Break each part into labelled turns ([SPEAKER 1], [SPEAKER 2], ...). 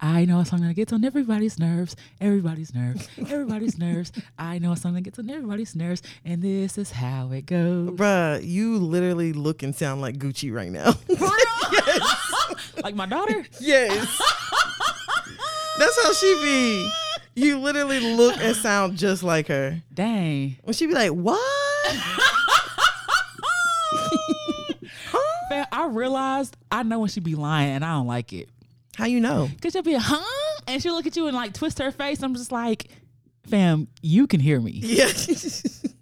[SPEAKER 1] I know a song that gets on everybody's nerves, everybody's nerves, everybody's nerves. I know a song that gets on everybody's nerves, and this is how it goes.
[SPEAKER 2] Bruh, you literally look and sound like Gucci right now.
[SPEAKER 1] Like my daughter.
[SPEAKER 2] yes. That's how she be. You literally look and sound just like her.
[SPEAKER 1] Dang.
[SPEAKER 2] When she be like, what? Huh?
[SPEAKER 1] Man, I realized I know when she be lying, and I don't like it.
[SPEAKER 2] How you know?
[SPEAKER 1] Cause she'll be huh, and she'll look at you and like twist her face. I'm just like, fam, you can hear me.
[SPEAKER 2] Yeah.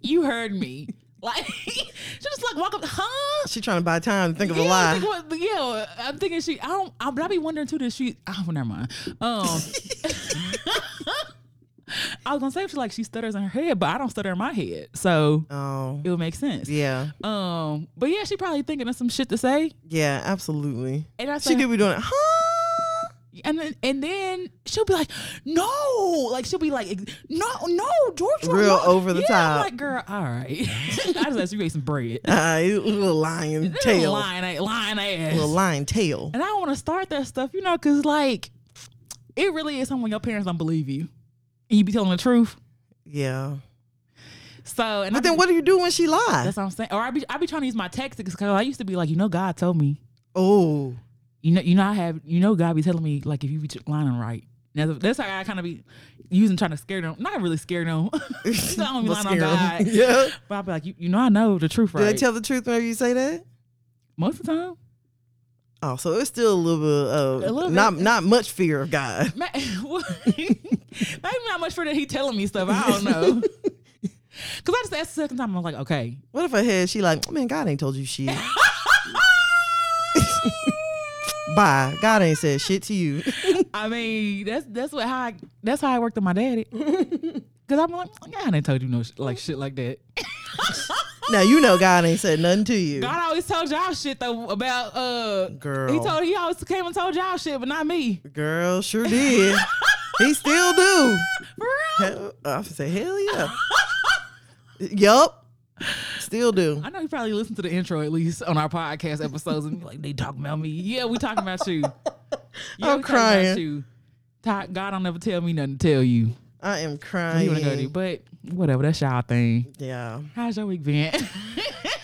[SPEAKER 1] You heard me. Like she just like walk up, huh?
[SPEAKER 2] she trying to buy time to think of a
[SPEAKER 1] Yeah,
[SPEAKER 2] lie.
[SPEAKER 1] think what- but yeah, I'm thinking she. I don't. I, but I be wondering too. Does she? Oh, never mind. Um, I was gonna say if she like she stutters in her head, but I don't stutter in my head, so
[SPEAKER 2] oh.
[SPEAKER 1] it would make sense.
[SPEAKER 2] Yeah.
[SPEAKER 1] Um, but yeah, she probably thinking of some shit to say,
[SPEAKER 2] Yeah, absolutely.
[SPEAKER 1] and I
[SPEAKER 2] She
[SPEAKER 1] said,
[SPEAKER 2] did be doing it. Huh?
[SPEAKER 1] and then and then she'll be like, no, like she'll be like, no, no, George, you're
[SPEAKER 2] Real
[SPEAKER 1] wrong."
[SPEAKER 2] over the
[SPEAKER 1] Yeah, I'm
[SPEAKER 2] top.
[SPEAKER 1] like, girl, all right. I just asked you to make some bread.
[SPEAKER 2] Uh, you little lion tail.
[SPEAKER 1] lying, lying ass.
[SPEAKER 2] Little lion tail.
[SPEAKER 1] And I don't want to start that stuff, you know, because like it really is something your parents don't believe you, and you be telling the truth.
[SPEAKER 2] Yeah.
[SPEAKER 1] So, and I
[SPEAKER 2] But then
[SPEAKER 1] be-
[SPEAKER 2] what do you do when she lies?
[SPEAKER 1] That's what I'm saying. Or I be I be trying to use my tactics because I used to be like, you know, God told me,
[SPEAKER 2] Oh.
[SPEAKER 1] you know, you know, I have, you know, God be telling me like if you be ch- lying right. Now that's- that's how I kind of be using trying to scare them. Not really scare them, so I don't be lying on God.
[SPEAKER 2] Yeah.
[SPEAKER 1] But I be like, you, you know, I know the truth,
[SPEAKER 2] Do they
[SPEAKER 1] right?
[SPEAKER 2] tell the truth whenever you say that?
[SPEAKER 1] Most of the time,
[SPEAKER 2] Oh, so it's still a little bit of
[SPEAKER 1] A little
[SPEAKER 2] not
[SPEAKER 1] bit.
[SPEAKER 2] not much fear of God.
[SPEAKER 1] Ma- well, maybe not much for that he telling me stuff. I don't know. Cause I just asked the second time. I'm like, okay,
[SPEAKER 2] What if I had she like, man, God ain't told you shit. Bye. God ain't said shit to you.
[SPEAKER 1] I mean, that's that's what how I, that's how I worked with my daddy. Cause I'm like, God, I didn't told you no sh- like shit like that.
[SPEAKER 2] now you know God ain't said nothing to you.
[SPEAKER 1] God always told y'all shit though about uh.
[SPEAKER 2] Girl.
[SPEAKER 1] He told he always came and told y'all shit, but not me.
[SPEAKER 2] Girl, sure did. he still do.
[SPEAKER 1] For real.
[SPEAKER 2] Hell, I say hell yeah. yup. Still do.
[SPEAKER 1] I know he probably listened to the intro at least on our podcast episodes and be like, they talking about me. Yeah, we talking about you. Yeah,
[SPEAKER 2] I'm
[SPEAKER 1] we talking about
[SPEAKER 2] crying.
[SPEAKER 1] you. Ta- God don't ever tell me nothing to tell you.
[SPEAKER 2] I am
[SPEAKER 1] You wanna go to,
[SPEAKER 2] crying.
[SPEAKER 1] but whatever, that's y'all thing.
[SPEAKER 2] Yeah.
[SPEAKER 1] How's your week been?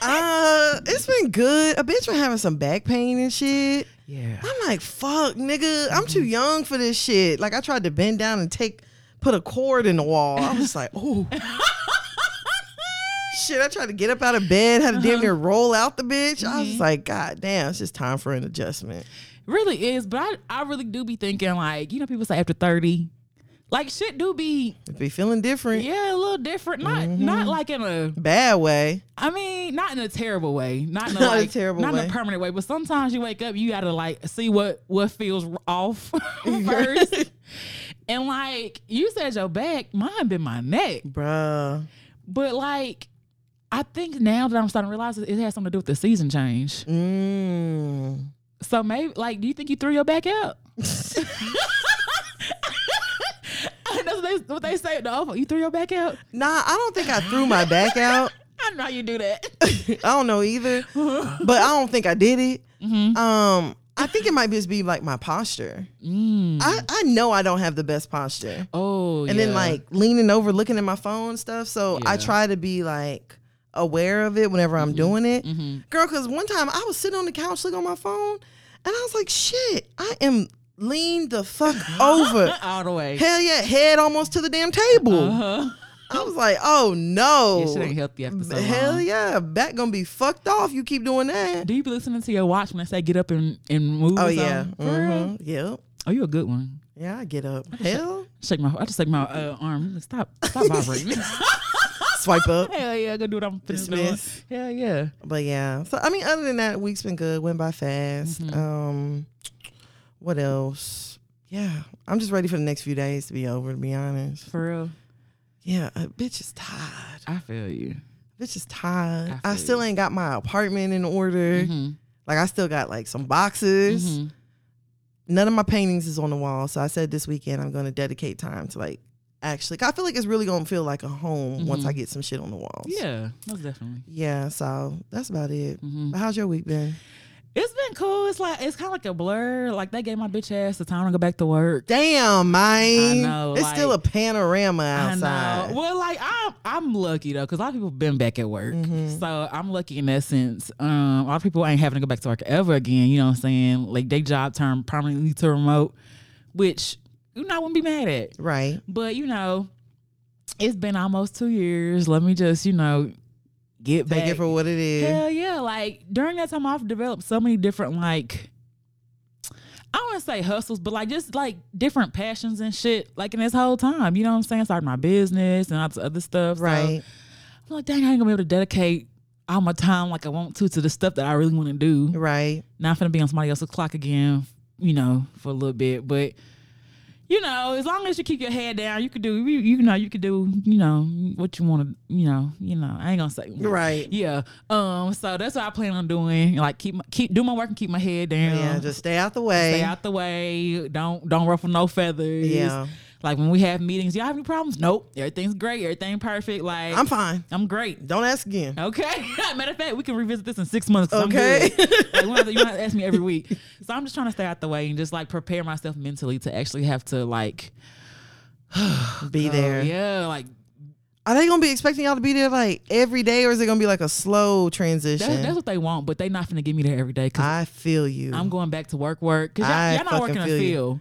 [SPEAKER 2] Uh, it's been good. A bitch been having some back pain and shit.
[SPEAKER 1] yeah.
[SPEAKER 2] I'm like, fuck, nigga, I'm too young for this shit. Like, I tried to bend down and take, put a cord in the wall. I was like, oh. shit, I tried to get up out of bed, had to damn near roll out the bitch. I was just like, god damn, it's just time for an adjustment.
[SPEAKER 1] Really is, but I, I really do be thinking like, you know, people say after 30, like shit do be
[SPEAKER 2] It be feeling different.
[SPEAKER 1] yeah, a little different. Not
[SPEAKER 2] Mm-hmm.
[SPEAKER 1] not like in a
[SPEAKER 2] Bad way.
[SPEAKER 1] I mean, not in a terrible way. Not in a,
[SPEAKER 2] Not a
[SPEAKER 1] like,
[SPEAKER 2] terrible
[SPEAKER 1] not in
[SPEAKER 2] way.
[SPEAKER 1] a permanent way. But sometimes you wake up, you gotta like see what what feels off first. and like you said your back, mine been my neck.
[SPEAKER 2] Bruh.
[SPEAKER 1] But like I think now that I'm starting to realize it it has something to do with the season change.
[SPEAKER 2] Mm.
[SPEAKER 1] So maybe, like, do you think you threw your back out? That's what they, what they say. at The office. You threw your back out.
[SPEAKER 2] Nah, I don't think I threw my back out.
[SPEAKER 1] I know how you do that.
[SPEAKER 2] I don't know either, but I don't think I did it. Um, I think it might just be like my posture.
[SPEAKER 1] Mm.
[SPEAKER 2] I, I know I don't have the best posture.
[SPEAKER 1] Oh,
[SPEAKER 2] and then
[SPEAKER 1] yeah.
[SPEAKER 2] like leaning over looking at my phone and stuff so i
[SPEAKER 1] Yeah. Mm-hmm.
[SPEAKER 2] try to be like aware of it whenever i'm doing it girl because one time i was sitting on the couch looking on my phone and i was like shit i am lean the fuck over
[SPEAKER 1] all the way.
[SPEAKER 2] hell yeah head almost to the damn table
[SPEAKER 1] Uh-huh.
[SPEAKER 2] i was like oh no
[SPEAKER 1] This shit ain't healthy after so
[SPEAKER 2] hell
[SPEAKER 1] long.
[SPEAKER 2] yeah back gonna be fucked off you keep doing that
[SPEAKER 1] Do you be listening to your watch when I say get up and, and move?
[SPEAKER 2] oh
[SPEAKER 1] or
[SPEAKER 2] yeah
[SPEAKER 1] something? For real?
[SPEAKER 2] mm-hmm. yep
[SPEAKER 1] Oh, you a good one.
[SPEAKER 2] yeah i get up hell
[SPEAKER 1] Shake my. I just shake my uh, arm. Stop. Stop vibrating.
[SPEAKER 2] swipe up
[SPEAKER 1] Hell yeah, go do what I'm finished
[SPEAKER 2] Dismiss.
[SPEAKER 1] doing. Hell yeah.
[SPEAKER 2] But yeah. So I mean, other than that, week's been good. Went by fast.
[SPEAKER 1] Mm-hmm.
[SPEAKER 2] Um, what else? Yeah, I'm just ready for the next few days to be over. To be honest,
[SPEAKER 1] For real.
[SPEAKER 2] yeah, a bitch is tired.
[SPEAKER 1] I feel you.
[SPEAKER 2] Bitch is tired.
[SPEAKER 1] I
[SPEAKER 2] I,
[SPEAKER 1] feel Mm-hmm.
[SPEAKER 2] still ain't got my apartment in order. Like I still got like some boxes.
[SPEAKER 1] Mhm.
[SPEAKER 2] None of my paintings is on the wall. So I said this weekend I'm going to dedicate time to like actually. 'cause I feel like it's really going to feel like a home once
[SPEAKER 1] Mm-hmm.
[SPEAKER 2] I get some shit on the walls.
[SPEAKER 1] Yeah, most definitely.
[SPEAKER 2] Yeah. So that's about it.
[SPEAKER 1] Mhm.
[SPEAKER 2] How's your week been?
[SPEAKER 1] It's been cool. It's like it's kind of like a blur. Like they gave my bitch ass the time to go back to work.
[SPEAKER 2] Damn, man.
[SPEAKER 1] I know,
[SPEAKER 2] it's still a
[SPEAKER 1] like-
[SPEAKER 2] panorama
[SPEAKER 1] I
[SPEAKER 2] outside.
[SPEAKER 1] know. Well, like I'm I'm lucky though, because a lot of people been back at work.
[SPEAKER 2] Mm-hmm.
[SPEAKER 1] So I'm lucky in that sense. Um, a lot of people ain't having to go back to work ever again. You know what I'm saying? Like they job turned permanently to remote, which you know I wouldn't be mad at.
[SPEAKER 2] Right.
[SPEAKER 1] But you know, it's been almost two years. Let me just you know get
[SPEAKER 2] Take
[SPEAKER 1] back.
[SPEAKER 2] it for what it is.
[SPEAKER 1] Hell yeah! Like during that time, I've developed so many different like. I don't want to say hustles, but like just like different passions and shit, like in this whole time. You know what I'm saying? Started my business and all this other stuff. so
[SPEAKER 2] Right.
[SPEAKER 1] I'm like, dang, I ain't gonna be able to dedicate all my time like I want to to the stuff that I really want to do.
[SPEAKER 2] Right.
[SPEAKER 1] Not finna be on somebody else's clock again, you know, for a little bit. But you know, as long as you keep your head down, you can do. You, you know, you can do. You know what you want to. You know, you know. I ain't gonna say
[SPEAKER 2] Right.
[SPEAKER 1] yeah. Um. So that's what I plan on doing. Like keep my, keep do my work and keep my head down.
[SPEAKER 2] Yeah, just stay out the way.
[SPEAKER 1] stay out the way. Don't don't ruffle no feathers.
[SPEAKER 2] Yeah.
[SPEAKER 1] Like when we have meetings, y'all have any problems? Nope. Everything's great. Everything perfect. Like
[SPEAKER 2] I'm fine.
[SPEAKER 1] I'm great.
[SPEAKER 2] Don't ask again.
[SPEAKER 1] Okay. Matter of fact, we can revisit this in six months. 'cause I'm
[SPEAKER 2] Okay.
[SPEAKER 1] good. like, we don't have to- you don't have to ask me every week. So I'm just trying to stay out the way and just like prepare myself mentally to actually have to like
[SPEAKER 2] Be there.
[SPEAKER 1] Oh, yeah like
[SPEAKER 2] Are they gonna be expecting y'all to be there like every day, or is it gonna be like a slow transition?
[SPEAKER 1] that's, that's what they want, but they not finna get me there every day. 'cause
[SPEAKER 2] I feel you.
[SPEAKER 1] I'm going back to work, work. Cause y'all,
[SPEAKER 2] I
[SPEAKER 1] y'all not
[SPEAKER 2] fucking
[SPEAKER 1] working a
[SPEAKER 2] feel you.
[SPEAKER 1] field.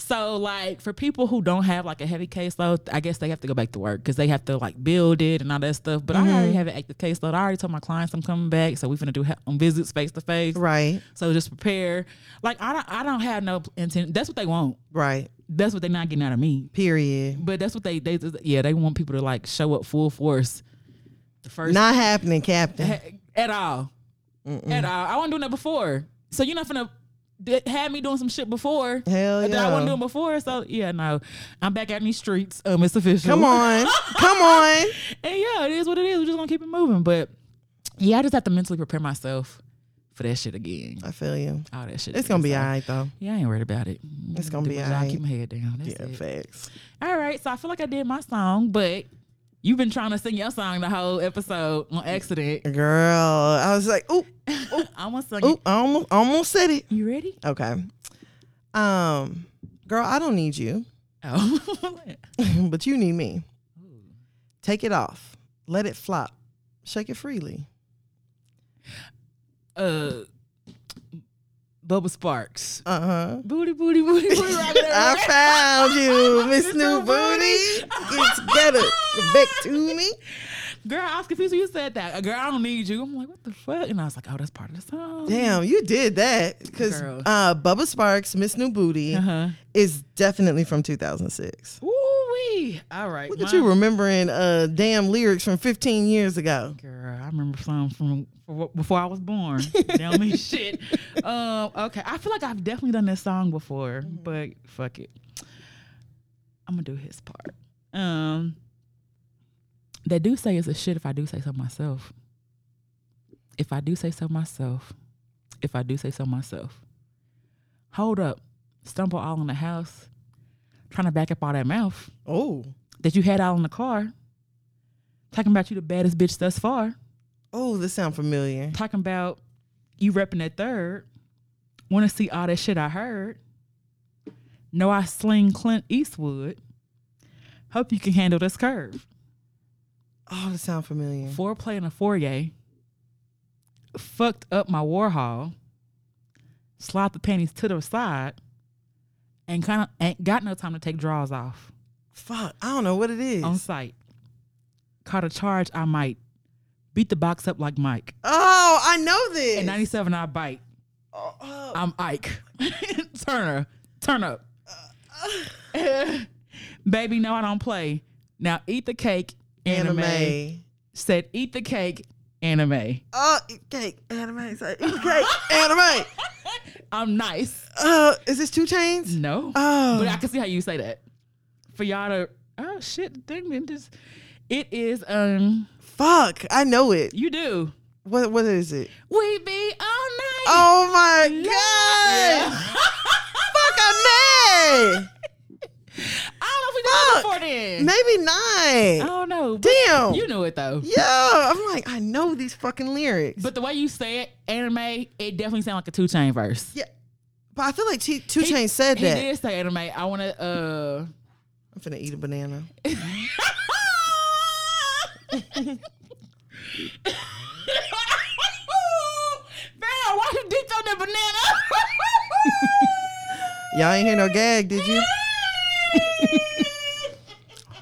[SPEAKER 1] So like for people who don't have like a heavy caseload, I guess they have to go back to work because they have to like build it and all that stuff. But
[SPEAKER 2] Mm-hmm.
[SPEAKER 1] I already have an active caseload. I already told my clients I'm coming back, so we're gonna do he- um, visits face to face.
[SPEAKER 2] right.
[SPEAKER 1] So just prepare. Like I don't, I don't have no intent. That's what they want.
[SPEAKER 2] Right.
[SPEAKER 1] That's what they're not getting out of me.
[SPEAKER 2] Period.
[SPEAKER 1] But that's what they they yeah they want people to like show up full force. The first
[SPEAKER 2] Not happening, Captain.
[SPEAKER 1] Ha- at all. At all. I wasn't doing that before. So you're not gonna d- have me doing some shit before.
[SPEAKER 2] Hell
[SPEAKER 1] That I
[SPEAKER 2] yeah.
[SPEAKER 1] wasn't doing before. So yeah, no. I'm back out in these streets. Um, it's official.
[SPEAKER 2] Come on. Come on.
[SPEAKER 1] And yeah, it is what it is. We're just gonna keep it moving. But yeah, I just have to mentally prepare myself for that shit again.
[SPEAKER 2] I feel you.
[SPEAKER 1] All that shit.
[SPEAKER 2] It's gonna be
[SPEAKER 1] all right.
[SPEAKER 2] alright though.
[SPEAKER 1] Yeah, I ain't worried about it.
[SPEAKER 2] It's gonna
[SPEAKER 1] Do
[SPEAKER 2] be
[SPEAKER 1] my
[SPEAKER 2] all
[SPEAKER 1] job,
[SPEAKER 2] right.
[SPEAKER 1] Keep my head down. That's
[SPEAKER 2] Yeah,
[SPEAKER 1] it.
[SPEAKER 2] facts.
[SPEAKER 1] All right, so I feel like I did my song, but you've been trying to sing your song the whole episode on accident.
[SPEAKER 2] Girl, I was like, oop,
[SPEAKER 1] I almost sung
[SPEAKER 2] oop,
[SPEAKER 1] it.
[SPEAKER 2] I almost, almost said it.
[SPEAKER 1] You ready?
[SPEAKER 2] Okay. Um, girl, I don't need you,
[SPEAKER 1] Oh.
[SPEAKER 2] but you need me. Take it off. Let it flop. Shake it freely.
[SPEAKER 1] uh, Bubba Sparks.
[SPEAKER 2] Uh huh.
[SPEAKER 1] Booty, booty, booty, booty. rockin'
[SPEAKER 2] I
[SPEAKER 1] everywhere.
[SPEAKER 2] found you, Miss
[SPEAKER 1] New
[SPEAKER 2] New Booty. Get together. Get back to me.
[SPEAKER 1] Girl, I was confused when you said that. Girl, I don't need you. I'm like, what the fuck? And I was like, oh, that's part of the song.
[SPEAKER 2] Damn, you did that. Because
[SPEAKER 1] Girl.
[SPEAKER 2] uh, Bubba Sparks, Miss New Booty,
[SPEAKER 1] Uh-huh.
[SPEAKER 2] is definitely from 2006.
[SPEAKER 1] Ooh wee. All right.
[SPEAKER 2] Look at
[SPEAKER 1] my-
[SPEAKER 2] you remembering uh, damn lyrics from 15 years ago.
[SPEAKER 1] Girl, I remember some from from before I was born. Tell me shit. Um, okay, I feel like I've definitely done this song before, but fuck it. I'm gonna do his part. Um, they do say it's a shit if I do say so myself. If I do say so myself, if I do say so myself. Hold up, stumble all in the house, trying to back up all that mouth
[SPEAKER 2] Oh,
[SPEAKER 1] that you had out in the car, talking about you the baddest bitch thus far
[SPEAKER 2] oh, this sound familiar.
[SPEAKER 1] talking about you repping that third. Want to see all that shit I heard. No, I sling Clint Eastwood. Hope you can handle this curve.
[SPEAKER 2] Oh, this sound familiar.
[SPEAKER 1] Foreplay and a foyer. Fucked up my Warhol. Slide the panties to the side. And kind of ain't got no time to take drawers off
[SPEAKER 2] Fuck, I don't know what it is.
[SPEAKER 1] on site. Caught a charge, I might beat the box up like Mike.
[SPEAKER 2] oh, I know
[SPEAKER 1] At
[SPEAKER 2] this.
[SPEAKER 1] 97, I bite.
[SPEAKER 2] Oh, oh.
[SPEAKER 1] I'm Ike. Turner. Turn up. Baby, no, I don't play. Now eat the cake, anime.
[SPEAKER 2] anime.
[SPEAKER 1] Said eat the cake, anime.
[SPEAKER 2] Oh, eat cake, anime. Sorry, eat cake, anime.
[SPEAKER 1] I'm nice.
[SPEAKER 2] Uh, is this two chains?
[SPEAKER 1] No.
[SPEAKER 2] Oh,
[SPEAKER 1] Mm. But I can see how you say that. For y'all to oh shit, the thing then just it is um
[SPEAKER 2] fuck, I know it.
[SPEAKER 1] you do.
[SPEAKER 2] What what is it?
[SPEAKER 1] We be all night.
[SPEAKER 2] Oh my god!
[SPEAKER 1] Yeah.
[SPEAKER 2] Fuck, I
[SPEAKER 1] I don't know if we did that
[SPEAKER 2] Fuck.
[SPEAKER 1] before. then.
[SPEAKER 2] Maybe not.
[SPEAKER 1] I don't know. Oh, but
[SPEAKER 2] Damn.
[SPEAKER 1] You knew it though.
[SPEAKER 2] yeah. I'm like, I know these fucking lyrics.
[SPEAKER 1] But the way you say it, anime, it definitely sounds like a two chain verse.
[SPEAKER 2] yeah. But I feel like T- Two
[SPEAKER 1] He-
[SPEAKER 2] Chainz said
[SPEAKER 1] He
[SPEAKER 2] that.
[SPEAKER 1] did say anime. I want to. uh
[SPEAKER 2] I'm finna eat a banana.
[SPEAKER 1] Val, why you dipped on that banana?
[SPEAKER 2] Y'all ain't hear no gag, did you?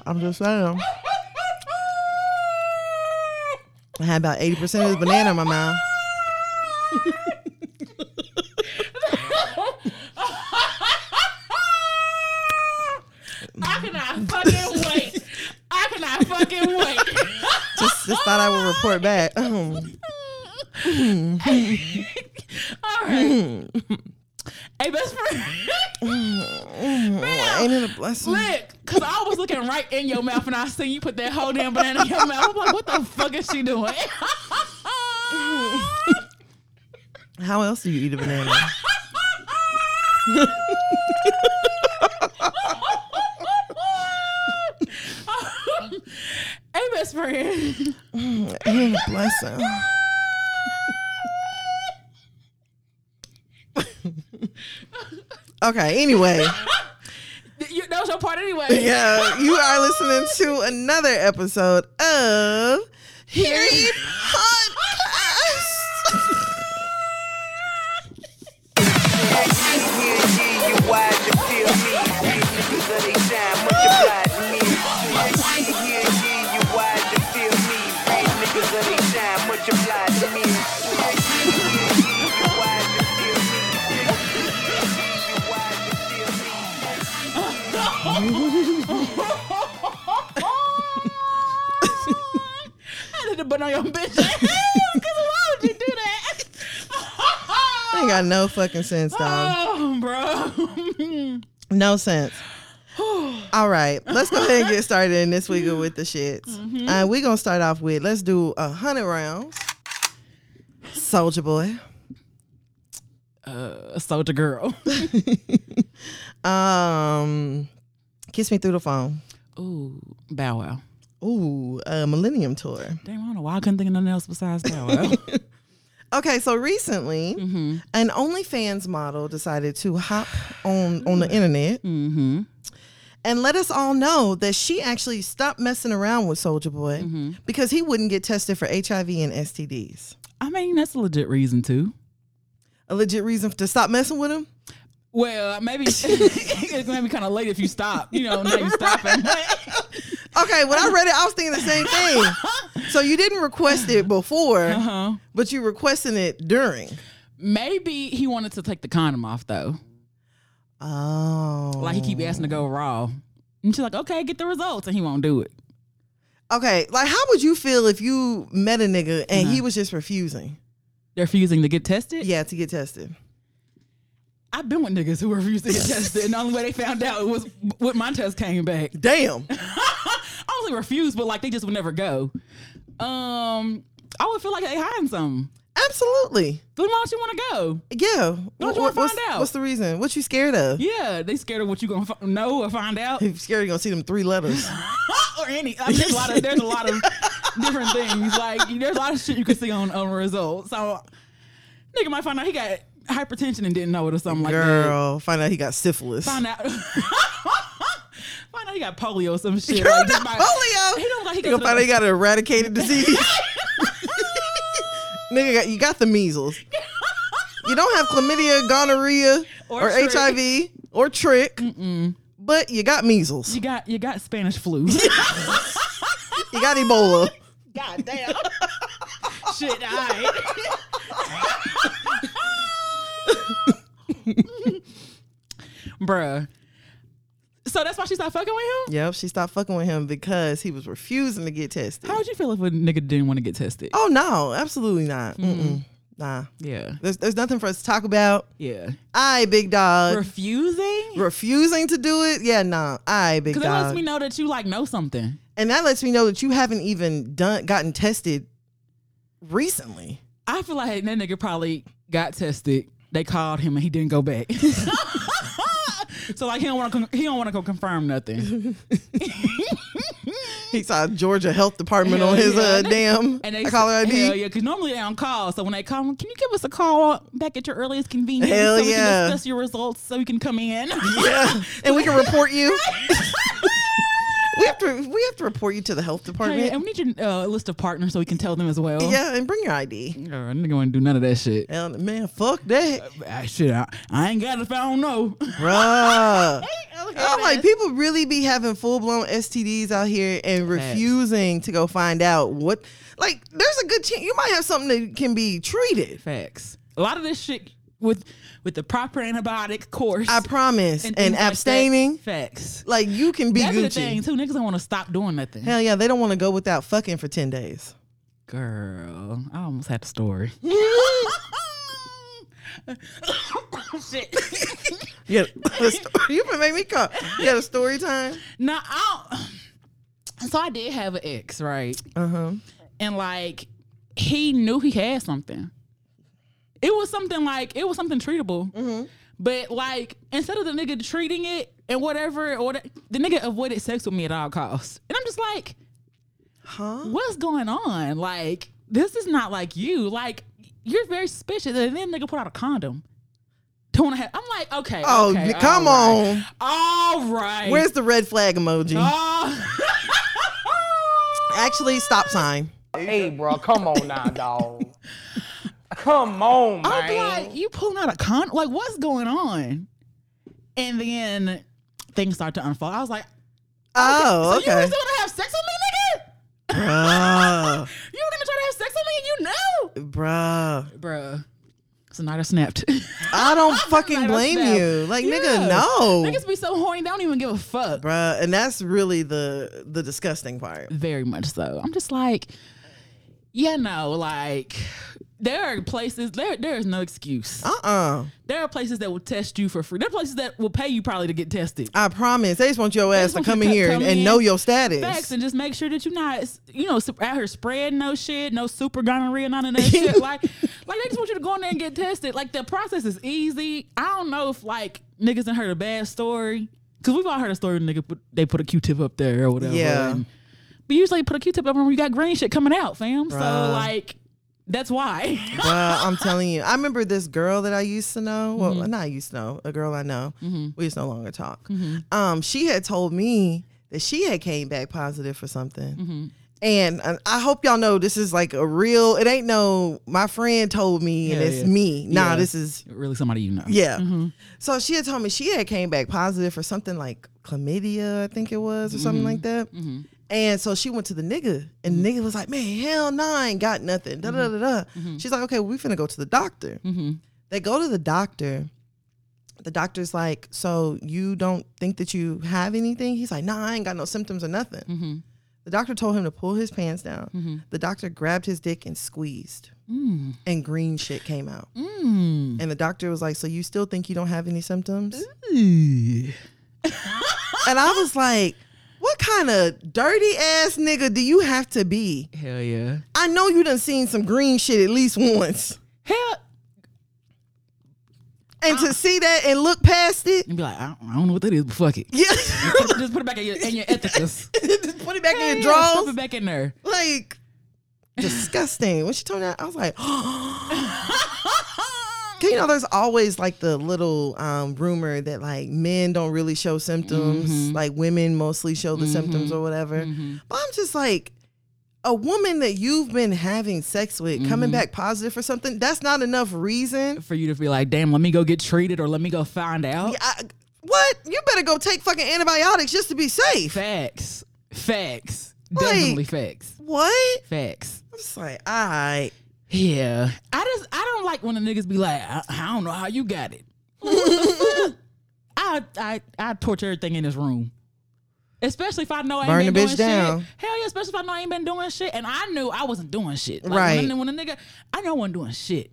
[SPEAKER 2] I'm just saying. I had about 80% of this banana in my mouth.
[SPEAKER 1] I cannot fucking wait. I cannot fucking wait.
[SPEAKER 2] Just, just thought I would report back. Oh, Mm-hmm.
[SPEAKER 1] All right. hey, best
[SPEAKER 2] Mm-hmm.
[SPEAKER 1] friend.
[SPEAKER 2] ain't it a blessing?
[SPEAKER 1] Look, cause I was looking right in your mouth and I seen you put that whole damn banana in your mouth. I'm like, what the fuck is she doing?
[SPEAKER 2] How else do you eat a banana?
[SPEAKER 1] hey, best friend.
[SPEAKER 2] Ain't it a blessing? okay, anyway.
[SPEAKER 1] You, that was your part anyway.
[SPEAKER 2] Yeah, you are listening to another episode of Harriet Podcast.
[SPEAKER 1] I did a bun on your bitch. Cause why would you do that?
[SPEAKER 2] Ain't got no fucking sense, dog.
[SPEAKER 1] Oh, bro.
[SPEAKER 2] No sense. All right, let's go ahead and get started in this week with the shits. Uh, we're gonna start off with let's do a hundred rounds. Soldier Boy,
[SPEAKER 1] uh, soldier girl.
[SPEAKER 2] um, kiss me through the phone.
[SPEAKER 1] Ooh, Bow Wow.
[SPEAKER 2] Ooh, uh, Millennium Tour.
[SPEAKER 1] Damn, I don't know why I couldn't think of nothing else besides Bow Wow.
[SPEAKER 2] Okay, so recently, an OnlyFans model decided to hop on on the internet
[SPEAKER 1] mm-hmm.
[SPEAKER 2] and let us all know that she actually stopped messing around with Soldier Boy because he wouldn't get tested for HIV and STDs.
[SPEAKER 1] I mean, that's a legit reason too.
[SPEAKER 2] A legit reason to stop messing with him.
[SPEAKER 1] Well, maybe it's gonna be kind of late if you stop. You know, now you stopping.
[SPEAKER 2] Okay, when I read it, I was thinking the same thing. so you didn't request it before,
[SPEAKER 1] huh?
[SPEAKER 2] but you requesting it during.
[SPEAKER 1] Uh-huh. Maybe he wanted to take the condom off though.
[SPEAKER 2] Oh,
[SPEAKER 1] Like he keep asking to go raw, and she's like, "Okay, get the results," and he won't do it.
[SPEAKER 2] okay. Like, how would you feel if you met a nigga and
[SPEAKER 1] Mm-hmm.
[SPEAKER 2] he was just refusing?
[SPEAKER 1] They're refusing to get tested.
[SPEAKER 2] Yeah, to get tested.
[SPEAKER 1] I've been with niggas who refused to get tested, and the only way they found out was when my test came back.
[SPEAKER 2] Damn.
[SPEAKER 1] I only refused, but like they just would never go. Um, I would feel like they hiding something.
[SPEAKER 2] Absolutely.
[SPEAKER 1] Then why don't you want to go?
[SPEAKER 2] Yeah.
[SPEAKER 1] Don't you wanna
[SPEAKER 2] Wh- wh- what's,
[SPEAKER 1] find out?
[SPEAKER 2] What's the reason? What you scared of?
[SPEAKER 1] Yeah, they scared of what you gonna f- know or find out
[SPEAKER 2] You scared you're gonna see them three letters.
[SPEAKER 1] or any. I mean, there's a lot of there's a lot of different things. Like there's a lot of shit you can see on on results. So nigga might find out he got hypertension and didn't know it or something like that.
[SPEAKER 2] Girl, find out he got syphilis.
[SPEAKER 1] Find out. Find out he got polio or some shit.
[SPEAKER 2] Girl,
[SPEAKER 1] Like,
[SPEAKER 2] not
[SPEAKER 1] just by-
[SPEAKER 2] polio.
[SPEAKER 1] He don't like he
[SPEAKER 2] Nigga
[SPEAKER 1] goes
[SPEAKER 2] find out he
[SPEAKER 1] to
[SPEAKER 2] got an eradicated disease. Nigga, got, you got the measles. You don't have chlamydia, gonorrhea,
[SPEAKER 1] Or
[SPEAKER 2] or,
[SPEAKER 1] trick.
[SPEAKER 2] HIV, or trick, but you got measles.
[SPEAKER 1] you got you got Spanish flu.
[SPEAKER 2] You got Ebola.
[SPEAKER 1] God damn. Shit, I. Bruh. So that's why she stopped fucking with him?
[SPEAKER 2] Yep, she stopped fucking with him because he was refusing to get tested.
[SPEAKER 1] How would you feel if a nigga didn't want to get tested?
[SPEAKER 2] Oh no, absolutely not. Mm-mm. Nah,
[SPEAKER 1] Yeah.
[SPEAKER 2] there's there's nothing for us to talk about.
[SPEAKER 1] Yeah.
[SPEAKER 2] I big dog.
[SPEAKER 1] Refusing?
[SPEAKER 2] refusing to do it, yeah, nah. I big
[SPEAKER 1] Because
[SPEAKER 2] dog.
[SPEAKER 1] it lets me know that you like know something.
[SPEAKER 2] and that lets me know that you haven't even done gotten tested recently.
[SPEAKER 1] I feel like that nigga probably got tested. They called him and he didn't go back. So like he don't want to he don't want to go confirm nothing.
[SPEAKER 2] He saw Georgia Health Department
[SPEAKER 1] Hell
[SPEAKER 2] on his
[SPEAKER 1] yeah.
[SPEAKER 2] uh, damn
[SPEAKER 1] And they
[SPEAKER 2] caller
[SPEAKER 1] said,
[SPEAKER 2] ID.
[SPEAKER 1] Hell yeah, because normally they don't call. So when they call, can you give us a call back at your earliest convenience?
[SPEAKER 2] Hell
[SPEAKER 1] so we
[SPEAKER 2] yeah.
[SPEAKER 1] can discuss your results so we can come in.
[SPEAKER 2] Yeah, and we can report you. we have to we have to report you to the health
[SPEAKER 1] Hey,
[SPEAKER 2] department.
[SPEAKER 1] and we need your uh, list of partners so we can tell them as well.
[SPEAKER 2] Yeah, Eh. and bring your ID.
[SPEAKER 1] Girl, I ain't gonna do none of that shit.
[SPEAKER 2] And man, fuck that,
[SPEAKER 1] Ah, shit, I, I ain't got it if I don't know.
[SPEAKER 2] bruh.
[SPEAKER 1] I'm
[SPEAKER 2] I'm like, people really be having full blown STDs out here and refusing to go find out what. Like, there's a good chance you might have something that can be treated.
[SPEAKER 1] facts. A lot of this shit with with the proper antibiotic course
[SPEAKER 2] I promise. And,
[SPEAKER 1] things like that.
[SPEAKER 2] abstaining,
[SPEAKER 1] facts.
[SPEAKER 2] like, you can be
[SPEAKER 1] That's the
[SPEAKER 2] Gucci.
[SPEAKER 1] thing too. Niggas don't want to stop doing nothing.
[SPEAKER 2] Hell yeah, they don't want to go without fucking for ten days.
[SPEAKER 1] Girl, I almost had a story. Shit.
[SPEAKER 2] Yeah, you can make me call. You got a story time.
[SPEAKER 1] now, I don't- so I did have an ex, right?
[SPEAKER 2] Uh huh.
[SPEAKER 1] And like he knew he had something. It was something like it was something treatable,
[SPEAKER 2] Mm-hmm.
[SPEAKER 1] but like instead of the nigga treating it and whatever, or the, the nigga avoided sex with me at all costs. And I'm just like,
[SPEAKER 2] Huh?
[SPEAKER 1] what's going on? Like, this is not like you. Like, you're very suspicious. And then nigga put out a condom. Don't want to have. I'm like, okay.
[SPEAKER 2] Oh,
[SPEAKER 1] okay,
[SPEAKER 2] come
[SPEAKER 1] all right.
[SPEAKER 2] on.
[SPEAKER 1] All right.
[SPEAKER 2] Where's the red flag emoji?
[SPEAKER 1] Oh.
[SPEAKER 2] Actually, stop sign.
[SPEAKER 3] Hey, bro, come on now, dog. Come on, man.
[SPEAKER 1] I'm like, you pulling out a condom? Like, what's going on? And then things start to unfold. I was like,
[SPEAKER 2] Oh,
[SPEAKER 1] so you were
[SPEAKER 2] okay.
[SPEAKER 1] still gonna have sex with me,
[SPEAKER 2] Bruh.
[SPEAKER 1] nigga? You were gonna try to have sex with me, and you know,
[SPEAKER 2] Bruh.
[SPEAKER 1] bruh. So now I snapped.
[SPEAKER 2] I don't
[SPEAKER 1] Like,
[SPEAKER 2] fucking
[SPEAKER 1] I
[SPEAKER 2] blame
[SPEAKER 1] snapped.
[SPEAKER 2] you. Like, nigga,
[SPEAKER 1] Yeah.
[SPEAKER 2] no.
[SPEAKER 1] Niggas be so horny, they don't even give a fuck.
[SPEAKER 2] Bruh. And that's really the the disgusting part.
[SPEAKER 1] Very much so. I'm just like, yeah, no, like there are places there there is no excuse.
[SPEAKER 2] Uh uh
[SPEAKER 1] There are places that will test you for free. There are places that will pay you probably to get tested.
[SPEAKER 2] I promise. They just want your ass
[SPEAKER 1] just
[SPEAKER 2] to
[SPEAKER 1] want
[SPEAKER 2] come
[SPEAKER 1] you
[SPEAKER 2] in
[SPEAKER 1] to
[SPEAKER 2] here
[SPEAKER 1] come
[SPEAKER 2] and, and
[SPEAKER 1] in.
[SPEAKER 2] know your status.
[SPEAKER 1] Facts and just make sure that you're not, you know, sup- out here spreading no shit, no super gonorrhea, none of that shit. Like, like they just want you to go in there and get tested. Like the process is easy. I don't know if like niggas done heard a bad story because we've all heard a story. Nigga, put, they put a Q-tip up there or whatever.
[SPEAKER 2] Yeah.
[SPEAKER 1] and- but usually put a Q-tip up when you got green shit coming out, fam.
[SPEAKER 2] Bruh.
[SPEAKER 1] So like, that's why.
[SPEAKER 2] Bruh, I'm telling you. I remember this girl that I used to know. Well,
[SPEAKER 1] Mm-hmm.
[SPEAKER 2] not I used to know, a girl I know. We just no longer talk.
[SPEAKER 1] Mm-hmm.
[SPEAKER 2] Um, she had told me that she had came back positive for something.
[SPEAKER 1] Mm-hmm.
[SPEAKER 2] And uh, I hope y'all know this is like a real. It ain't no. My friend told me, and
[SPEAKER 1] Yeah,
[SPEAKER 2] it's
[SPEAKER 1] yeah.
[SPEAKER 2] me. Nah,
[SPEAKER 1] Yeah.
[SPEAKER 2] this is
[SPEAKER 1] really, somebody you know.
[SPEAKER 2] yeah. So she had told me she had came back positive for something like chlamydia, I think it was, or something like that. And so she went to the nigga, and the nigga was like, "Man, hell no, I ain't got nothing." Da da da da. She's like, "Okay, we finna go to the doctor." They go to the doctor. The doctor's like, "So you don't think that you have anything?" He's like, "Nah, I ain't got no symptoms or nothing." The doctor told him to pull his pants down. The doctor grabbed his dick and squeezed, and green shit came out. And the doctor was like, So you still think you don't have any symptoms? And I was like, What kind of dirty ass nigga do you have to be?
[SPEAKER 1] Hell yeah.
[SPEAKER 2] I know you done seen some green shit at least once.
[SPEAKER 1] Hell.
[SPEAKER 2] And to see that and look past it,
[SPEAKER 1] And be like, I don't, I don't know what that is, but fuck it.
[SPEAKER 2] yeah.
[SPEAKER 1] just put it back in your, in your ethicus.
[SPEAKER 2] Just put it back in your
[SPEAKER 1] Yeah, Stuff
[SPEAKER 2] drawers.
[SPEAKER 1] it back in there.
[SPEAKER 2] Like, disgusting. When she told me that, I was like, Cause you know, there's always like the little um, rumor that like men don't really show symptoms,
[SPEAKER 1] Mm-hmm.
[SPEAKER 2] like women mostly show the symptoms or whatever. But I'm just like, a woman that you've been having sex with coming
[SPEAKER 1] Mm-hmm.
[SPEAKER 2] back positive for something, that's not enough reason.
[SPEAKER 1] for you to be like, damn, let me go get treated or let me go find out.
[SPEAKER 2] I, what? You better go take fucking antibiotics just to be safe.
[SPEAKER 1] Facts. Facts.
[SPEAKER 2] Like-
[SPEAKER 1] Definitely facts.
[SPEAKER 2] What?
[SPEAKER 1] Facts.
[SPEAKER 2] I'm just like, all right.
[SPEAKER 1] Yeah. I just I don't like when the niggas be like, I, I don't know how you got it. I I I torture everything in this room. Especially if I know I ain't
[SPEAKER 2] Burn
[SPEAKER 1] been
[SPEAKER 2] the bitch
[SPEAKER 1] doing
[SPEAKER 2] down.
[SPEAKER 1] shit. Hell yeah, especially if I know I ain't been doing shit and I knew I wasn't doing shit. Like,
[SPEAKER 2] Right.
[SPEAKER 1] When, a- when a nigga I know I wasn't doing shit.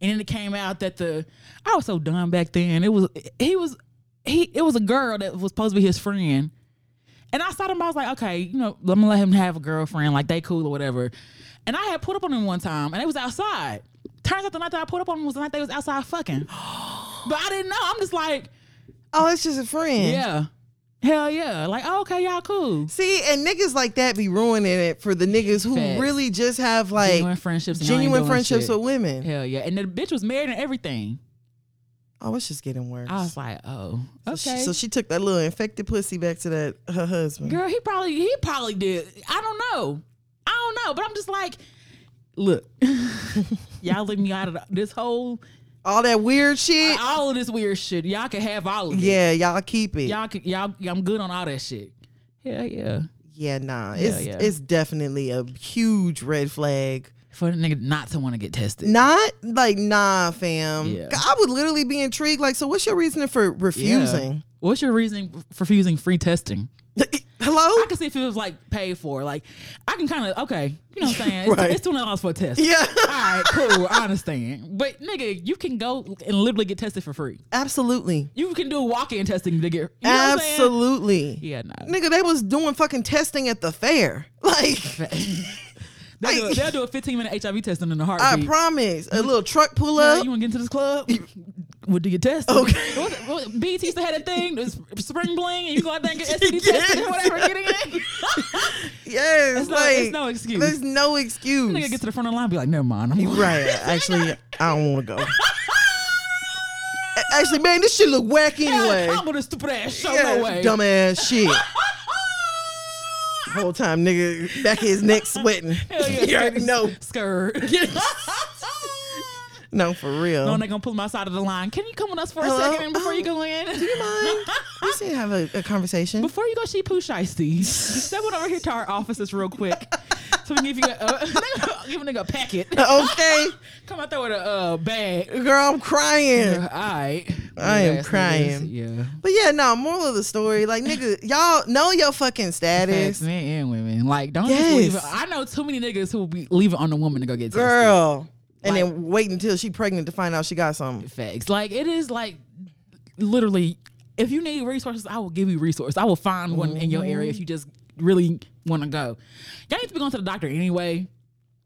[SPEAKER 1] And then it came out that the I was so dumb back then. It was he was he it was a girl that was supposed to be his friend. And I saw them, I was like, okay, you know, let me let him have a girlfriend, like they cool or whatever. And I had put up on him one time and they was outside. Turns out the night that I put up on him was the night they was outside fucking. but I didn't know. I'm just like,
[SPEAKER 2] Oh, it's just a friend.
[SPEAKER 1] Yeah. Hell yeah. Like, oh, okay, y'all cool.
[SPEAKER 2] See, and niggas like that be ruining it for the niggas who
[SPEAKER 1] Facts.
[SPEAKER 2] really just have like
[SPEAKER 1] Genuine
[SPEAKER 2] genuine,
[SPEAKER 1] friendships. and y'all ain't doing
[SPEAKER 2] friendships
[SPEAKER 1] shit.
[SPEAKER 2] with women.
[SPEAKER 1] Hell yeah. And the bitch was married and everything.
[SPEAKER 2] Oh, it's just getting worse.
[SPEAKER 1] I was like, oh,
[SPEAKER 2] So
[SPEAKER 1] okay.
[SPEAKER 2] she- so she took that little infected pussy back to that her husband.
[SPEAKER 1] Girl, he probably he probably did. I don't know. I don't know, but I'm just like, look, y'all leave me out of the- this whole
[SPEAKER 2] All that weird shit.
[SPEAKER 1] all of this weird shit. Y'all can have all of it.
[SPEAKER 2] yeah, y'all keep it.
[SPEAKER 1] Y'all can, y'all I'm good on all that shit. Yeah, yeah.
[SPEAKER 2] yeah, nah. It's
[SPEAKER 1] yeah.
[SPEAKER 2] it's definitely a huge red flag.
[SPEAKER 1] For the nigga not to want to get tested.
[SPEAKER 2] Not like nah, fam.
[SPEAKER 1] Yeah.
[SPEAKER 2] I would literally be intrigued. Like, so what's your reasoning for
[SPEAKER 1] Yeah.
[SPEAKER 2] refusing?
[SPEAKER 1] What's your reason for refusing free testing? I
[SPEAKER 2] Hello?
[SPEAKER 1] can see if it was like paid for. Like I can kind of okay, you know what I'm saying? It's,
[SPEAKER 2] Right.
[SPEAKER 1] it's two hundred dollars for a test.
[SPEAKER 2] Yeah.
[SPEAKER 1] All right, cool. I understand. But nigga, you can go and literally get tested for free.
[SPEAKER 2] Absolutely.
[SPEAKER 1] You can do walk-in testing to get. You know what I'm saying?
[SPEAKER 2] Absolutely.
[SPEAKER 1] Yeah, no.
[SPEAKER 2] Nigga, they was doing fucking testing at the fair. Like,
[SPEAKER 1] They'll do,
[SPEAKER 2] Like-
[SPEAKER 1] they'll do a 15 minute HIV testing in a
[SPEAKER 2] I
[SPEAKER 1] heartbeat.
[SPEAKER 2] promise. A little truck pull
[SPEAKER 1] Hey,
[SPEAKER 2] up.
[SPEAKER 1] you want to get into this club? We'll do your test.
[SPEAKER 2] Okay.
[SPEAKER 1] What, what, BT used to have that thing, this spring bling, and you go out there and get STD tested or whatever. Get in.
[SPEAKER 2] Yes.
[SPEAKER 1] It's no-
[SPEAKER 2] like,
[SPEAKER 1] it's no excuse.
[SPEAKER 2] There's no excuse.
[SPEAKER 1] Nigga get to the front of the line and be like, never mind. I'm going.
[SPEAKER 2] right. Actually, I don't want to go. A- Actually, man, this shit look whack anyway.
[SPEAKER 1] I'm with a stupid ass show.
[SPEAKER 2] Yeah,
[SPEAKER 1] no way.
[SPEAKER 2] dumbass shit. Whole time, nigga, back of his neck sweating.
[SPEAKER 1] Hell yeah.
[SPEAKER 2] You already
[SPEAKER 1] skirt-
[SPEAKER 2] know.
[SPEAKER 1] Skirt.
[SPEAKER 2] No, for real.
[SPEAKER 1] No, they Oh, gonna pull my side of the line. Can you come with us for
[SPEAKER 2] Hello? Um,
[SPEAKER 1] a second before you go in?
[SPEAKER 2] Mind? We should have a, a conversation.
[SPEAKER 1] Before you go see Pooh Shiesty, step on over here to our offices real quick. So we can give you a, uh, give a nigga a packet.
[SPEAKER 2] Uh, Okay,
[SPEAKER 1] Come out there with a uh, bag.
[SPEAKER 2] girl, I'm crying.
[SPEAKER 1] All right.
[SPEAKER 2] I am
[SPEAKER 1] Yes, niggas,
[SPEAKER 2] crying.
[SPEAKER 1] Yeah.
[SPEAKER 2] But yeah, no, moral of the story, like nigga, y'all know your fucking
[SPEAKER 1] Facts,
[SPEAKER 2] status.
[SPEAKER 1] men and women. Like, don't
[SPEAKER 2] Yes.
[SPEAKER 1] just leave it. I know too many niggas who be leaving on the woman to go get tested.
[SPEAKER 2] Girl. And
[SPEAKER 1] Like-
[SPEAKER 2] then wait until she pregnant to find out she got something.
[SPEAKER 1] Facts. Like, it is like literally, if you need resources, I will give you resources. I will find one in your area if you just really want to go. Y'all need to be going to the doctor anyway,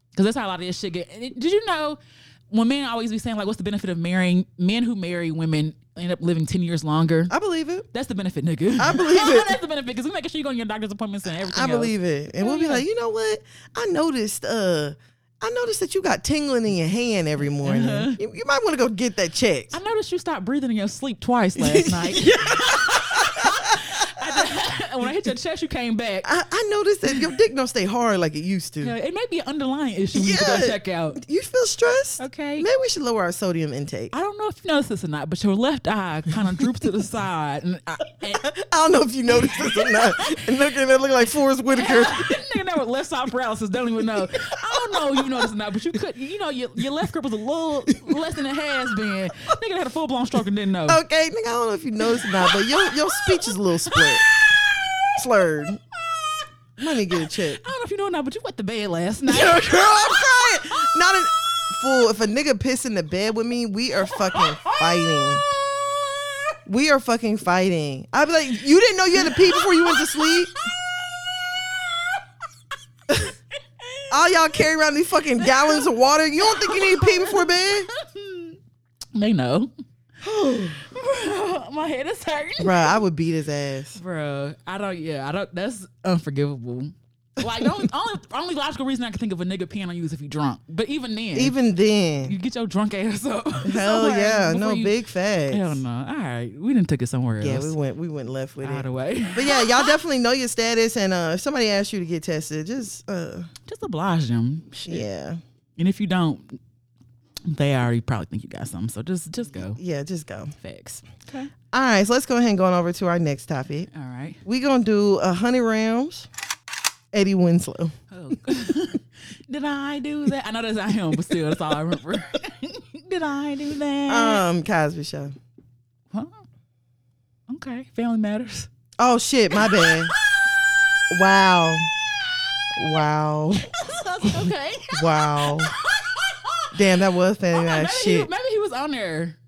[SPEAKER 1] because that's how a lot of this shit get. and it- did you know when men always be saying, like, what's the benefit of marrying? Men who marry women end up living 10 years longer.
[SPEAKER 2] I believe it.
[SPEAKER 1] That's the benefit, nigga.
[SPEAKER 2] I believe it.
[SPEAKER 1] That's the benefit because we making sure you go to your doctor's appointments and everything.
[SPEAKER 2] I believe it. And we'll be
[SPEAKER 1] yeah.
[SPEAKER 2] like, you know what? I noticed uh I noticed that you got tingling in your hand every morning.
[SPEAKER 1] Uh-huh.
[SPEAKER 2] You, you might want to go get that checked.
[SPEAKER 1] I noticed you stopped breathing in your sleep twice last night. I- when I hit your chest, you came back.
[SPEAKER 2] I, I noticed that your dick don't stay hard like it used to.
[SPEAKER 1] You know, it may be an underlying issue. We need to go
[SPEAKER 2] Yeah.
[SPEAKER 1] check out.
[SPEAKER 2] You feel stressed?
[SPEAKER 1] Okay.
[SPEAKER 2] Maybe we should lower our sodium intake. I,
[SPEAKER 1] I don't know if you noticed this or not, but your left eye kind of droops to the side, and, I, and
[SPEAKER 2] don't know if you noticed this or not. And looking at look like Forrest Whitaker.
[SPEAKER 1] nigga that with left side paralysis don't even know. I don't know if you noticed or not, but you could. You know, your, your left grip was a little less than it has been. Nigga that had a full blown stroke and didn't know.
[SPEAKER 2] Okay, nigga, I don't know if you noticed or not, but your your speech is a little split, slurred. Let me get a check.
[SPEAKER 1] I don't know if you know or not, but you went to bed last night.
[SPEAKER 2] Girl, I'm crying. Not a fool. If a nigga piss in the bed with me, we are fucking fighting. We are fucking fighting. I'd be like, you didn't know you had to pee before you went to sleep. All y'all carry around these fucking gallons of water. You don't think you need to pee before bed?
[SPEAKER 1] They know. Bruh, my head is hurting.
[SPEAKER 2] Bruh, I would beat his ass.
[SPEAKER 1] Bro, I don't. Yeah, I don't. That's unforgivable. Like the only, only only logical reason I can think of a nigga peeing on you is if you drunk. But even then,
[SPEAKER 2] Even
[SPEAKER 1] you
[SPEAKER 2] then.
[SPEAKER 1] get your drunk ass up.
[SPEAKER 2] Hell
[SPEAKER 1] somewhere
[SPEAKER 2] yeah.
[SPEAKER 1] before
[SPEAKER 2] No
[SPEAKER 1] you-
[SPEAKER 2] big facts.
[SPEAKER 1] Hell no. All right, we didn't took it somewhere
[SPEAKER 2] Yeah,
[SPEAKER 1] else.
[SPEAKER 2] we went we went left with
[SPEAKER 1] out of the
[SPEAKER 2] it.
[SPEAKER 1] way.
[SPEAKER 2] But yeah, y'all definitely know your status, and uh, if somebody asks you to get tested, just uh,
[SPEAKER 1] Just oblige them. Shit.
[SPEAKER 2] yeah,
[SPEAKER 1] And if you don't, they already probably think you got something. So just just go.
[SPEAKER 2] yeah, just go.
[SPEAKER 1] Facts. Okay.
[SPEAKER 2] All right, so let's go ahead and go on over to our next topic.
[SPEAKER 1] All right.
[SPEAKER 2] We're gonna do a hundred rounds. Eddie Winslow.
[SPEAKER 1] Oh. Did I do that? I know that's not him, but still, that's all I remember. Did I do that?
[SPEAKER 2] Um, Cosby Show.
[SPEAKER 1] huh? Okay, family matters.
[SPEAKER 2] Oh shit, my bad. Wow, wow,
[SPEAKER 1] okay.
[SPEAKER 2] wow. Damn, that was
[SPEAKER 1] Oh,
[SPEAKER 2] Fanny
[SPEAKER 1] no,
[SPEAKER 2] Night
[SPEAKER 1] maybe, he,
[SPEAKER 2] shit.
[SPEAKER 1] maybe he was on there, Oh.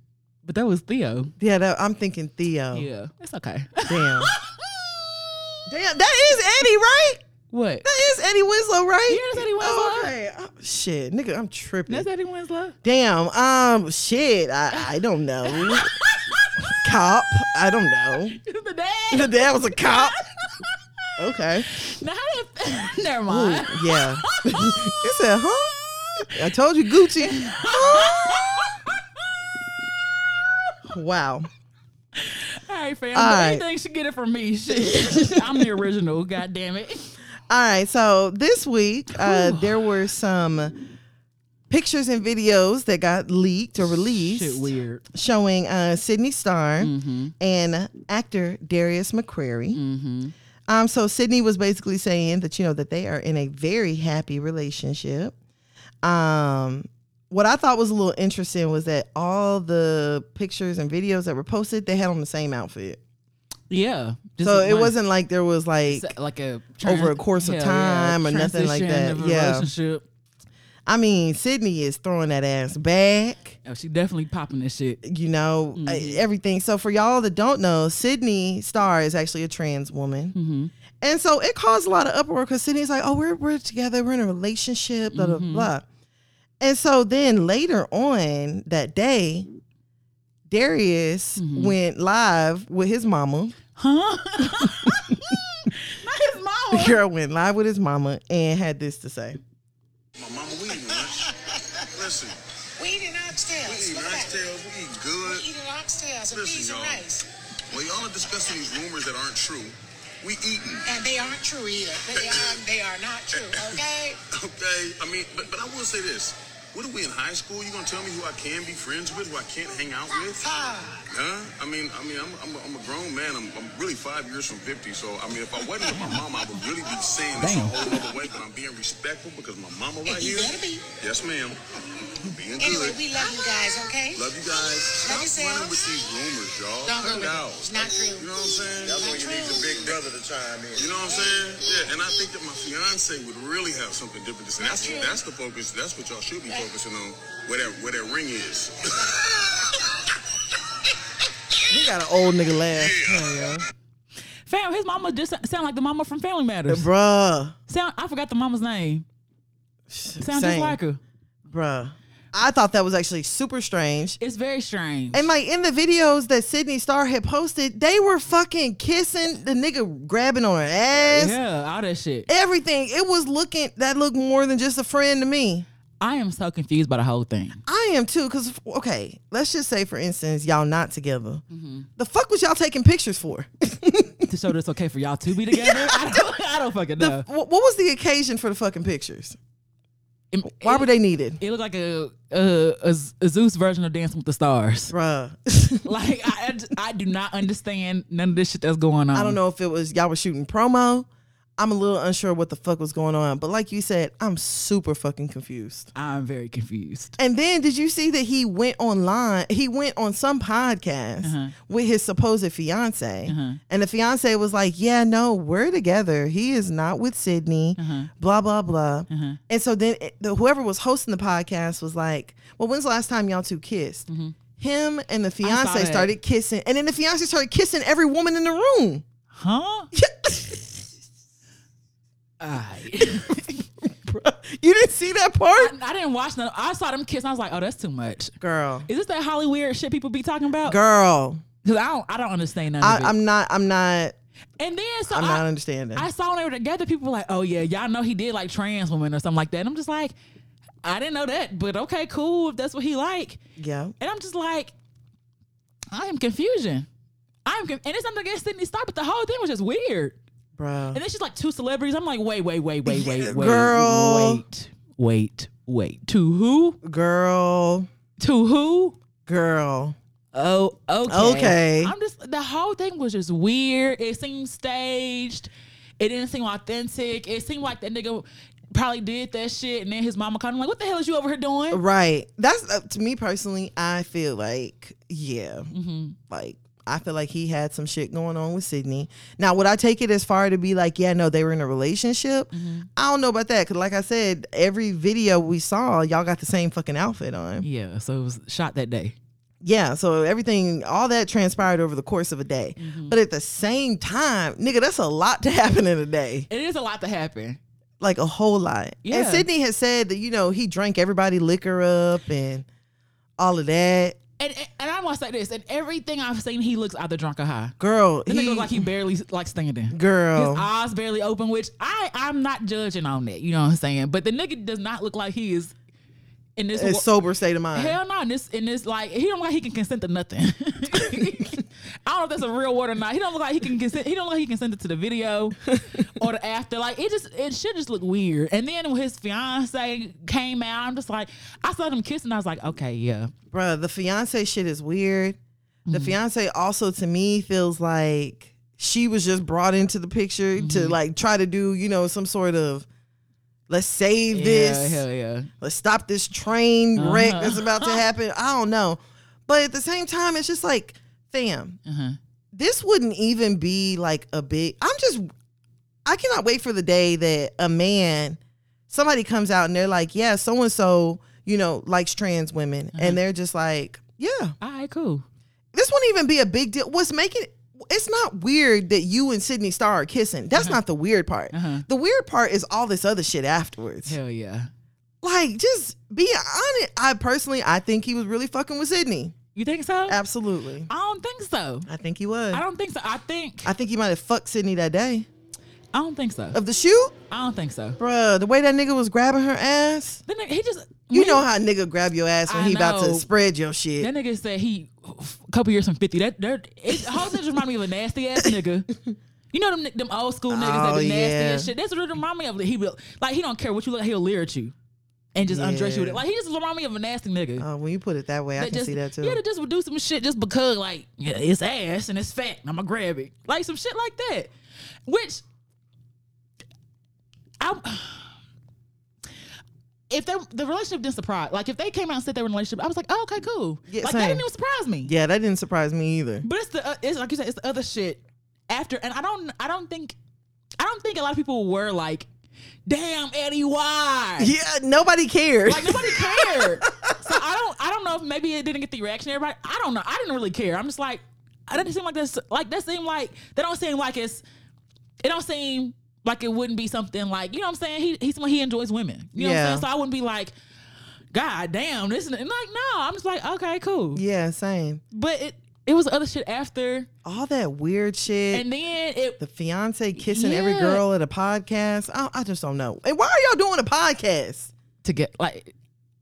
[SPEAKER 1] but that was Theo.
[SPEAKER 2] Yeah, that, I'm thinking Theo.
[SPEAKER 1] Yeah, it's okay.
[SPEAKER 2] Damn. Damn, that is Eddie, right?
[SPEAKER 1] what?
[SPEAKER 2] That is Eddie Winslow, right?
[SPEAKER 1] Yeah, that's Eddie Winslow.
[SPEAKER 2] Oh, okay. Oh, shit, nigga, I'm tripping.
[SPEAKER 1] That's Eddie Winslow.
[SPEAKER 2] Damn. Um, shit, I, I don't know. cop. I don't know.
[SPEAKER 1] the dad.
[SPEAKER 2] The dad was a cop. Okay.
[SPEAKER 1] Now, how did, never
[SPEAKER 2] Ooh,
[SPEAKER 1] mind.
[SPEAKER 2] yeah. you said, huh? I told you, Gucci. Wow.
[SPEAKER 1] All right, fam.
[SPEAKER 2] All right.
[SPEAKER 1] Anything should get it from me. Shit. I'm the original. God damn it.
[SPEAKER 2] All right. So this week, uh, there were some pictures and videos that got leaked or released
[SPEAKER 1] Shit, Mm. weird.
[SPEAKER 2] showing uh, Sydney Starr
[SPEAKER 1] Mm-hmm,
[SPEAKER 2] and actor Darius McCrary. Um, so Sydney was basically saying that you know that they are in a very happy relationship. Um, what I thought was a little interesting was that all the pictures and videos that were posted, they had on the same outfit.
[SPEAKER 1] Yeah. Just
[SPEAKER 2] So it
[SPEAKER 1] one-
[SPEAKER 2] wasn't like there was like
[SPEAKER 1] like a
[SPEAKER 2] over a course of
[SPEAKER 1] hell
[SPEAKER 2] time or nothing like
[SPEAKER 1] transition
[SPEAKER 2] that.
[SPEAKER 1] of a
[SPEAKER 2] Yeah.
[SPEAKER 1] Relationship.
[SPEAKER 2] I mean, Sydney is throwing that ass back.
[SPEAKER 1] Oh, she definitely popping this shit.
[SPEAKER 2] you know uh,
[SPEAKER 1] Mm-hmm.
[SPEAKER 2] everything so for y'all that don't know sydney Starr is actually a trans woman
[SPEAKER 1] Mm-hmm.
[SPEAKER 2] and so it caused a lot of uproar because sydney's like oh we're, we're together we're in a relationship blah blah blah and so then later on that day darius went live with his mama
[SPEAKER 1] Huh? Not his
[SPEAKER 2] the
[SPEAKER 1] mama.
[SPEAKER 2] girl went live with his mama and had this to say
[SPEAKER 4] My Oh, mama, we eating lunch. Listen,
[SPEAKER 5] We eating
[SPEAKER 4] we
[SPEAKER 5] oxtails.
[SPEAKER 4] eating
[SPEAKER 5] Look at that.
[SPEAKER 4] oxtails, we eating
[SPEAKER 5] We
[SPEAKER 4] good.
[SPEAKER 5] eating oxtails and
[SPEAKER 4] Listen,
[SPEAKER 5] peas and
[SPEAKER 4] y'all.
[SPEAKER 5] rice.
[SPEAKER 4] Well, y'all are discussing these rumors that aren't true. We eating,
[SPEAKER 5] And they aren't true either. They are they are not true, okay?
[SPEAKER 4] okay? I mean, but, but I will say this. What are we in high school? You gonna tell me who I can be friends with, who I can't hang out with?
[SPEAKER 5] Ah,
[SPEAKER 4] Huh? I mean, I mean, I'm, I'm, a- I'm a grown man. I'm, I'm really five years from 50. So, I mean, if I wasn't with my mama, I would really be saying this a
[SPEAKER 1] Damn.
[SPEAKER 4] whole other way. But I'm being respectful because my mama right
[SPEAKER 5] You
[SPEAKER 4] here.
[SPEAKER 5] better be.
[SPEAKER 4] Yes, ma'am. Being
[SPEAKER 5] anyway,
[SPEAKER 4] good.
[SPEAKER 5] we love you guys, okay?
[SPEAKER 4] Love you guys. Stop
[SPEAKER 5] Love
[SPEAKER 4] running
[SPEAKER 5] yourselves.
[SPEAKER 4] with these rumors, y'all. Cut it
[SPEAKER 5] Don't go with it.
[SPEAKER 4] out.
[SPEAKER 5] It's not true.
[SPEAKER 4] You know what I'm saying?
[SPEAKER 5] That's why you need your
[SPEAKER 4] big brother to chime in. You know what I'm saying? Yeah, and I think that my fiance would really have something different to say. That's,
[SPEAKER 5] true.
[SPEAKER 4] that's the focus. That's what y'all should be focusing on. Where that where that ring is.
[SPEAKER 2] he got an old nigga laugh
[SPEAKER 1] Fam, his mama just sound like the mama from Family Matters.
[SPEAKER 2] bruh
[SPEAKER 1] Sound I forgot the mama's name. Sound just
[SPEAKER 2] Same.
[SPEAKER 1] like her.
[SPEAKER 2] bruh i thought that was actually super strange
[SPEAKER 1] It's very strange.
[SPEAKER 2] And like in the videos that Sydney Starr had posted, they were fucking kissing the nigga grabbing on her ass.
[SPEAKER 1] yeah, all that shit.
[SPEAKER 2] Everything. It was looking that looked more than just a friend to me.
[SPEAKER 1] I am so confused by the whole thing.
[SPEAKER 2] I am too, cause okay, let's just say for instance, y'all not together. The fuck was y'all taking pictures for?
[SPEAKER 1] to show that it's okay for y'all to be together. I, don't, I don't fucking know.
[SPEAKER 2] Wh- what was the occasion for the fucking pictures?
[SPEAKER 1] It-
[SPEAKER 2] Why
[SPEAKER 1] it,
[SPEAKER 2] were they needed,
[SPEAKER 1] It looked like a, a a Z- a Zeus version of Dancing with the Stars.
[SPEAKER 2] bruh?
[SPEAKER 1] Like I, I just- I do not understand none of this shit that's going on.
[SPEAKER 2] I don't know if it was y'all were shooting promo. I'm a little unsure what the fuck was going on, but like you said, I'm super fucking confused.
[SPEAKER 1] I'm very confused.
[SPEAKER 2] And then did you see that he went online? He went on some podcast
[SPEAKER 1] Uh-huh.
[SPEAKER 2] with his supposed fiance, and the fiance was like, "Yeah, no, we're together. He is not with Sydney."
[SPEAKER 1] Uh-huh.
[SPEAKER 2] Blah blah blah. And so then it, the, whoever was hosting the podcast was like, "Well, when's the last time y'all two kissed?" Him and the fiance
[SPEAKER 1] Mm-hmm. that.
[SPEAKER 2] started kissing, and then the fiance started kissing every woman in the room.
[SPEAKER 1] Huh? I,
[SPEAKER 2] Bruh, you didn't see that part,
[SPEAKER 1] I didn't watch none. I saw them kiss. And I was like, oh, that's too much.
[SPEAKER 2] girl.
[SPEAKER 1] Is this that Holly weird shit people be talking about?
[SPEAKER 2] Girl,
[SPEAKER 1] Because I don't, I don't understand none
[SPEAKER 2] I,
[SPEAKER 1] of it.
[SPEAKER 2] I'm not. I'm not.
[SPEAKER 1] and then so
[SPEAKER 2] I'm
[SPEAKER 1] I,
[SPEAKER 2] not understanding.
[SPEAKER 1] I saw when they were together, people were like, oh yeah, y'all know he did like trans women or something like that. And I'm just like, I didn't know that, but okay, cool if that's what he like.
[SPEAKER 2] yeah.
[SPEAKER 1] And I'm just like, I am confusion. I'm con- and it's nothing against Sydney Star, but the whole thing was just weird.
[SPEAKER 2] Bro.
[SPEAKER 1] And then she's like two celebrities. I'm like, wait, wait, wait, wait, wait, wait,
[SPEAKER 2] Girl.
[SPEAKER 1] wait, wait, wait. To who?
[SPEAKER 2] Girl,
[SPEAKER 1] To who?
[SPEAKER 2] girl.
[SPEAKER 1] Oh, okay.
[SPEAKER 2] Okay.
[SPEAKER 1] I'm just the whole thing was just weird. It seemed staged. It didn't seem authentic. It seemed like that nigga probably did that shit, and then his mama called him like, "What the hell is you over here doing?"
[SPEAKER 2] Right. That's uh, to me personally, I feel like, yeah. Like, I feel like he had some shit going on with Sydney. Now, would I take it as far to be like, yeah, no, they were in a relationship? I don't know about that. Cause, like I said, every video we saw, y'all got the same fucking outfit on.
[SPEAKER 1] Yeah. So it was shot that day.
[SPEAKER 2] Yeah. So everything, all that transpired over the course of a day. But at the same time, nigga, that's a lot to happen in a day.
[SPEAKER 1] It is a lot to happen.
[SPEAKER 2] like a whole lot. And
[SPEAKER 1] Yeah.
[SPEAKER 2] Sydney has said that you know he drank everybody liquor up and all of that.
[SPEAKER 1] and and I want to say this. And everything I've seen, he looks either drunk or high.
[SPEAKER 2] Girl,
[SPEAKER 1] The nigga
[SPEAKER 2] he-
[SPEAKER 1] look like he barely like standing.
[SPEAKER 2] Girl.
[SPEAKER 1] his eyes barely open. Which I I'm not judging on that. You know what I'm saying? But the nigga does not look like he is in this.
[SPEAKER 2] a
[SPEAKER 1] wo-
[SPEAKER 2] sober state of mind.
[SPEAKER 1] Hell no, in this in this like he don't look like he can consent to nothing. I don't know if that's a real word or not. He don't look like he can consent. He don't look like he consented to the video or the after. Like it just it should just look weird. And then when his fiance came out, I'm just like I saw them kissing. I was like, okay, yeah,
[SPEAKER 2] Bruh, the fiance shit is weird.
[SPEAKER 1] Mm-hmm.
[SPEAKER 2] The fiance also to me feels like she was just brought into the picture to
[SPEAKER 1] Mm-hmm.
[SPEAKER 2] like try to do, you know, some sort of let's save this.
[SPEAKER 1] yeah, hell yeah.
[SPEAKER 2] let's stop this train wreck
[SPEAKER 1] Uh-huh.
[SPEAKER 2] that's about to happen. I don't know. But at the same time, it's just like, fam,
[SPEAKER 1] Uh-huh.
[SPEAKER 2] this wouldn't even be like a big. I'm just, I cannot wait for the day that a man, somebody comes out and they're like, yeah, so and so, you know, likes trans women.
[SPEAKER 1] Mm-hmm.
[SPEAKER 2] And they're just like, yeah,
[SPEAKER 1] All right, cool.
[SPEAKER 2] this wouldn't even be a big deal. What's making it's not weird that you and Sydney Star are kissing. That's
[SPEAKER 1] Mm-hmm.
[SPEAKER 2] not the weird part. The weird part is all this other shit afterwards
[SPEAKER 1] Hell Mm-hmm. yeah.
[SPEAKER 2] like just be honest. I personally, I think he was really fucking with Sydney.
[SPEAKER 1] You think so?
[SPEAKER 2] Uh, Absolutely,
[SPEAKER 1] I don't think so.
[SPEAKER 2] I think he was.
[SPEAKER 1] I
[SPEAKER 2] I,
[SPEAKER 1] don't think so. I think
[SPEAKER 2] think he might have fucked Sydney that day
[SPEAKER 1] I don't think so.
[SPEAKER 2] of the shoot,
[SPEAKER 1] I don't think so.
[SPEAKER 2] bruh. The way that nigga was grabbing her ass.
[SPEAKER 1] Then he just
[SPEAKER 2] You
[SPEAKER 1] when
[SPEAKER 2] know
[SPEAKER 1] he-
[SPEAKER 2] how a nigga grab your ass when
[SPEAKER 1] I
[SPEAKER 2] he about to
[SPEAKER 1] know.
[SPEAKER 2] spread your shit.
[SPEAKER 1] That nigga said he a couple years from fifty. That that it, whole thing just remind me of a nasty ass nigga. You know them ni- them old school niggas
[SPEAKER 2] Oh,
[SPEAKER 1] that be nasty
[SPEAKER 2] yeah.
[SPEAKER 1] and shit. That's what it remind me of. He will like he don't care what you look. He'll leer at you and just undress you with it.
[SPEAKER 2] Yeah.
[SPEAKER 1] Like he just remind me of a nasty nigga.
[SPEAKER 2] Uh, when you put it that way, I
[SPEAKER 1] that
[SPEAKER 2] can
[SPEAKER 1] just,
[SPEAKER 2] see that too.
[SPEAKER 1] Yeah, that just would do some shit just because like yeah, it's ass and it's fat and I'm gonna grab it. Like some shit like that. Which I if they, the relationship didn't surprise, like if they came out and said they were in a relationship, I was like, oh, okay, cool.
[SPEAKER 2] Yeah,
[SPEAKER 1] like
[SPEAKER 2] same.
[SPEAKER 1] that didn't even surprise me.
[SPEAKER 2] yeah, that didn't surprise me either.
[SPEAKER 1] But it's the uh, it's like you said, it's the other shit after, and I don't I don't think I don't think a lot of people were like, damn Eddie, why?
[SPEAKER 2] Yeah, nobody cared.
[SPEAKER 1] Like nobody cared. so I don't I don't know if maybe it didn't get the reaction everybody. I don't know. I didn't really care. I'm just like I didn't seem like this like that seemed like they don't seem like it's it don't seem like it wouldn't be something like you know what I'm saying? He he's he enjoys women. You know
[SPEAKER 2] Yeah.
[SPEAKER 1] what I'm saying? So I wouldn't be like, God damn, this and and like no, I'm just like, okay, cool.
[SPEAKER 2] yeah, same.
[SPEAKER 1] But it it was other shit after
[SPEAKER 2] All that weird shit.
[SPEAKER 1] and then it
[SPEAKER 2] the fiance kissing every
[SPEAKER 1] Yeah.
[SPEAKER 2] girl at a podcast. I, I just don't know. And why are y'all doing a podcast?
[SPEAKER 1] to get like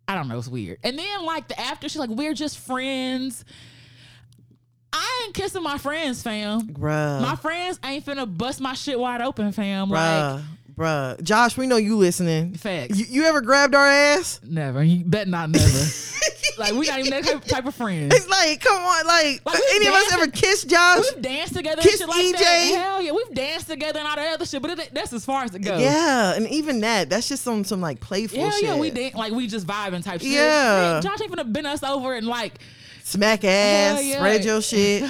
[SPEAKER 1] I don't know, it's weird. And then like the after she's like, We're just friends. I ain't kissing my friends, fam.
[SPEAKER 2] Bruh.
[SPEAKER 1] My friends ain't finna bust my shit wide open, fam. Like
[SPEAKER 2] Bruh, bruh. Josh, we know you listening.
[SPEAKER 1] facts.
[SPEAKER 2] You, you ever grabbed our ass?
[SPEAKER 1] never. You bet not never. like we not even that type, type of friends.
[SPEAKER 2] It's like, come on, like,
[SPEAKER 1] Like, we
[SPEAKER 2] any of us
[SPEAKER 1] dancing-
[SPEAKER 2] ever kissed Josh?
[SPEAKER 1] We've danced together
[SPEAKER 2] Kiss
[SPEAKER 1] and shit like
[SPEAKER 2] EJ.
[SPEAKER 1] that. Hell yeah, we've danced together and all that other shit, but it, that's as far as it goes.
[SPEAKER 2] Yeah, and even that, that's just some some like playful
[SPEAKER 1] Hell
[SPEAKER 2] shit.
[SPEAKER 1] yeah, we dance like we just vibing type shit.
[SPEAKER 2] Yeah.
[SPEAKER 1] Man, Josh ain't finna bend us over and like
[SPEAKER 2] Smack ass,
[SPEAKER 1] Hell yeah.
[SPEAKER 2] spread your shit,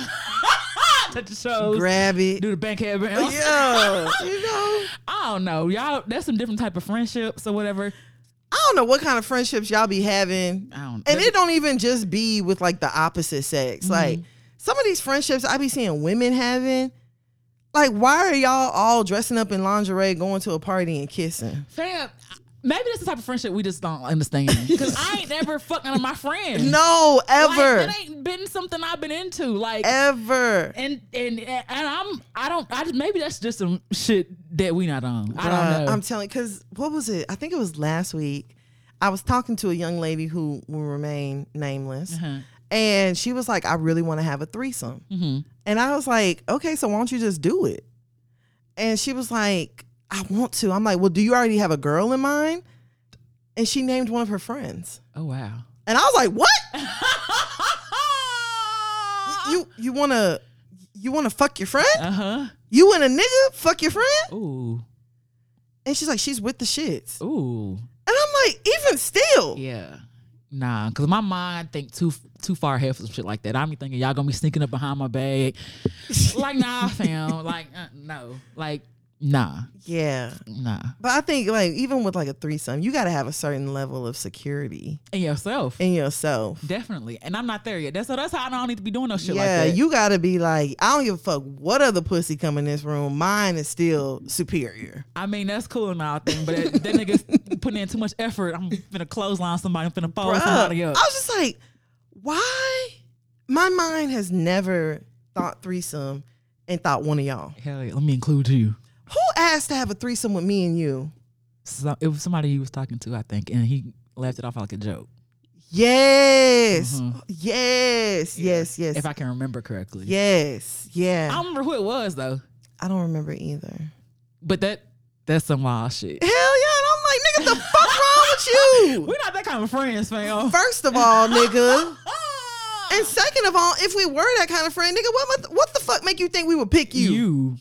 [SPEAKER 1] touch the shows,
[SPEAKER 2] grab it.
[SPEAKER 1] do the bank head bounce.
[SPEAKER 2] Ah! Yeah, you know.
[SPEAKER 1] I don't know, y'all. That's some different type of friendships or whatever.
[SPEAKER 2] I don't know what kind of friendships y'all be having.
[SPEAKER 1] I don't- Mm-hmm.
[SPEAKER 2] and it don't even just be with like the opposite sex. Like some of these friendships I be seeing women having. Like, why are y'all all dressing up in lingerie, going to a party and kissing?
[SPEAKER 1] Fam, maybe that's the type of friendship we just don't understand. Because I ain't never fucked none of my friends.
[SPEAKER 2] No,
[SPEAKER 1] Like,
[SPEAKER 2] ever,
[SPEAKER 1] it ain't been something I've been into. Like,
[SPEAKER 2] ever.
[SPEAKER 1] and and and I'm I don't I just, maybe that's just some shit that we not on. I
[SPEAKER 2] Bruh,
[SPEAKER 1] don't know.
[SPEAKER 2] Uh, I'm telling because what was it? I think it was last week. I was talking to a young lady who will remain nameless,
[SPEAKER 1] Uh-huh.
[SPEAKER 2] and she was like, "I really want to have a threesome,"
[SPEAKER 1] Mm-hmm.
[SPEAKER 2] and I was like, "Okay, so why don't you just do it?" And she was like, "I want to." I'm like, "Well, do you already have a girl in mind?" And she named one of her friends,
[SPEAKER 1] oh wow.
[SPEAKER 2] and I was like, "What? you you want to you want to fuck your friend?
[SPEAKER 1] Uh huh.
[SPEAKER 2] You and a nigga fuck your friend?"
[SPEAKER 1] Ooh
[SPEAKER 2] And she's like, "She's with the shits," and
[SPEAKER 1] ooh
[SPEAKER 2] I'm like, "Even still."
[SPEAKER 1] yeah. Nah, cause my mind think too too far ahead for some shit like that. I'm thinking y'all gonna be sneaking up behind my bag. like nah, fam. Like uh, no. Like nah,
[SPEAKER 2] Yeah.
[SPEAKER 1] nah.
[SPEAKER 2] But I think like even with like a threesome, you gotta have a certain level of security
[SPEAKER 1] And yourself.
[SPEAKER 2] in yourself.
[SPEAKER 1] Definitely. And I'm not there yet. That's so that's how I don't need to be doing no shit
[SPEAKER 2] yeah,
[SPEAKER 1] like that.
[SPEAKER 2] you gotta be like, I don't give a fuck what other pussy come in this room. Mine is still superior.
[SPEAKER 1] I mean, that's cool and all thing, but that, that nigga's putting in too much effort. I'm finna clothesline Oh, somebody, I'm finna fold
[SPEAKER 2] Bruh,
[SPEAKER 1] somebody
[SPEAKER 2] I
[SPEAKER 1] up.
[SPEAKER 2] was just like, why my mind has never thought threesome and thought one of y'all.
[SPEAKER 1] Hell yeah, let me include you.
[SPEAKER 2] Who asked to have a threesome with me and you?
[SPEAKER 1] So it was somebody he was talking to, I think, and he laughed it off like a joke.
[SPEAKER 2] Yes. Yes. Yes. Yes.
[SPEAKER 1] Mm-hmm. If I can remember correctly.
[SPEAKER 2] yes. Yeah.
[SPEAKER 1] I don't remember who it was though.
[SPEAKER 2] I don't remember either.
[SPEAKER 1] But that that's some wild shit.
[SPEAKER 2] Hell yeah. And I'm like, nigga, the fuck wrong with you?
[SPEAKER 1] We're not that kind of friends, fam.
[SPEAKER 2] First of all, nigga.
[SPEAKER 1] Ah!
[SPEAKER 2] And second of all, if we were that kind of friend, nigga, what, am I- what the fuck make you think we would pick you?
[SPEAKER 1] you,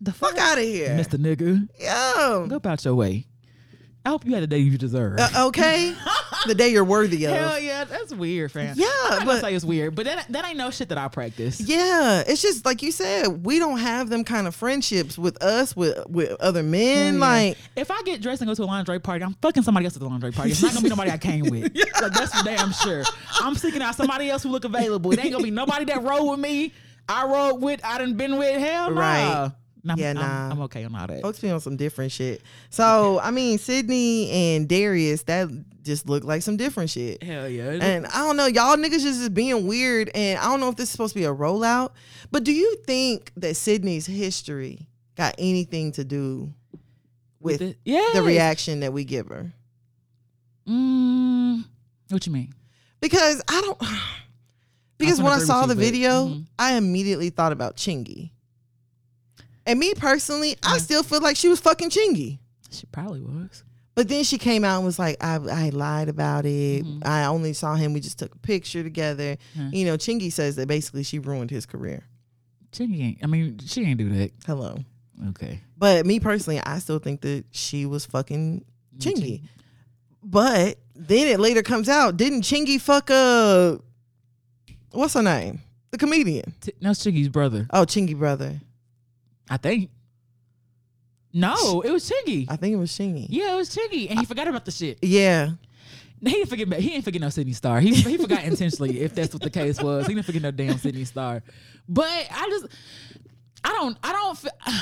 [SPEAKER 1] the
[SPEAKER 2] Fuck out of here.
[SPEAKER 1] Mr. Nigga,
[SPEAKER 2] Yo.
[SPEAKER 1] go about your way. I hope you had the day you deserve.
[SPEAKER 2] Uh, okay. the day you're worthy of.
[SPEAKER 1] Hell yeah, that's weird, fam.
[SPEAKER 2] Yeah,
[SPEAKER 1] I'm not gonna
[SPEAKER 2] but-
[SPEAKER 1] say it's weird, but that that ain't no shit that I practice.
[SPEAKER 2] Yeah, it's just like you said, we don't have them kind of friendships with us, with with other men. Like,
[SPEAKER 1] If I get dressed and go to a lingerie party, I'm fucking somebody else at the lingerie party. It's not gonna be nobody I came with. Like that's for damn sure. I'm seeking out somebody else who look available. It ain't gonna be nobody that rode with me. I rode with. I done been with. Hell nah.
[SPEAKER 2] Right.
[SPEAKER 1] Nah, I'm,
[SPEAKER 2] Yeah,
[SPEAKER 1] I'm-
[SPEAKER 2] nah.
[SPEAKER 1] I'm okay on all that.
[SPEAKER 2] folks be on some different shit. So, I mean, Sydney and Darius, that just looked like some different shit.
[SPEAKER 1] Hell yeah.
[SPEAKER 2] And I don't know, y'all niggas just is being weird. And I don't know if this is supposed to be a rollout, but do you think that Sydney's history got anything to do with
[SPEAKER 1] it. Yeah.
[SPEAKER 2] the reaction that we give her?
[SPEAKER 1] Mm, what you mean?
[SPEAKER 2] Because I don't. Because
[SPEAKER 1] can
[SPEAKER 2] when I
[SPEAKER 1] agree
[SPEAKER 2] saw
[SPEAKER 1] with
[SPEAKER 2] the
[SPEAKER 1] you, but-
[SPEAKER 2] video,
[SPEAKER 1] mhm.
[SPEAKER 2] I immediately thought about Chingy. And me personally,
[SPEAKER 1] Mm.
[SPEAKER 2] I still feel like she was fucking Chingy.
[SPEAKER 1] She probably was.
[SPEAKER 2] But then she came out and was like, I, I lied about it.
[SPEAKER 1] Mm-hmm.
[SPEAKER 2] I only saw him. We just took a picture together. You know, Chingy says that basically she ruined his career.
[SPEAKER 1] She ain't. I mean, she ain't do that.
[SPEAKER 2] Hello.
[SPEAKER 1] Okay.
[SPEAKER 2] But me personally, I still think that she was fucking
[SPEAKER 1] Mm,
[SPEAKER 2] Chingy. But then it later comes out, didn't Chingy fuck uh what's her name? The comedian.
[SPEAKER 1] T- no, Chiggy's brother.
[SPEAKER 2] Oh, Chingy brother.
[SPEAKER 1] I think. No, it was Chiggy.
[SPEAKER 2] I think it was Chingy. Yeah.
[SPEAKER 1] Yeah, it was Chiggy, and he forgot about the shit. He didn't forget. He didn't forget no Sydney Star. He he forgot intentionally if that's what the case was. He didn't forget no damn Sydney Star. But I just, I don't, I don't. fe-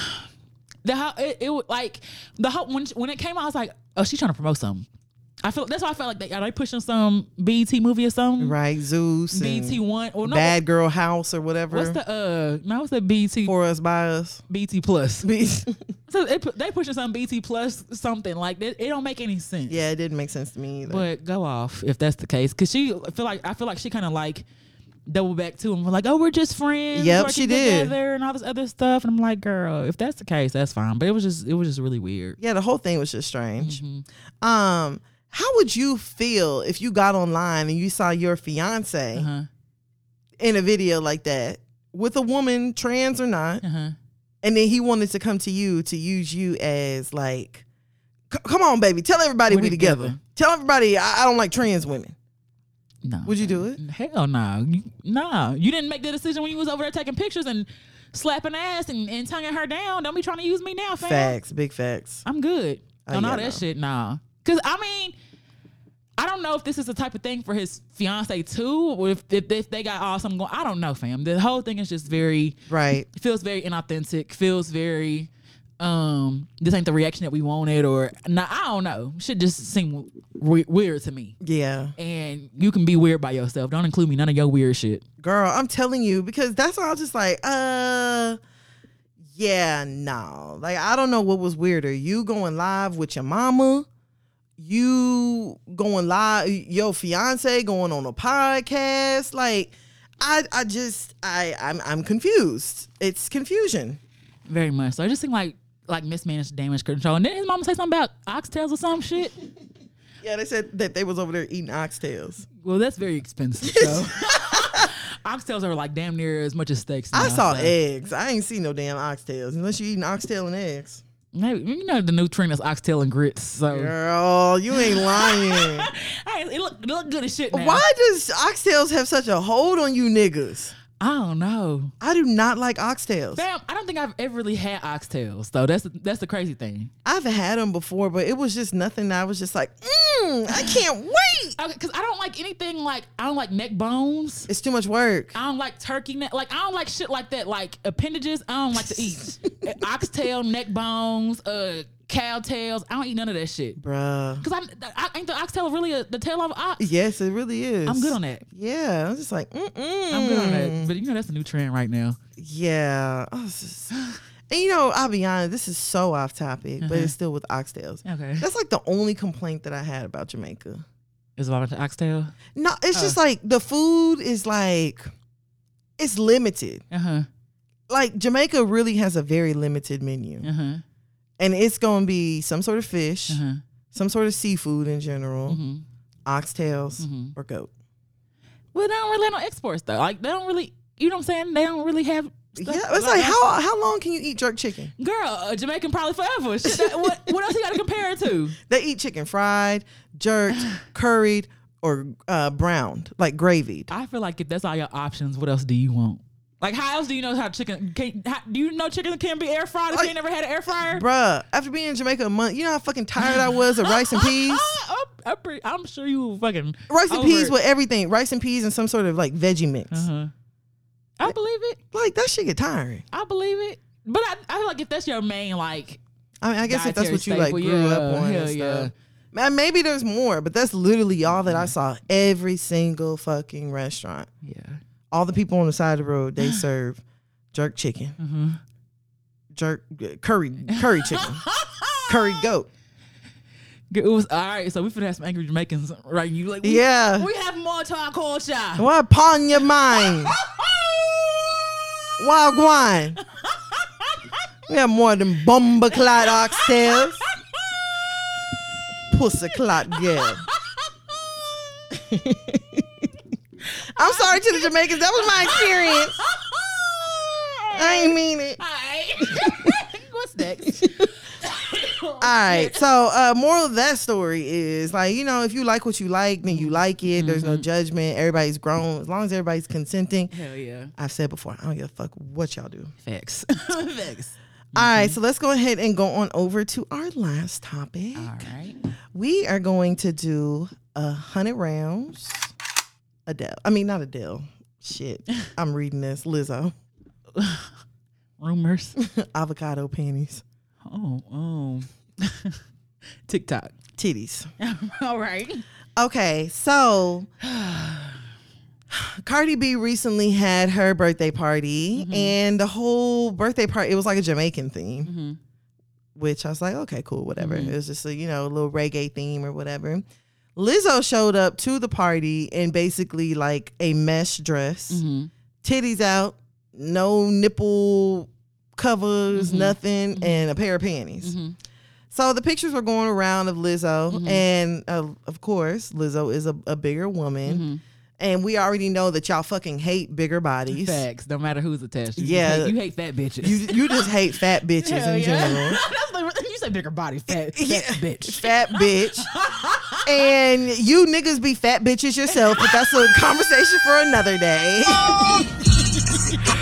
[SPEAKER 1] The how it, it was like the whole when when it came out, I was like, oh, she's trying to promote something. I feel that's why I felt like they are they pushing some BT movie or something.
[SPEAKER 2] Right. Zeus. and
[SPEAKER 1] BT one or no?
[SPEAKER 2] Bad Girl House or whatever.
[SPEAKER 1] What's the uh? No, what's the BT
[SPEAKER 2] for us by us?
[SPEAKER 1] BT E plus?
[SPEAKER 2] yeah,
[SPEAKER 1] So they pu- they pushing some BT plus something like that. It don't make any sense.
[SPEAKER 2] it didn't make sense to me either.
[SPEAKER 1] But go off if that's the case, because she I feel like I feel like she kind of like double back to him, like, oh, we're just friends.
[SPEAKER 2] Yep,
[SPEAKER 1] working
[SPEAKER 2] she did.
[SPEAKER 1] together and all this other stuff. And I'm like, girl, if that's the case, that's fine. But it was just it was just really weird.
[SPEAKER 2] yeah, the whole thing was just strange.
[SPEAKER 1] Mm-hmm.
[SPEAKER 2] Um, how would you feel if you got online and you saw your fiance
[SPEAKER 1] Uh-huh.
[SPEAKER 2] in a video like that with a woman, trans or not,
[SPEAKER 1] Uh-huh.
[SPEAKER 2] and then he wanted to come to you to use you as like, "C- come on, baby, tell everybody
[SPEAKER 1] We're
[SPEAKER 2] we together.
[SPEAKER 1] together.
[SPEAKER 2] Tell everybody I, I don't like trans women.
[SPEAKER 1] No,
[SPEAKER 2] Would you do it?
[SPEAKER 1] hell nah. You, nah, you didn't make the decision when you was over there taking pictures and slapping ass and, and tonguing her down. Don't be trying to use me now, fam.
[SPEAKER 2] Facts, big facts.
[SPEAKER 1] I'm good.
[SPEAKER 2] Oh,
[SPEAKER 1] on
[SPEAKER 2] yeah,
[SPEAKER 1] all that
[SPEAKER 2] no.
[SPEAKER 1] shit, nah. Cause I mean, I don't know if this is the type of thing for his fiance too, or if if, if they got all something going. I don't know, fam. The whole thing is just very
[SPEAKER 2] Right.
[SPEAKER 1] it feels very inauthentic. Feels very um this ain't the reaction that we wanted or nah, I don't know. Should just seem we- weird to me.
[SPEAKER 2] Yeah.
[SPEAKER 1] And you can be weird by yourself. Don't include me. None of your weird shit.
[SPEAKER 2] Girl, I'm telling you, because that's why I was just like, uh, yeah, no. Like, I don't know what was weirder. You going live with your mama, you going live, your fiance going on a podcast. Like, I, I just, I, I'm, I'm confused. It's confusion.
[SPEAKER 1] Very much. So it just seemed like like mismanaged damage control. And then his mama say something about oxtails or some shit.
[SPEAKER 2] Yeah, they said that they was over there eating oxtails.
[SPEAKER 1] Well, that's very expensive. So. Oxtails are like damn near as much as steaks. now,
[SPEAKER 2] I saw
[SPEAKER 1] so.
[SPEAKER 2] eggs. I ain't seen no damn oxtails unless you eating oxtail and eggs.
[SPEAKER 1] Maybe you know the new trend is oxtail and grits. So
[SPEAKER 2] Girl, you ain't lying.
[SPEAKER 1] Hey, it look, it look good as shit now.
[SPEAKER 2] Why does oxtails have such a hold on you niggas?
[SPEAKER 1] I don't know.
[SPEAKER 2] I do not like oxtails.
[SPEAKER 1] Fam, I don't think I've ever really had oxtails though. That's that's the crazy thing.
[SPEAKER 2] I've had them before, but it was just nothing. that I was just like, mm, I can't wait.
[SPEAKER 1] Okay, because I don't like anything like I don't like neck bones.
[SPEAKER 2] It's too much work.
[SPEAKER 1] I don't like turkey neck. Like I don't like shit like that. Like appendages. I don't like to eat oxtail, neck Eh, bones, uh, cowtails. I don't eat none of that shit.
[SPEAKER 2] bruh.
[SPEAKER 1] Cause I, I ain't the oxtail really a, the tail of an ox.
[SPEAKER 2] Yes, it really is.
[SPEAKER 1] I'm good on that.
[SPEAKER 2] Yeah, I'm just like, mm-mm.
[SPEAKER 1] I'm good on that. But you know that's a new trend right now.
[SPEAKER 2] Yeah. Oh, I was just- and you know, I'll be honest, this is so off topic, but
[SPEAKER 1] Uh-huh.
[SPEAKER 2] it's still with oxtails.
[SPEAKER 1] Okay.
[SPEAKER 2] That's like the only complaint that I had about Jamaica.
[SPEAKER 1] Is about the oxtail.
[SPEAKER 2] No,
[SPEAKER 1] Uh.
[SPEAKER 2] it's just like the food is like, it's limited.
[SPEAKER 1] Uh huh.
[SPEAKER 2] Like Jamaica really has a very limited menu,
[SPEAKER 1] Uh huh.
[SPEAKER 2] and it's gonna be some sort of fish,
[SPEAKER 1] Uh huh.
[SPEAKER 2] some sort of seafood in general,
[SPEAKER 1] Mm-hmm.
[SPEAKER 2] oxtails or goat.
[SPEAKER 1] Well, they don't really have no exports though. Like they don't really, you know what I'm saying? They don't really have. Stuff
[SPEAKER 2] yeah, it's
[SPEAKER 1] like
[SPEAKER 2] like
[SPEAKER 1] that.
[SPEAKER 2] how how long can you eat jerk chicken?
[SPEAKER 1] Girl, a Jamaican probably forever. Shit, that, what, what else you got to compare it to?
[SPEAKER 2] They eat chicken fried, jerked, curried, or uh, browned, like gravied.
[SPEAKER 1] I feel like if that's all your options, what else do you want? Like, how else do you know how chicken? Can, how, do you know chicken can be air fried if you ain't never had an air fryer?
[SPEAKER 2] Bruh, after being in Jamaica a month, you know how fucking tired I was of rice and peas?
[SPEAKER 1] I, am pretty, Uh, I'm sure you were fucking
[SPEAKER 2] Rice and
[SPEAKER 1] over
[SPEAKER 2] peas
[SPEAKER 1] it.
[SPEAKER 2] with everything. Rice and peas and some sort of like veggie mix.
[SPEAKER 1] Uh-huh. I believe it.
[SPEAKER 2] Like that shit get tiring.
[SPEAKER 1] I believe it. But I, I feel like if that's your main, like,
[SPEAKER 2] I mean, I guess if that's
[SPEAKER 1] Dietary
[SPEAKER 2] what you like
[SPEAKER 1] staple,
[SPEAKER 2] grew
[SPEAKER 1] yeah,
[SPEAKER 2] up on
[SPEAKER 1] hell
[SPEAKER 2] and
[SPEAKER 1] yeah. Mm-hmm.
[SPEAKER 2] stuff. Man, maybe there's more, but that's literally all that I saw. Every single fucking restaurant.
[SPEAKER 1] yeah,
[SPEAKER 2] all the people on the side of the road they serve jerk chicken,
[SPEAKER 1] Mm-hmm.
[SPEAKER 2] jerk uh, curry curry chicken, curry goat.
[SPEAKER 1] it was all right. So we finna have some angry Jamaicans, right? You like, we,
[SPEAKER 2] Yeah,
[SPEAKER 1] we have more to our culture.
[SPEAKER 2] why upon your mind, wild guan. We have more than bumba clot oxtails, pussy clot girl. I'm sorry to the Jamaicans. That was my experience. I ain't mean it.
[SPEAKER 1] Alright. What's next?
[SPEAKER 2] All right. So, uh, moral of that story is like, you know, if you like what you like, then you like it. There's no judgment. Everybody's grown. As long as everybody's consenting.
[SPEAKER 1] Hell yeah.
[SPEAKER 2] I've said before, I don't give a fuck what y'all do.
[SPEAKER 1] Facts. Facts.
[SPEAKER 2] All right. So, let's go ahead and go on over to our last topic.
[SPEAKER 1] All right.
[SPEAKER 2] We are going to do a hundred rounds. Adele. I mean, not Adele. Shit. I'm reading this. Lizzo.
[SPEAKER 1] Rumors.
[SPEAKER 2] Avocado panties.
[SPEAKER 1] Oh, oh. TikTok.
[SPEAKER 2] Titties.
[SPEAKER 1] All right.
[SPEAKER 2] Okay, so Cardi B recently had her birthday party, and the whole birthday party it was like a Jamaican theme, which I was like, okay, cool, whatever. It was just a you know a little reggae theme or whatever. Lizzo showed up to the party in basically like a mesh dress,
[SPEAKER 1] Mm-hmm.
[SPEAKER 2] titties out, no nipple covers,
[SPEAKER 1] Mm-hmm.
[SPEAKER 2] nothing, and a pair of panties. So the pictures were going around of Lizzo,
[SPEAKER 1] Mm-hmm.
[SPEAKER 2] and uh, of course, Lizzo is a, a bigger woman,
[SPEAKER 1] Mm-hmm.
[SPEAKER 2] and we already know that y'all fucking hate bigger bodies.
[SPEAKER 1] Facts. No matter who's attached. You
[SPEAKER 2] Yeah.
[SPEAKER 1] Hate, you hate fat bitches.
[SPEAKER 2] You you just hate fat bitches
[SPEAKER 1] Hell
[SPEAKER 2] in
[SPEAKER 1] yeah.
[SPEAKER 2] general.
[SPEAKER 1] That's like, you say bigger body, fat, fat
[SPEAKER 2] Yeah.
[SPEAKER 1] bitch.
[SPEAKER 2] Fat bitch. and you niggas be fat bitches yourself, but that's a conversation for another day.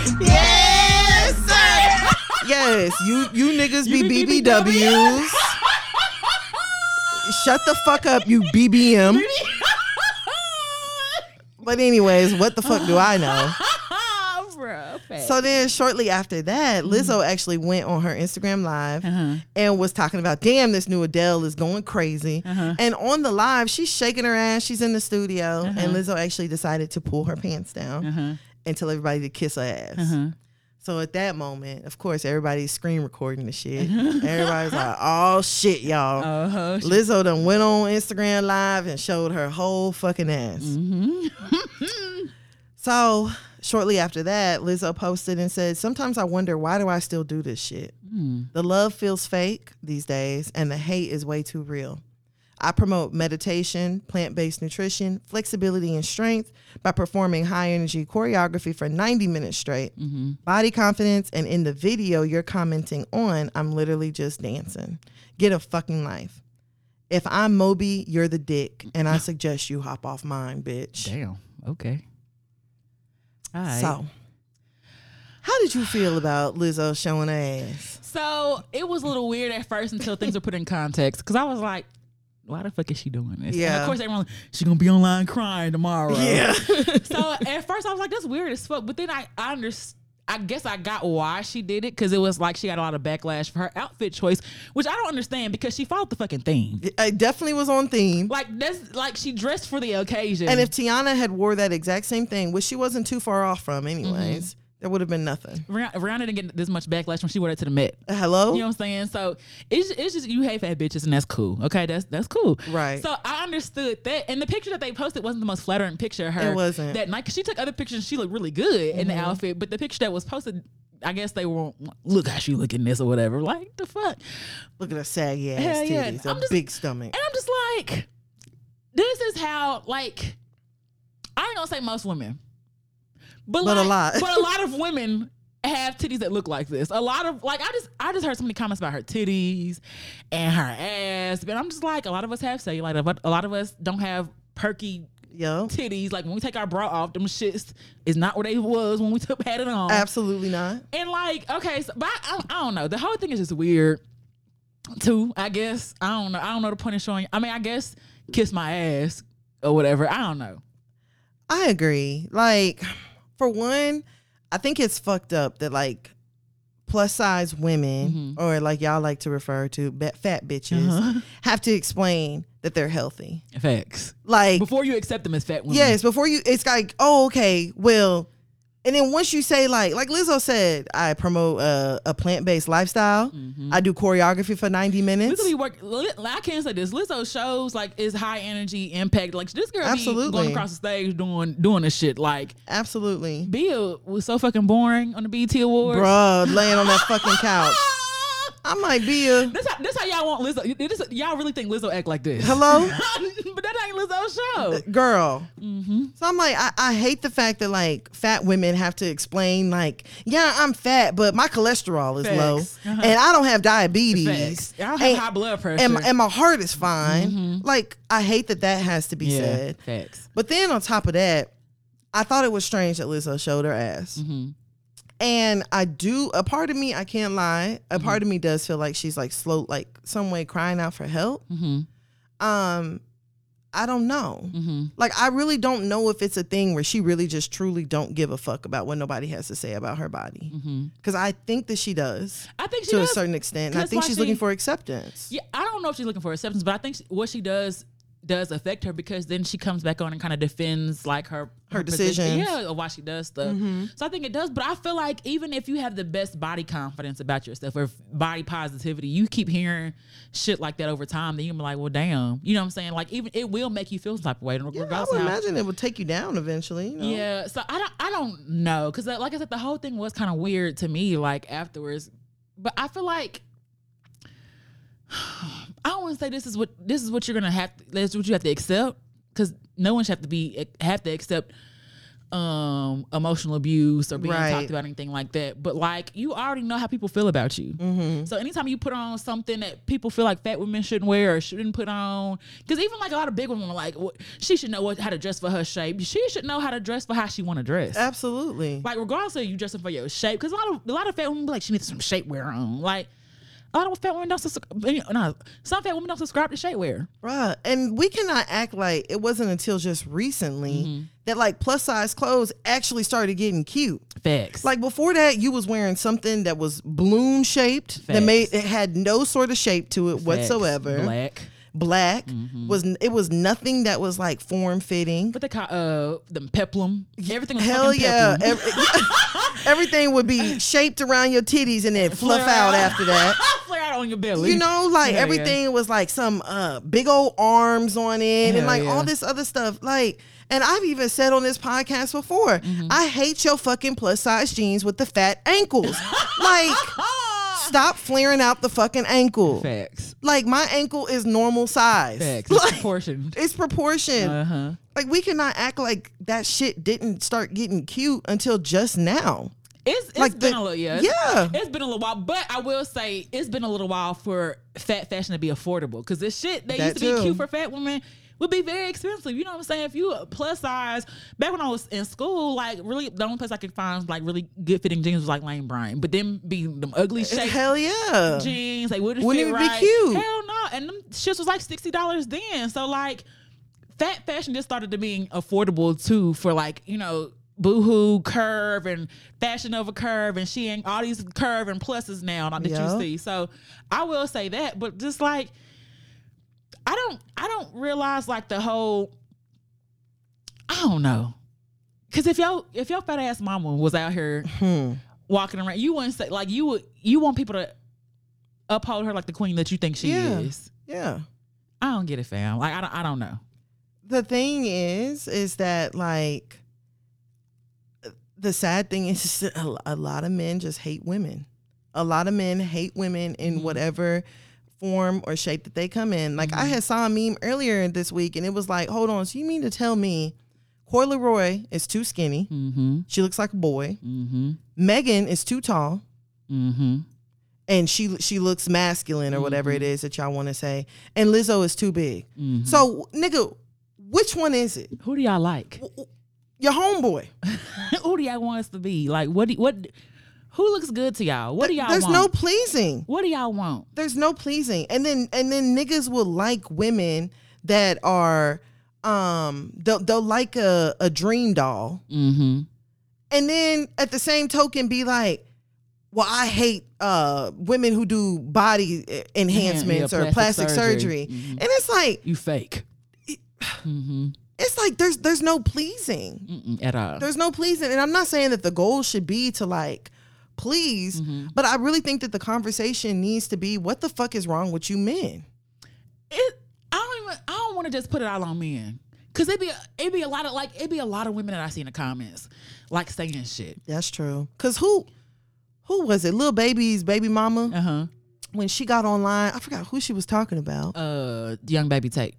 [SPEAKER 2] yes, sir. Yes, you you niggas be,
[SPEAKER 1] be
[SPEAKER 2] BBWs. Shut the fuck up, you BBM. But anyways, what the fuck do I know?
[SPEAKER 1] Ah, bruh. Fat.
[SPEAKER 2] So then, shortly after that, Lizzo actually went on her Instagram live and was talking about, damn, this new Adele is going crazy. And on the live, she's shaking her ass. She's in the studio, and Lizzo actually decided to pull her pants down and tell everybody to kiss her ass. So at that moment, of course, everybody's screen recording the shit. Everybody's like, oh shit, y'all.
[SPEAKER 1] uh-huh.
[SPEAKER 2] Lizzo done went on Instagram live and showed her whole fucking ass. so shortly after that, Lizzo posted and said, "Sometimes I wonder why do I still do this shit? The love feels fake these days, and the hate is way too real." I promote meditation, plant based nutrition, flexibility, and strength by performing high energy choreography for 90 minutes straight, body confidence, and in the video you're commenting on, I'm literally just dancing. Get a fucking life. If I'm Moby, you're the dick, and I suggest you hop off mine, bitch.
[SPEAKER 1] Damn. Okay. All right.
[SPEAKER 2] So, how did you feel about Lizzo showing her ass?
[SPEAKER 1] So it was a little weird at first until things were put in context. Because I was like, why the fuck is she doing this? And
[SPEAKER 2] Yeah.
[SPEAKER 1] of course, everyone she's gonna be online crying tomorrow.
[SPEAKER 2] Yeah.
[SPEAKER 1] so at first, I was like, that's weird as fuck. But then I, I understood. I guess I got why she did it because it was like she got a lot of backlash for her outfit choice, which I don't understand because she followed the fucking theme.
[SPEAKER 2] I definitely was on theme.
[SPEAKER 1] Like that's like she dressed for the occasion.
[SPEAKER 2] And if Tiana had wore that exact same thing, which she wasn't too far off from,
[SPEAKER 1] Mm-hmm.
[SPEAKER 2] anyways, there would have been nothing. Uh,
[SPEAKER 1] Rihanna, Rihanna didn't get this much backlash when she wore it to the Met.
[SPEAKER 2] Hello,
[SPEAKER 1] You know what I'm saying? So it's it's just you hate fat bitches and that's cool. Okay, that's that's cool.
[SPEAKER 2] Right.
[SPEAKER 1] So I understood that, and the picture that they posted wasn't the most flattering picture of her.
[SPEAKER 2] It wasn't. Mm-hmm.
[SPEAKER 1] that night. 'cause she took other pictures. and She looked really good in the outfit, but the picture that was posted. I guess they won't look how she look in this or whatever. Like the fuck,
[SPEAKER 2] look at her saggy ass
[SPEAKER 1] Hell yeah.
[SPEAKER 2] titties,
[SPEAKER 1] I'm
[SPEAKER 2] a
[SPEAKER 1] just-
[SPEAKER 2] big stomach.
[SPEAKER 1] and I'm just like, this is how like I ain't gonna say most women, but,
[SPEAKER 2] But a
[SPEAKER 1] like-
[SPEAKER 2] lot.
[SPEAKER 1] but a lot of women have titties that look like this. A lot of like I just I just heard so many comments about her titties and her ass, but I'm just like a lot of us have cellulite, but a lot of us don't have perky
[SPEAKER 2] Yo,
[SPEAKER 1] titties. Like when we take our bra off, them shits is not where they was when we took had it on.
[SPEAKER 2] absolutely not.
[SPEAKER 1] And like, okay, so, but I, I don't know. The whole thing is just weird. Too, I guess. I don't know. I don't know the point of showing. I mean, I guess kiss my ass or whatever. I don't know.
[SPEAKER 2] I agree. Like, for one, I think it's fucked up that like plus size women,
[SPEAKER 1] Mm-hmm.
[SPEAKER 2] or like y'all like to refer to ba- fat bitches,
[SPEAKER 1] Uh-huh.
[SPEAKER 2] have to explain that they're healthy.
[SPEAKER 1] Facts.
[SPEAKER 2] Like,
[SPEAKER 1] Before you accept them as fat women.
[SPEAKER 2] yes, before you, it's like, oh, okay, well, and then once you say like, like Lizzo said, I promote uh, a plant based lifestyle.
[SPEAKER 1] Mm-hmm.
[SPEAKER 2] I do choreography for ninety minutes.
[SPEAKER 1] Lizzo be work. Li- I can't say this. Lizzo shows like is high energy impact. Like this girl be
[SPEAKER 2] Absolutely.
[SPEAKER 1] going across the stage doing doing this shit. Like
[SPEAKER 2] Absolutely,
[SPEAKER 1] Bill was so fucking boring on the BT Awards. Ah!
[SPEAKER 2] bruh, laying on that fucking couch. I might be a
[SPEAKER 1] This how, this how y'all want Lizzo. This, y'all really think Lizzo act like this?
[SPEAKER 2] hello.
[SPEAKER 1] but that ain't Lizzo's show.
[SPEAKER 2] girl.
[SPEAKER 1] Mm-hmm.
[SPEAKER 2] So I'm like, I, I hate the fact that like fat women have to explain like, yeah, I'm fat, but my cholesterol is
[SPEAKER 1] Facts.
[SPEAKER 2] low,
[SPEAKER 1] Uh-huh.
[SPEAKER 2] and I don't have
[SPEAKER 1] Facts.
[SPEAKER 2] diabetes,
[SPEAKER 1] Y'all have
[SPEAKER 2] and,
[SPEAKER 1] high blood pressure. Mm-hmm.
[SPEAKER 2] and, my- and my heart is fine. Like, I hate that that has to be
[SPEAKER 1] yeah,
[SPEAKER 2] said.
[SPEAKER 1] facts.
[SPEAKER 2] But then on top of that, I thought it was strange that Lizzo showed her ass.
[SPEAKER 1] Mm-hmm.
[SPEAKER 2] And I do a part of me, I can't lie, a
[SPEAKER 1] Mm-hmm.
[SPEAKER 2] part of me does feel like she's like slow, like some way crying out for help. Um, I don't know.
[SPEAKER 1] Mm-hmm.
[SPEAKER 2] Like I really don't know if it's a thing where she really just truly don't give a fuck about what nobody has to say about her body.
[SPEAKER 1] Mm-hmm.
[SPEAKER 2] Cause I think that she does
[SPEAKER 1] I think she
[SPEAKER 2] to
[SPEAKER 1] does.
[SPEAKER 2] a certain extent. And I
[SPEAKER 1] That's
[SPEAKER 2] think
[SPEAKER 1] why
[SPEAKER 2] she's
[SPEAKER 1] she-
[SPEAKER 2] looking for acceptance.
[SPEAKER 1] yeah, I don't know if she's looking for acceptance, but I think she, what she does does affect her because then she comes back on and kind of defends like her
[SPEAKER 2] Her
[SPEAKER 1] position.
[SPEAKER 2] decisions. Mm-hmm.
[SPEAKER 1] yeah, or why she does stuff. So I think it does, but I feel like even if you have the best body confidence about yourself or body positivity, you keep hearing shit like that over time, then you're like, well, damn, you know what I'm saying? Like even it will make you feel some type of way,
[SPEAKER 2] I
[SPEAKER 1] regardless
[SPEAKER 2] would
[SPEAKER 1] of how
[SPEAKER 2] imagine it would take you down eventually. You know?
[SPEAKER 1] Yeah, so I don't, I don't know because like I said, the whole thing was kind of weird to me. Like afterwards, but I feel like I don't want to say this is what this is what you're gonna have. To, this is what you have to accept because no one should have to be eh, have to accept um emotional abuse or being
[SPEAKER 2] Right.
[SPEAKER 1] talked about anything like that. But like you already know how people feel about you. So anytime you put on something that people feel like fat women shouldn't wear or shouldn't put on, because even like a lot of big women are like, "Wh- she should know what, how to dress for her shape. She should know how to dress for how she want to dress.
[SPEAKER 2] Uh, Absolutely.
[SPEAKER 1] Like regardless of you dressing for your shape, because a lot of a lot of fat women be like she needs some shapewear on. Like a lot of fat women don't subscribe. No, some fat women don't subscribe to shapewear.
[SPEAKER 2] Bruh, and we cannot act like it wasn't until just recently
[SPEAKER 1] Mm-hmm.
[SPEAKER 2] that like plus size clothes actually started getting cute.
[SPEAKER 1] Facts.
[SPEAKER 2] Like before that, you was wearing something that was balloon shaped that
[SPEAKER 1] Facts.
[SPEAKER 2] made it had no sort of shape to it whatsoever.
[SPEAKER 1] Black. Mm-hmm.
[SPEAKER 2] Black was n- it was nothing that was like form fitting.
[SPEAKER 1] What they call uh the peplum. Everything was
[SPEAKER 2] Hell
[SPEAKER 1] fucking
[SPEAKER 2] yeah,
[SPEAKER 1] peplum.
[SPEAKER 2] Every- everything would be shaped around your titties and then fluff out after that.
[SPEAKER 1] flare out on your belly.
[SPEAKER 2] you know like
[SPEAKER 1] Yeah, yeah.
[SPEAKER 2] everything was like some uh big old arms on it and
[SPEAKER 1] Hell
[SPEAKER 2] like all
[SPEAKER 1] yeah.
[SPEAKER 2] this other stuff like and I've even said on this podcast before,
[SPEAKER 1] Mm-hmm.
[SPEAKER 2] I hate your fucking plus size jeans with the fat ankles. like, stop flaring out the fucking ankle.
[SPEAKER 1] Facts.
[SPEAKER 2] Like, my ankle is normal size.
[SPEAKER 1] Facts. It's
[SPEAKER 2] Like,
[SPEAKER 1] proportioned.
[SPEAKER 2] it's proportion.
[SPEAKER 1] Uh-huh.
[SPEAKER 2] Like, we cannot act like that shit didn't start getting cute until just now.
[SPEAKER 1] It's it's
[SPEAKER 2] Like
[SPEAKER 1] been
[SPEAKER 2] the-
[SPEAKER 1] a little yeah.
[SPEAKER 2] yeah.
[SPEAKER 1] It's been a little while, but I will say it's been a little while for fat fashion to be affordable because this shit that,
[SPEAKER 2] That
[SPEAKER 1] used to
[SPEAKER 2] too.
[SPEAKER 1] be cute for fat women would be very expensive. You know what I'm saying? If you a plus size, back when I was in school, like really the only place I could find like really good fitting jeans was like Lane Bryant, but them being them ugly shaped
[SPEAKER 2] Hell yeah.
[SPEAKER 1] jeans. They wouldn't,
[SPEAKER 2] Wouldn't
[SPEAKER 1] fit
[SPEAKER 2] even be
[SPEAKER 1] right.
[SPEAKER 2] cute.
[SPEAKER 1] Hell no. And them shits was like sixty dollars then. So like fat fashion just started to being affordable too for like, you know, boohoo curve and fashion over curve and she ain't all these curve and pluses now that
[SPEAKER 2] Yeah.
[SPEAKER 1] you see. So I will say that, but just like I don't I don't realize like the whole I don't know. Cause if your if your fat ass mama was out here
[SPEAKER 2] Hmm.
[SPEAKER 1] walking around, you wouldn't say like you would you want people to uphold her like the queen that you think she
[SPEAKER 2] Yeah.
[SPEAKER 1] is.
[SPEAKER 2] Yeah.
[SPEAKER 1] I don't get it, fam. Like I don't I don't know.
[SPEAKER 2] the thing is is that like the sad thing is is that a, a lot of men just hate women a lot of men hate women in
[SPEAKER 1] Mm-hmm.
[SPEAKER 2] whatever form or shape that they come in like
[SPEAKER 1] Mm-hmm.
[SPEAKER 2] i had saw a meme earlier this week and it was like hold on so you mean to tell me Corley Roy is too skinny.
[SPEAKER 1] Mm-hmm.
[SPEAKER 2] She looks like a boy.
[SPEAKER 1] Mm-hmm.
[SPEAKER 2] Megan is too tall,
[SPEAKER 1] Mm-hmm.
[SPEAKER 2] and she she looks masculine or whatever it is that y'all want to say. And Lizzo is too big.
[SPEAKER 1] Mhm.
[SPEAKER 2] So, nigga, which one is it?
[SPEAKER 1] Who do y'all like?
[SPEAKER 2] Your homeboy.
[SPEAKER 1] who do y'all want us to be? Like what do, what who looks good to y'all? What do y'all
[SPEAKER 2] There's
[SPEAKER 1] want?
[SPEAKER 2] no pleasing.
[SPEAKER 1] what do y'all want?
[SPEAKER 2] There's no pleasing. And then and then niggas will like women that are um they'll they'll like a, a dream doll.
[SPEAKER 1] Mm-hmm.
[SPEAKER 2] And then at the same token be like, Well, I hate uh women who do body eh, enhancements
[SPEAKER 1] yeah,
[SPEAKER 2] or plastic,
[SPEAKER 1] plastic
[SPEAKER 2] surgery.
[SPEAKER 1] surgery. Mm-hmm.
[SPEAKER 2] And it's like
[SPEAKER 1] You fake. mm-hmm.
[SPEAKER 2] it's like there's there's no pleasing.
[SPEAKER 1] Mm-mm, at all.
[SPEAKER 2] There's no pleasing. And I'm not saying that the goal should be to like please,
[SPEAKER 1] Mm-hmm.
[SPEAKER 2] but I really think that the conversation needs to be what the fuck is wrong with you men?
[SPEAKER 1] it, I don't even. I don't want to just put it all on men, cause it be it be a lot of like it be a lot of women that I see in the comments, like saying shit.
[SPEAKER 2] That's true. Cause who who was it? Little baby's baby mama
[SPEAKER 1] Uh
[SPEAKER 2] when she got online, I forgot who she was talking about.
[SPEAKER 1] huh. Uh, young baby take.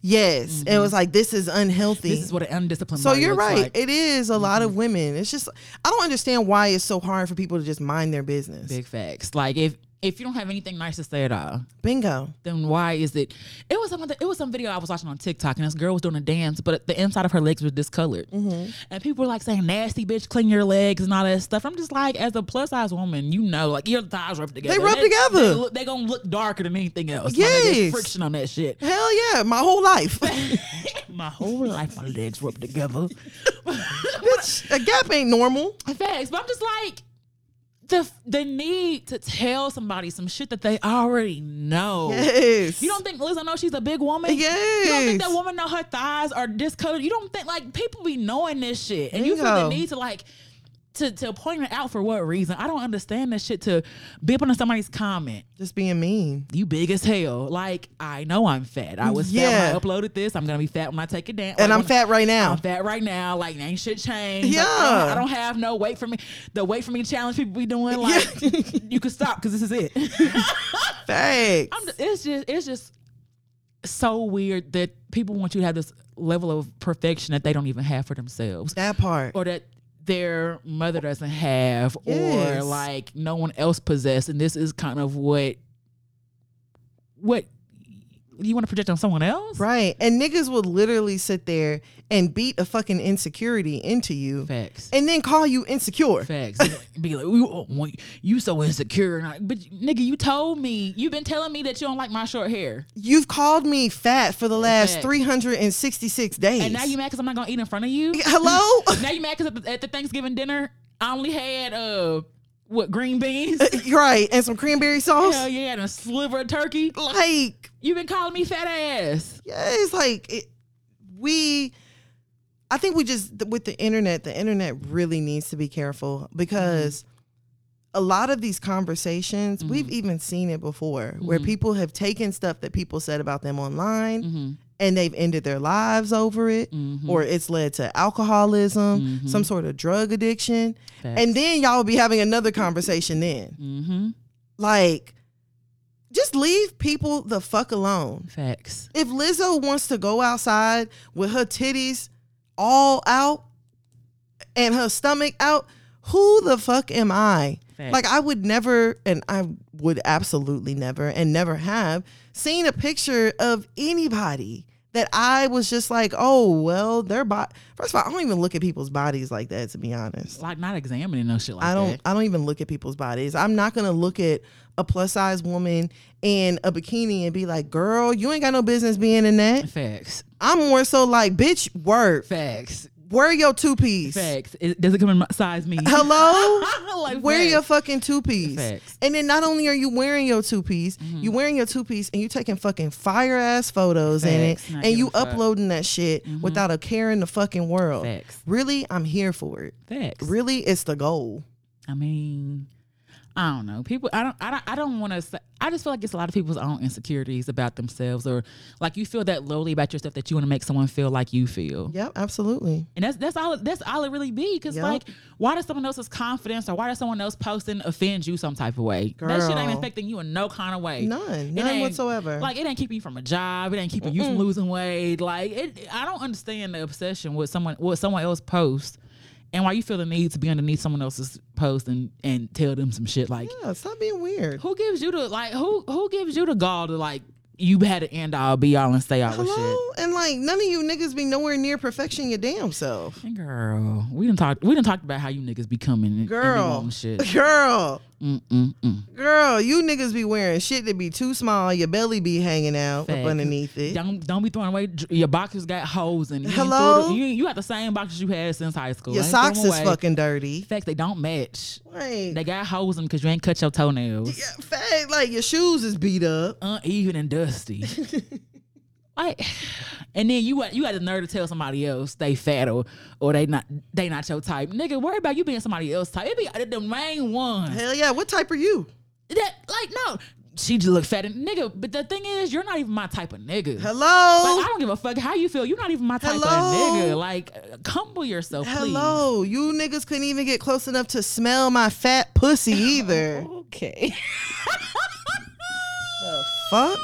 [SPEAKER 2] yes. and It was like this is unhealthy.
[SPEAKER 1] Mm-hmm. This is what an undisciplined.
[SPEAKER 2] so
[SPEAKER 1] body
[SPEAKER 2] you're
[SPEAKER 1] looks
[SPEAKER 2] right.
[SPEAKER 1] like. Mm-hmm.
[SPEAKER 2] It is a lot of women. It's just I don't understand why it's so hard for people to just mind their business.
[SPEAKER 1] Big facts. Like if if you don't have anything nice to say at all,
[SPEAKER 2] Bingo.
[SPEAKER 1] then why is it? It was some other- it was some video I was watching on TikTok, and this girl was doing a dance, but the inside of her legs were discolored, and people were like saying "nasty bitch, clean your legs" and all that stuff. I'm just like, as a plus size woman, you know, like your thighs rub together.
[SPEAKER 2] rub together.
[SPEAKER 1] They, look, they gonna look darker than anything else. Like, there's
[SPEAKER 2] Yes.
[SPEAKER 1] friction on that shit.
[SPEAKER 2] Hell yeah, my whole life.
[SPEAKER 1] My whole life, my legs rub together.
[SPEAKER 2] Bitch, a gap ain't normal.
[SPEAKER 1] Facts, but I'm just like. The, the need to tell somebody some shit that they already know.
[SPEAKER 2] Yes.
[SPEAKER 1] You don't think Liz? I know she's a big woman. You don't
[SPEAKER 2] Yes.
[SPEAKER 1] think that woman know her thighs are discolored. You don't think like people be knowing this shit, and you feel
[SPEAKER 2] Bingo.
[SPEAKER 1] the need to like to to point it out for what reason? I don't understand this shit. To bip on somebody's comment,
[SPEAKER 2] Just being mean.
[SPEAKER 1] you big as hell. Like I know I'm fat. I was
[SPEAKER 2] Yeah.
[SPEAKER 1] fat when I uploaded this. I'm gonna be fat when I take it down.
[SPEAKER 2] And
[SPEAKER 1] Like,
[SPEAKER 2] I'm
[SPEAKER 1] when-
[SPEAKER 2] fat right now.
[SPEAKER 1] I'm fat right now. Like ain't shit changed. Like,
[SPEAKER 2] Yeah.
[SPEAKER 1] I, don't, I don't have no weight for me. The weight for me challenge people be doing like you can stop because this is it.
[SPEAKER 2] Thanks.
[SPEAKER 1] I'm, it's just it's just so weird that people want you to have this level of perfection that they don't even have for themselves,
[SPEAKER 2] that part.
[SPEAKER 1] or that their mother doesn't have,
[SPEAKER 2] Yes.
[SPEAKER 1] or like no one else possessed, and this is kind of what what you want to project on someone else.
[SPEAKER 2] Right. And niggas will literally sit there and beat a fucking insecurity into you
[SPEAKER 1] Facts.
[SPEAKER 2] and then call you insecure.
[SPEAKER 1] Facts. Be like, "Ooh, oh, well, you so insecure, and I, but nigga, you told me, you've been telling me that you don't like my short hair,
[SPEAKER 2] You've called me fat for the last
[SPEAKER 1] Facts.
[SPEAKER 2] 366 days.
[SPEAKER 1] and now you mad because I'm not gonna eat in front of you.
[SPEAKER 2] Hello?
[SPEAKER 1] now you mad because at, the- at the Thanksgiving dinner I only had uh what green beans?
[SPEAKER 2] You're right. And some cranberry sauce?
[SPEAKER 1] Hell yeah, and a sliver of turkey.
[SPEAKER 2] Like,
[SPEAKER 1] You've been calling me fat ass.
[SPEAKER 2] yeah, it's like it, we I think we just th- with the internet, the internet really needs to be careful because
[SPEAKER 1] Mm-hmm.
[SPEAKER 2] a lot of these conversations, we've even seen it before
[SPEAKER 1] Mm-hmm.
[SPEAKER 2] where people have taken stuff that people said about them online
[SPEAKER 1] Mm-hmm,
[SPEAKER 2] and they've ended their lives over it or it's led to alcoholism, some sort of drug addiction. And then y'all will be having another conversation then.
[SPEAKER 1] Mm-hmm.
[SPEAKER 2] Like just leave people the fuck alone
[SPEAKER 1] Facts.
[SPEAKER 2] if Lizzo wants to go outside with her titties all out and her stomach out, who the fuck am I?
[SPEAKER 1] Facts.
[SPEAKER 2] Like I would never and I would absolutely never and never have seen a picture of anybody that I was just like, oh well, their body. First of all, I don't even look at people's bodies like that. To be honest,
[SPEAKER 1] Like not examining no shit like
[SPEAKER 2] I don't.
[SPEAKER 1] that.
[SPEAKER 2] I don't even look at people's bodies. I'm not gonna look at a plus size woman in a bikini and be like, girl, you ain't got no business being in that.
[SPEAKER 1] Facts.
[SPEAKER 2] I'm more so like, bitch, word.
[SPEAKER 1] Facts.
[SPEAKER 2] Wear your two piece.
[SPEAKER 1] Facts. It, does it come in my, size me?
[SPEAKER 2] Hello?
[SPEAKER 1] Like,
[SPEAKER 2] Wear
[SPEAKER 1] facts.
[SPEAKER 2] your fucking two piece.
[SPEAKER 1] Facts. Mm-hmm.
[SPEAKER 2] And then not only are you wearing your two piece, you wearing your two piece and you taking fucking fire ass photos in it
[SPEAKER 1] Facts. Not
[SPEAKER 2] and
[SPEAKER 1] giving
[SPEAKER 2] you
[SPEAKER 1] a fuck. Mm-hmm.
[SPEAKER 2] uploading that shit without a care in the fucking world.
[SPEAKER 1] Facts.
[SPEAKER 2] Really, I'm here for it.
[SPEAKER 1] Facts.
[SPEAKER 2] Really, it's the goal.
[SPEAKER 1] I mean, I don't know. People, I don't, I don't, I don't want to. I just feel like it's a lot of people's own insecurities about themselves, or like you feel that lowly about yourself that you want to make someone feel like you feel.
[SPEAKER 2] Yep, absolutely.
[SPEAKER 1] And that's that's all that's all it really be. Cause
[SPEAKER 2] Yep.
[SPEAKER 1] like, why does someone else's confidence or why does someone else posting offend you some type of way? That shit ain't
[SPEAKER 2] Girl.
[SPEAKER 1] affecting you in no kind of way.
[SPEAKER 2] None.
[SPEAKER 1] It
[SPEAKER 2] None
[SPEAKER 1] ain't-
[SPEAKER 2] whatsoever.
[SPEAKER 1] Like it ain't keeping you from a job. It ain't keeping you from losing weight. Like it, I don't understand the obsession with someone what someone else posts, and why you feel the need to be underneath someone else's post and and tell them some shit. Like
[SPEAKER 2] yeah, stop being weird.
[SPEAKER 1] who gives you the like who who gives you the gall to like you had to end all be all and stay all with shit.
[SPEAKER 2] Hello? And like none of you niggas be nowhere near perfection your damn self.
[SPEAKER 1] And Girl, we didn't talk. We didn't talk about how you niggas be coming. and- and
[SPEAKER 2] Girl.
[SPEAKER 1] wanting shit. Mm,
[SPEAKER 2] Girl.
[SPEAKER 1] Mm-mm-mm.
[SPEAKER 2] Girl, you niggas be wearing shit that be too small, your belly be hanging out up
[SPEAKER 1] Facts.
[SPEAKER 2] underneath it.
[SPEAKER 1] Don't don't be throwing away. dr- Your boxes got holes in. it. You ain't
[SPEAKER 2] Hello?
[SPEAKER 1] throw the- you, you got the same boxes you had since high school.
[SPEAKER 2] Your
[SPEAKER 1] Ain't throw
[SPEAKER 2] socks
[SPEAKER 1] them
[SPEAKER 2] is
[SPEAKER 1] away.
[SPEAKER 2] fucking dirty.
[SPEAKER 1] Facts, they don't match.
[SPEAKER 2] Like,
[SPEAKER 1] They got holes in because you ain't cut your toenails.
[SPEAKER 2] yeah, fact, like your shoes is beat up.
[SPEAKER 1] Uneven and dusty. like, and then you got- you got the nerve to tell somebody else they fat or or they not they not your type, nigga. Worry about you being somebody else type. It be the main ones.
[SPEAKER 2] Hell yeah, what type are you?
[SPEAKER 1] That like no, she just look fat and nigga. But the thing is, you're not even my type of nigga. Like,
[SPEAKER 2] Hello,
[SPEAKER 1] I don't give a fuck how you feel. You're not even my type
[SPEAKER 2] Hello?
[SPEAKER 1] of nigga. Like uh, humble yourself, please.
[SPEAKER 2] hello. You niggas couldn't even get close enough to smell my fat pussy either.
[SPEAKER 1] Okay.
[SPEAKER 2] the fuck?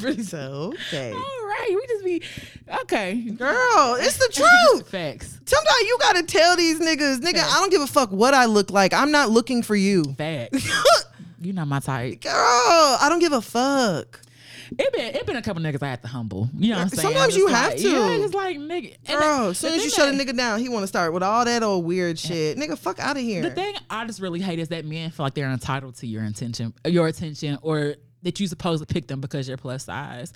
[SPEAKER 2] Pretty so okay,
[SPEAKER 1] All right, we just be okay.
[SPEAKER 2] girl. It's the truth.
[SPEAKER 1] Facts.
[SPEAKER 2] Sometimes you gotta tell these niggas, nigga. I don't give a fuck what I look like. I'm not looking for you, girl.
[SPEAKER 1] Facts. You're not my type.
[SPEAKER 2] I don't give a fuck.
[SPEAKER 1] It been it been a couple niggas I had to humble. You know what I'm saying?
[SPEAKER 2] Sometimes
[SPEAKER 1] It's
[SPEAKER 2] you
[SPEAKER 1] like-
[SPEAKER 2] have to.
[SPEAKER 1] Yeah, it's like nigga. and
[SPEAKER 2] Bro,
[SPEAKER 1] the-
[SPEAKER 2] as soon
[SPEAKER 1] the
[SPEAKER 2] as you
[SPEAKER 1] thing
[SPEAKER 2] shut
[SPEAKER 1] that-
[SPEAKER 2] a nigga down, he want to start with all that old weird shit. Nigga, fuck out of here.
[SPEAKER 1] The thing I just really hate is that men feel like they're entitled to your attention, your attention, or that you supposed to pick them because you're plus size.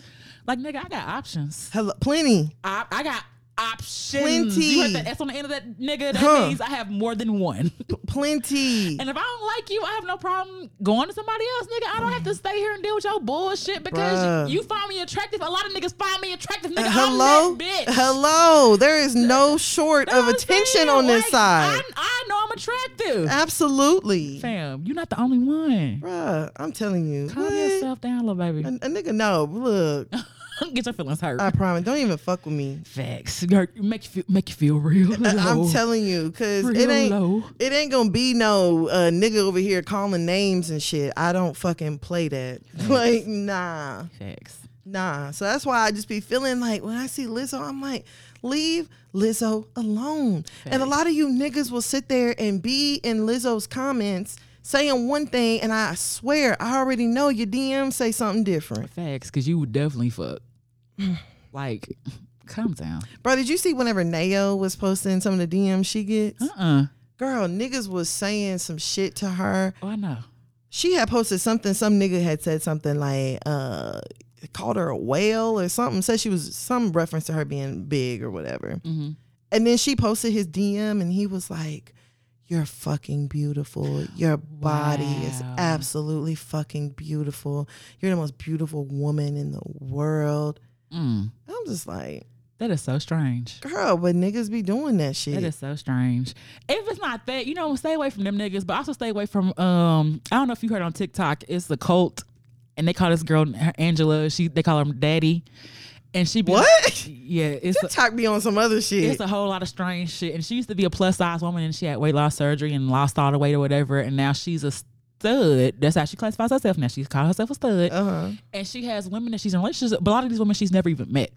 [SPEAKER 1] Like nigga, I got options.
[SPEAKER 2] Hello, plenty.
[SPEAKER 1] I, I got options.
[SPEAKER 2] Plenty.
[SPEAKER 1] You heard that? That's on the end of that nigga. That
[SPEAKER 2] Huh.
[SPEAKER 1] means I have more than one.
[SPEAKER 2] Plenty.
[SPEAKER 1] And if I don't like you, I have no problem going to somebody else, nigga. I don't have to stay here and deal with your bullshit because
[SPEAKER 2] Bruh. Uh,
[SPEAKER 1] you, you find me attractive. A lot of niggas find me attractive, nigga.
[SPEAKER 2] Hello?
[SPEAKER 1] I'm that bitch.
[SPEAKER 2] Hello. There is no short
[SPEAKER 1] You know
[SPEAKER 2] of
[SPEAKER 1] what I'm
[SPEAKER 2] attention
[SPEAKER 1] saying?
[SPEAKER 2] on this
[SPEAKER 1] Like,
[SPEAKER 2] side. Uh,
[SPEAKER 1] I, I know I'm attractive.
[SPEAKER 2] Absolutely.
[SPEAKER 1] Fam, you're not the only one.
[SPEAKER 2] Bruh, I'm telling you.
[SPEAKER 1] Calm
[SPEAKER 2] what?
[SPEAKER 1] yourself down, little
[SPEAKER 2] A,
[SPEAKER 1] baby.
[SPEAKER 2] a nigga, no. Look,
[SPEAKER 1] Get your feelings hurt.
[SPEAKER 2] I promise. Don't even fuck with me.
[SPEAKER 1] Facts. Hurt- Make you feel, make you feel real.
[SPEAKER 2] I'm
[SPEAKER 1] low.
[SPEAKER 2] telling you, cause it
[SPEAKER 1] Real
[SPEAKER 2] ain't
[SPEAKER 1] low.
[SPEAKER 2] it ain't gonna be no uh, nigga over here calling names and shit. I don't fucking play that. Like, nah.
[SPEAKER 1] Facts.
[SPEAKER 2] Nah, so that's why I just be feeling like when I see Lizzo, I'm like, leave Lizzo alone. And a lot of you niggas will sit there and be in Lizzo's comments saying one thing, and I swear I already know your DM say something different.
[SPEAKER 1] Facts, because you would definitely fuck. like, calm down.
[SPEAKER 2] Bro, did you see whenever Nayo was posting some of the DMs she gets?
[SPEAKER 1] Uh.
[SPEAKER 2] Girl, niggas was saying some shit to her.
[SPEAKER 1] Oh, I know.
[SPEAKER 2] She had posted something, some nigga had said something like, uh, called her a whale or something, said she was some reference to her being big or whatever.
[SPEAKER 1] Mm-hmm.
[SPEAKER 2] And then she posted his DM and he was like, You're fucking beautiful. Your body is
[SPEAKER 1] Wow.
[SPEAKER 2] absolutely fucking beautiful. You're the most beautiful woman in the world.
[SPEAKER 1] Mm.
[SPEAKER 2] I'm just like,
[SPEAKER 1] That is so strange.
[SPEAKER 2] Girl, but niggas be doing that shit.
[SPEAKER 1] That is so strange. If it's not that, you know, stay away from them niggas, but also stay away from um. I don't know if you heard on TikTok. It's the cult, and they call this girl her- Angela. She they call her Daddy, and she be,
[SPEAKER 2] What?
[SPEAKER 1] Yeah, it's a,
[SPEAKER 2] Talk me on some other shit.
[SPEAKER 1] it's a whole lot of strange shit. And she used to be a plus size woman, and she had weight loss surgery and lost all the weight or whatever, and now she's a stud. That's how she classifies herself. Now she's called herself a stud.
[SPEAKER 2] uh-huh.
[SPEAKER 1] and she has women that she's in relationships with, but a lot of these women she's never even met.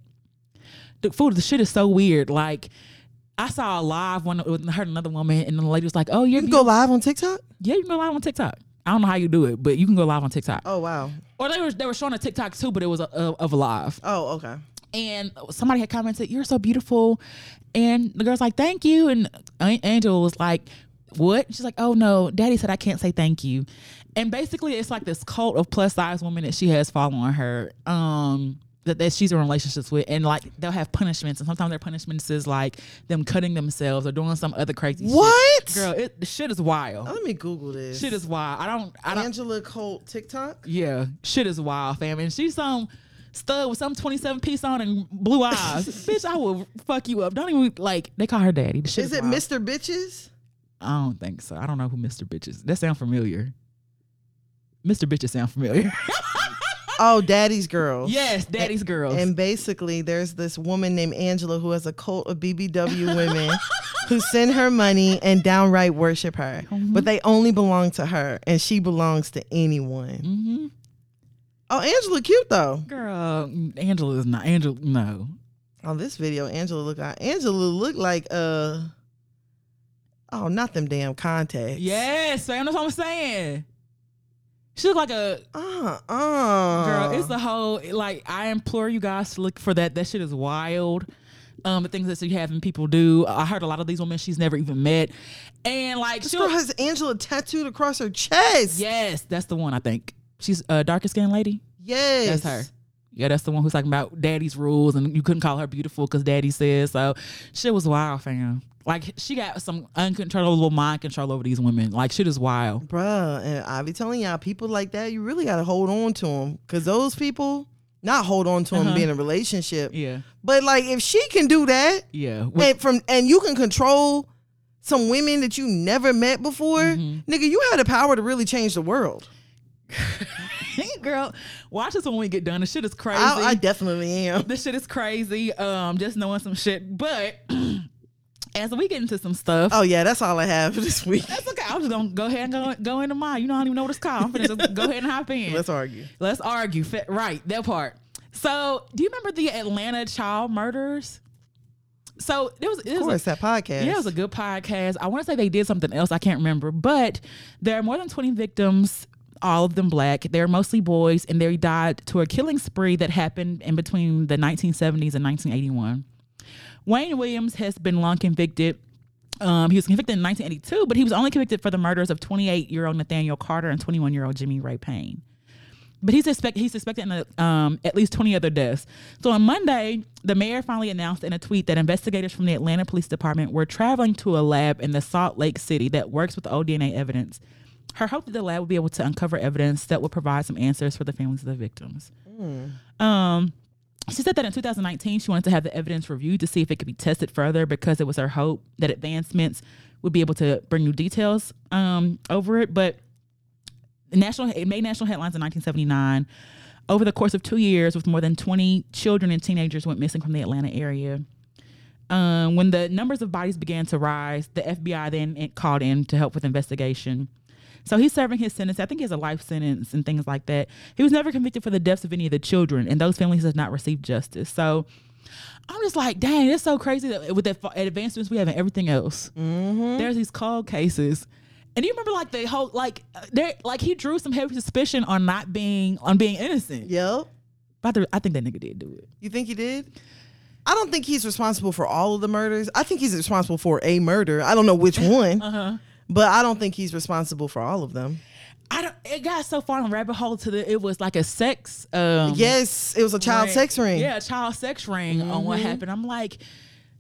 [SPEAKER 1] The food, the shit is so weird. Like, I saw a live one with her and another woman, and the lady was like, "Oh, you're
[SPEAKER 2] You can go live on TikTok?
[SPEAKER 1] yeah, you can go live on TikTok." I don't know how you do it, but you can go live on TikTok.
[SPEAKER 2] Oh wow.
[SPEAKER 1] Or they were they were showing a TikTok too, but it was a, of of a live
[SPEAKER 2] Oh, okay.
[SPEAKER 1] and somebody had commented, "You're so beautiful," and the girl's like, "Thank you," and An- Angel was like, "What?" She's like, "Oh no, Daddy said I can't say thank you," and basically it's like this cult of plus size women that she has following her. Um, that, that she's in relationships with, and like they'll have punishments, and sometimes their punishments is like them cutting themselves or doing some other crazy shit.
[SPEAKER 2] What? Oh,
[SPEAKER 1] Girl, it, the shit is wild.
[SPEAKER 2] Let me Google this.
[SPEAKER 1] Shit is wild. I don't. I don't.
[SPEAKER 2] Angela Colt TikTok.
[SPEAKER 1] Yeah, shit is wild, fam. And she's some stud with some 27 piece on and blue eyes. Bitch, I will fuck you up. Don't even like. They call her daddy. The shit
[SPEAKER 2] Is it
[SPEAKER 1] wild.
[SPEAKER 2] Mr. Bitches?
[SPEAKER 1] I don't think so. I don't know who Mr. Bitch is. That sound familiar. Mr. Bitches sound familiar.
[SPEAKER 2] Oh, Daddy's Girl.
[SPEAKER 1] yes, daddy's girls.
[SPEAKER 2] And basically, there's this woman named Angela who has a cult of BBW women who send her money and downright worship her. But they only belong to her, and she belongs to anyone.
[SPEAKER 1] Mhm.
[SPEAKER 2] Oh, Angela, cute though.
[SPEAKER 1] Girl, Angela is not Angela. No,
[SPEAKER 2] On Oh, this video, Angela look like Angela look like uh oh, not them damn contacts.
[SPEAKER 1] Yes, fam. That's what I'm saying. She look like a
[SPEAKER 2] Uh uh.
[SPEAKER 1] girl. It's the whole like. I implore you guys to look for that. That shit is wild. Um, the things that you having people do. I heard a lot of these women she's never even met, and like
[SPEAKER 2] this girl
[SPEAKER 1] she.
[SPEAKER 2] has Angela tattooed across her chest.
[SPEAKER 1] Yes, that's the one. I think she's a darker skinned lady.
[SPEAKER 2] Yes.
[SPEAKER 1] That's her. Yeah, that's the one who's talking about daddy's rules, and you couldn't call her beautiful because daddy says so. Shit was wild, fam. Like she got some uncontrollable mind control over these women. Like shit is wild.
[SPEAKER 2] Bruh, and I be telling y'all, people like that, you really gotta hold on to them, cause those people, not hold on to them, be in a relationship,
[SPEAKER 1] Uh-huh. Yeah,
[SPEAKER 2] but like if she can do that,
[SPEAKER 1] yeah. What-
[SPEAKER 2] and from and you can control some women that you never met before,
[SPEAKER 1] Mm-hmm.
[SPEAKER 2] nigga, you had the power to really change the world.
[SPEAKER 1] girl, watch us when we get done. The shit is crazy.
[SPEAKER 2] I, I definitely am.
[SPEAKER 1] this shit is crazy. Um, just knowing some shit. But as we get into some stuff,
[SPEAKER 2] Oh yeah, that's all I have for this week.
[SPEAKER 1] that's okay. I'm just gonna go ahead and go, go into mine. You know, I don't even know what it's called. I'm gonna just go ahead and hop in.
[SPEAKER 2] Let's argue.
[SPEAKER 1] Let's argue. Fe- Right, that part. So, do you remember the Atlanta child murders? So there was, it
[SPEAKER 2] Of course,
[SPEAKER 1] was a,
[SPEAKER 2] that podcast.
[SPEAKER 1] yeah, it was a good podcast. I want to say they did something else. I can't remember, but there are more than twenty victims. All of them black. They're mostly boys, and they died to a killing spree that happened in between the 1970s and 1981. Wayne Williams has been long convicted. Um, he was convicted in 1982, but he was only convicted for the murders of 28 year old Nathaniel Carter and 21 year old Jimmy Ray Payne but he's expect he's suspected in a, um, at least 20 other deaths. So on Monday, the mayor finally announced in a tweet that investigators from the Atlanta Police Department were traveling to a lab in the Salt Lake City that works with old DNA evidence. Her hope that the lab will be able to uncover evidence that will provide some answers for the families of the victims. Um, she said that in 2019, she wanted to have the evidence reviewed to see if it could be tested further because it was her hope that advancements would be able to bring new details um, over it. But national it made national headlines in 1979 over the course of two years with more than 20 children and teenagers went missing from the atlanta area um, when the numbers of bodies began to rise the fbi then it called in to help with investigation so he's serving his sentence i think he has a life sentence and things like that he was never convicted for the deaths of any of the children and those families have not received justice so i'm just like dang it's so crazy that with the fa- advancements we have in everything else there's these cold cases and you remember like the whole like uh, there like he drew some heavy suspicion on not being on being innocent
[SPEAKER 2] Yep.
[SPEAKER 1] but I, think that nigga did do it
[SPEAKER 2] You think he did? I don't think he's responsible for all of the murders. I think he's responsible for a murder. I don't know which one,
[SPEAKER 1] Uh-huh.
[SPEAKER 2] but I don't think he's responsible for all of them.
[SPEAKER 1] i don't it got so far in the rabbit hole to the it was like a sex um
[SPEAKER 2] Yes, it was a child
[SPEAKER 1] ring.
[SPEAKER 2] sex ring. Mm-hmm.
[SPEAKER 1] yeah a child sex ring on what happened i'm like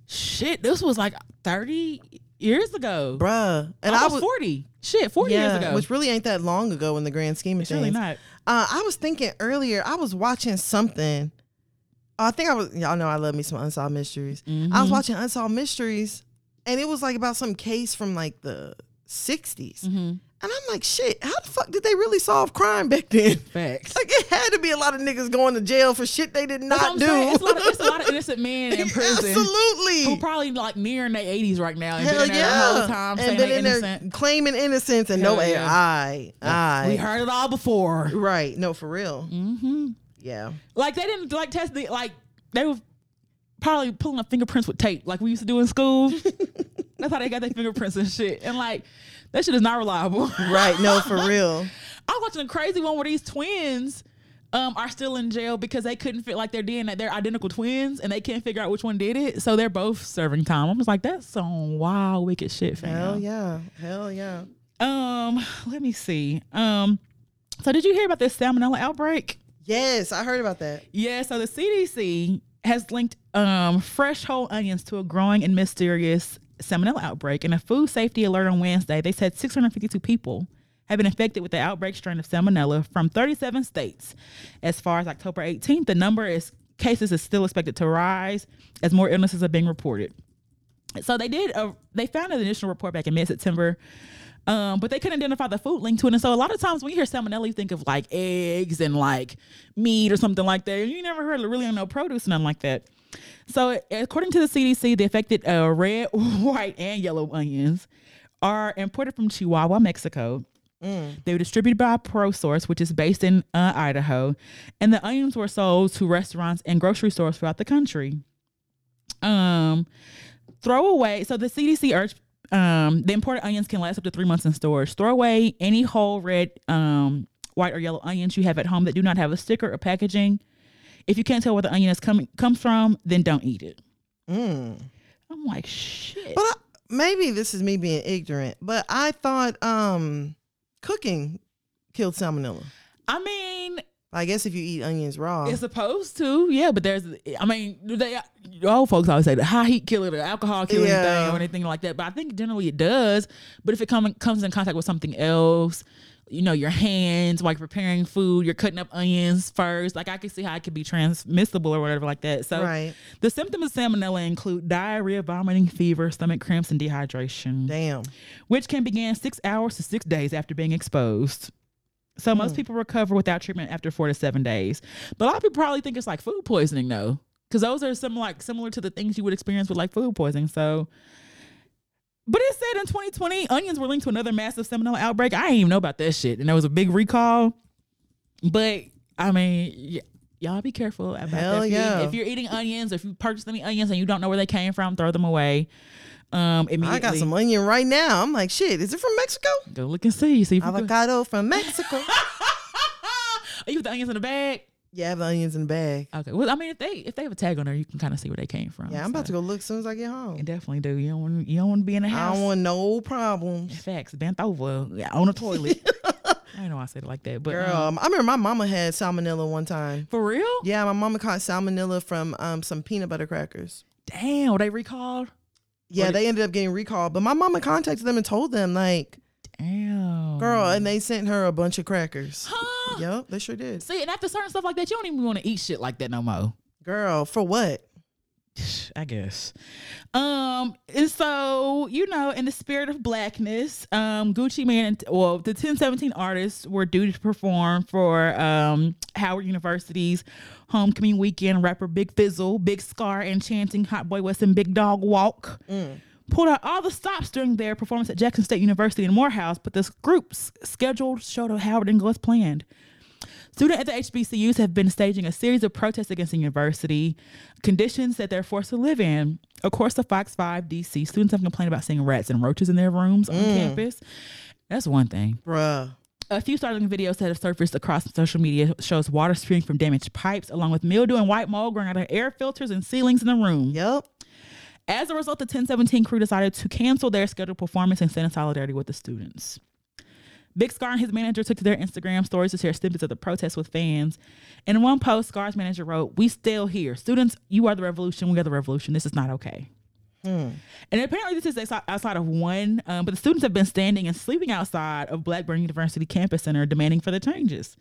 [SPEAKER 1] shit this was like 30 years ago
[SPEAKER 2] bruh. And
[SPEAKER 1] i
[SPEAKER 2] I
[SPEAKER 1] was
[SPEAKER 2] was
[SPEAKER 1] 40 shit 40
[SPEAKER 2] yeah,
[SPEAKER 1] years ago
[SPEAKER 2] which really ain't that long ago in the grand scheme of
[SPEAKER 1] It's
[SPEAKER 2] things.
[SPEAKER 1] really not
[SPEAKER 2] Uh, I was thinking earlier. I was watching something. I think I was. Y'all know I love me some unsolved mysteries. I
[SPEAKER 1] Mm-hmm.
[SPEAKER 2] was watching unsolved mysteries, and it was like about some case from like the 60s
[SPEAKER 1] Mm-hmm.
[SPEAKER 2] and I'm like, shit. How the fuck did they really solve crime back then?
[SPEAKER 1] facts
[SPEAKER 2] Like it had to be a lot of niggas going to jail for shit they did
[SPEAKER 1] That's what
[SPEAKER 2] not
[SPEAKER 1] I'm
[SPEAKER 2] do.
[SPEAKER 1] saying. It's, a lot of, it's a lot of innocent men in prison who
[SPEAKER 2] Absolutely.
[SPEAKER 1] probably like near in their 80s right now and
[SPEAKER 2] Hell
[SPEAKER 1] been in there the
[SPEAKER 2] yeah.
[SPEAKER 1] whole time saying
[SPEAKER 2] and then
[SPEAKER 1] they're
[SPEAKER 2] in there
[SPEAKER 1] innocent.
[SPEAKER 2] claiming innocence and
[SPEAKER 1] Hell
[SPEAKER 2] no
[SPEAKER 1] yeah.
[SPEAKER 2] AI. I
[SPEAKER 1] We heard it all before.
[SPEAKER 2] Right. No, for real. Mm-hmm. Yeah.
[SPEAKER 1] Like they didn't like test the like they were probably pulling up fingerprints with tape, like we used to do in school. That's how they got their fingerprints and shit. And like that shit is not reliable.
[SPEAKER 2] Right. No, for real.
[SPEAKER 1] I was watching a crazy one where these twins um, are still in jail because they couldn't fit like their DNA. They're identical twins and they can't figure out which one did it. So they're both serving time. I'm just like, that's some wild, wicked shit, fam.
[SPEAKER 2] Hell yeah. Hell yeah.
[SPEAKER 1] Um, let me see. Um, so did you hear about this salmonella outbreak?
[SPEAKER 2] Yes, I heard about that.
[SPEAKER 1] Yeah, so the CDC has linked um, fresh whole onions to a growing and mysterious salmonella outbreak. In a food safety alert on Wednesday, they said 652 people have been infected with the outbreak strain of salmonella from 37 states. As far as October 18th, the number is cases is still expected to rise as more illnesses are being reported. So they did. A, they found an initial report back in mid-September, um, but they couldn't identify the food link to it. And so a lot of times when you hear salmonella, you think of like eggs and like meat or something like that. You never heard of really no produce, nothing like that. So according to the CDC, the affected uh, red, white, and yellow onions are imported from Chihuahua, Mexico. They were distributed by ProSource, which is based in uh, Idaho, and the onions were sold to restaurants and grocery stores throughout the country um throw away so the cdc urged um the imported onions can last up to three months in storage throw away any whole red um white or yellow onions you have at home that do not have a sticker or packaging if you can't tell where the onion is coming comes from then don't eat it i'm like shit
[SPEAKER 2] But I, Mm. maybe this is me being ignorant, but I thought um cooking killed salmonella.
[SPEAKER 1] i mean
[SPEAKER 2] I guess if you eat onions raw.
[SPEAKER 1] it's supposed to yeah but there's i mean do they old folks always say the high heat killer the alcohol killer
[SPEAKER 2] Yeah.
[SPEAKER 1] thing or anything like that but i think generally it does but if it come, comes in contact with something else you know your hands like preparing food you're cutting up onions first like i can see how it could be transmissible or whatever like that so
[SPEAKER 2] Right.
[SPEAKER 1] the symptoms of salmonella include diarrhea vomiting fever stomach cramps and dehydration
[SPEAKER 2] Damn.
[SPEAKER 1] which can begin six hours to six days after being exposed. So
[SPEAKER 2] Hmm.
[SPEAKER 1] most people recover without treatment after four to seven days. But a lot of people probably think it's like food poisoning though, because those are some like similar to the things you would experience with like food poisoning. So. But it said in 2020, onions were linked to another massive salmonella outbreak. I didn't even know about that shit, and there was a big recall. But I mean, y- y'all be careful about
[SPEAKER 2] Hell
[SPEAKER 1] that. If,
[SPEAKER 2] yeah.
[SPEAKER 1] you, if you're eating onions, if you purchased any onions and you don't know where they came from, throw them away. Um, immediately.
[SPEAKER 2] I got some onion right now. I'm like, shit, is it from Mexico?
[SPEAKER 1] Go look and see. See if you can-
[SPEAKER 2] Avocado from Mexico.
[SPEAKER 1] Are you put the onions in the bag?
[SPEAKER 2] yeah, I have the onions in the bag.
[SPEAKER 1] Okay. Well, I mean, if they if they have a tag on there, you can kind of see where they came from.
[SPEAKER 2] Yeah, I'm about to go look as soon as I get
[SPEAKER 1] You
[SPEAKER 2] home.
[SPEAKER 1] definitely do. You don't want you don't want to be in the
[SPEAKER 2] I
[SPEAKER 1] house.
[SPEAKER 2] don't want no problems.
[SPEAKER 1] facts bent over yeah, on a toilet. I don't know why I said it like that, but
[SPEAKER 2] Girl,
[SPEAKER 1] um,
[SPEAKER 2] um, I remember my mama had salmonella one time.
[SPEAKER 1] for real,
[SPEAKER 2] Yeah, my mama caught salmonella from um, some peanut butter crackers.
[SPEAKER 1] damn, were they recalled?
[SPEAKER 2] Yeah, they ended up getting recalled, but my mama contacted them and told them, like,
[SPEAKER 1] Damn,
[SPEAKER 2] girl, and they sent her a bunch of crackers.
[SPEAKER 1] Huh?
[SPEAKER 2] Yep, they sure did.
[SPEAKER 1] See, and after certain stuff like that, you don't even want to eat shit like that no more.
[SPEAKER 2] Girl, for what?
[SPEAKER 1] I guess. Um, and so you know, in the spirit of blackness, um, Gucci Man and well, the 1017 artists were due to perform for um Howard University's homecoming weekend. Rapper Big Fizzle, Big Scar, and chanting Hot Boy West and Big Dog Walk. Pulled out all the stops during their performance at Jackson State University in Morehouse, but this group's scheduled show to Howard didn't go as planned. Students at the HBCUs have been staging a series of protests against the university conditions that they're forced to live in. Of course, the Fox 5 DC students have complained about seeing rats and roaches in their rooms on campus. That's one thing.
[SPEAKER 2] Bruh.
[SPEAKER 1] A few startling videos that have surfaced across social media shows water spewing from damaged pipes, along with mildew and white mold growing out of air filters and ceilings in the room.
[SPEAKER 2] Yep.
[SPEAKER 1] As a result, the 1017 crew decided to cancel their scheduled performance and stand in solidarity with the students. Big Scar and his manager took to their Instagram stories to share snippets of the protest with fans. And in one post, Scar's manager wrote, We still here. Students, you are the revolution. We are the revolution. This is not okay. And apparently, this is outside- outside of one, um, but the students have been standing and sleeping outside of Blackburn University Campus Center demanding for the changes.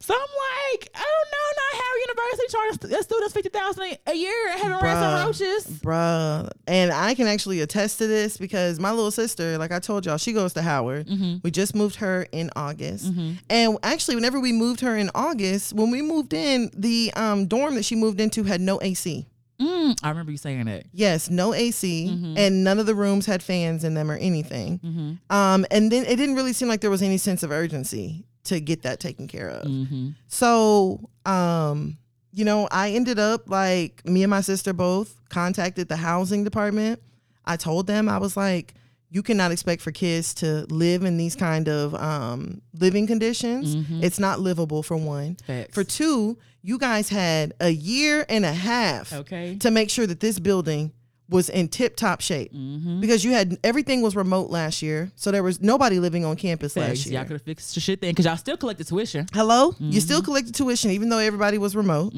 [SPEAKER 1] So I'm like, I don't know, not Howard University charging stu- uh, students 50000 a year and having rats and
[SPEAKER 2] Bruh.
[SPEAKER 1] roaches.
[SPEAKER 2] Bruh. And I can actually attest to this because my little sister, like I told y'all, she goes to Howard. We just moved her in August. And actually, whenever we moved her in August, when we moved in, the um, dorm that she moved into had no AC.
[SPEAKER 1] Mm, I remember you saying that.
[SPEAKER 2] Yes, no AC, and none of the rooms had fans in them or anything. Um, and then it didn't really seem like there was any sense of urgency to get that taken care of.
[SPEAKER 1] Mm-hmm.
[SPEAKER 2] So, um, you know, I ended up like me and my sister both contacted the housing department. I told them I was like, you cannot expect for kids to live in these kind of um, living conditions. It's not livable for one.
[SPEAKER 1] Mm-hmm. Facts.
[SPEAKER 2] For two, you guys had a year and a half
[SPEAKER 1] Okay.
[SPEAKER 2] to make sure that this building was in tip top shape
[SPEAKER 1] Mm-hmm.
[SPEAKER 2] because you had everything was remote last year, so there was nobody living on campus last
[SPEAKER 1] Facts. Y'all
[SPEAKER 2] year.
[SPEAKER 1] could have fixed the shit then because y'all still collect the tuition.
[SPEAKER 2] Hello, you still collected tuition even though everybody was remote.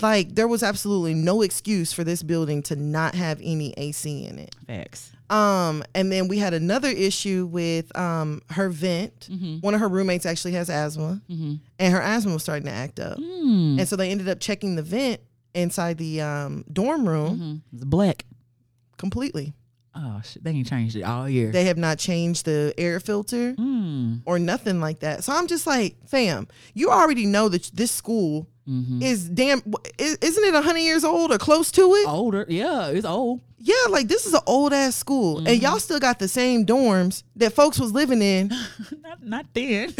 [SPEAKER 2] Like there was absolutely no excuse for this building to not have any AC in it.
[SPEAKER 1] Facts.
[SPEAKER 2] Um, and then we had another issue with um her vent. One of her roommates actually has asthma, and her asthma was starting to act up, and so they ended up checking the vent inside the um dorm room
[SPEAKER 1] It's black.
[SPEAKER 2] completely.
[SPEAKER 1] Oh shit, they ain't changed it all year.
[SPEAKER 2] They have not changed the air filter or nothing like that. So I'm just like, fam, you already know that this school is damn. is- Isn't it hundred years old or close to it?
[SPEAKER 1] Older, yeah, it's old.
[SPEAKER 2] Yeah, like this is an old ass school, and y'all still got the same dorms that folks was living in.
[SPEAKER 1] Not not then,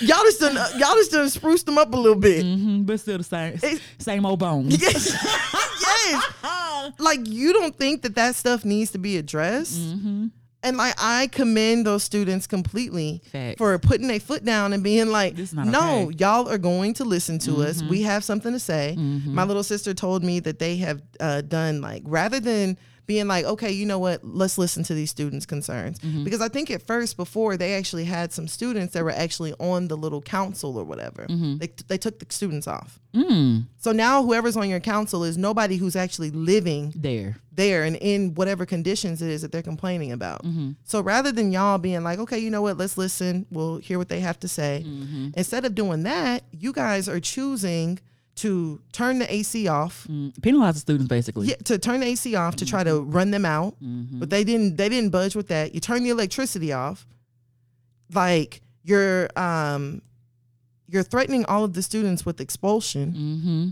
[SPEAKER 2] Y'all just done, uh, y'all just done spruced them up a little bit.
[SPEAKER 1] Mhm, but still the same
[SPEAKER 2] It's-
[SPEAKER 1] same old bones.
[SPEAKER 2] Yes. yes. Like you don't think that that stuff needs to be addressed? And like I commend those students completely
[SPEAKER 1] Facts.
[SPEAKER 2] for putting their foot down and being like,
[SPEAKER 1] This is not
[SPEAKER 2] "No,
[SPEAKER 1] okay." Mm-hmm.
[SPEAKER 2] y'all are going to listen to us. We have something to say." My little sister told me that they have uh, done like rather than being like, "Okay, you know what? Let's listen to these students' concerns,"
[SPEAKER 1] Mm-hmm.
[SPEAKER 2] because I think at first before they actually had some students that were actually on the little council or whatever.
[SPEAKER 1] Mm-hmm.
[SPEAKER 2] They they took the students off.
[SPEAKER 1] Mm.
[SPEAKER 2] So now whoever's on your council is nobody who's actually living
[SPEAKER 1] There,
[SPEAKER 2] there and in whatever conditions it is that they're complaining about.
[SPEAKER 1] Mm-hmm.
[SPEAKER 2] So rather than y'all being like, okay, you know what, let's listen, we'll hear what they have to
[SPEAKER 1] Mm-hmm.
[SPEAKER 2] say. Instead of doing that, you guys are choosing to turn the AC off,
[SPEAKER 1] Mm-hmm. penalize the students basically.
[SPEAKER 2] yeah, to turn the AC off to try
[SPEAKER 1] Mm-hmm.
[SPEAKER 2] to run them out, but they didn't they didn't budge with that. You turn the electricity off. Like you're um you're threatening all of the students with expulsion.
[SPEAKER 1] Mm-hmm.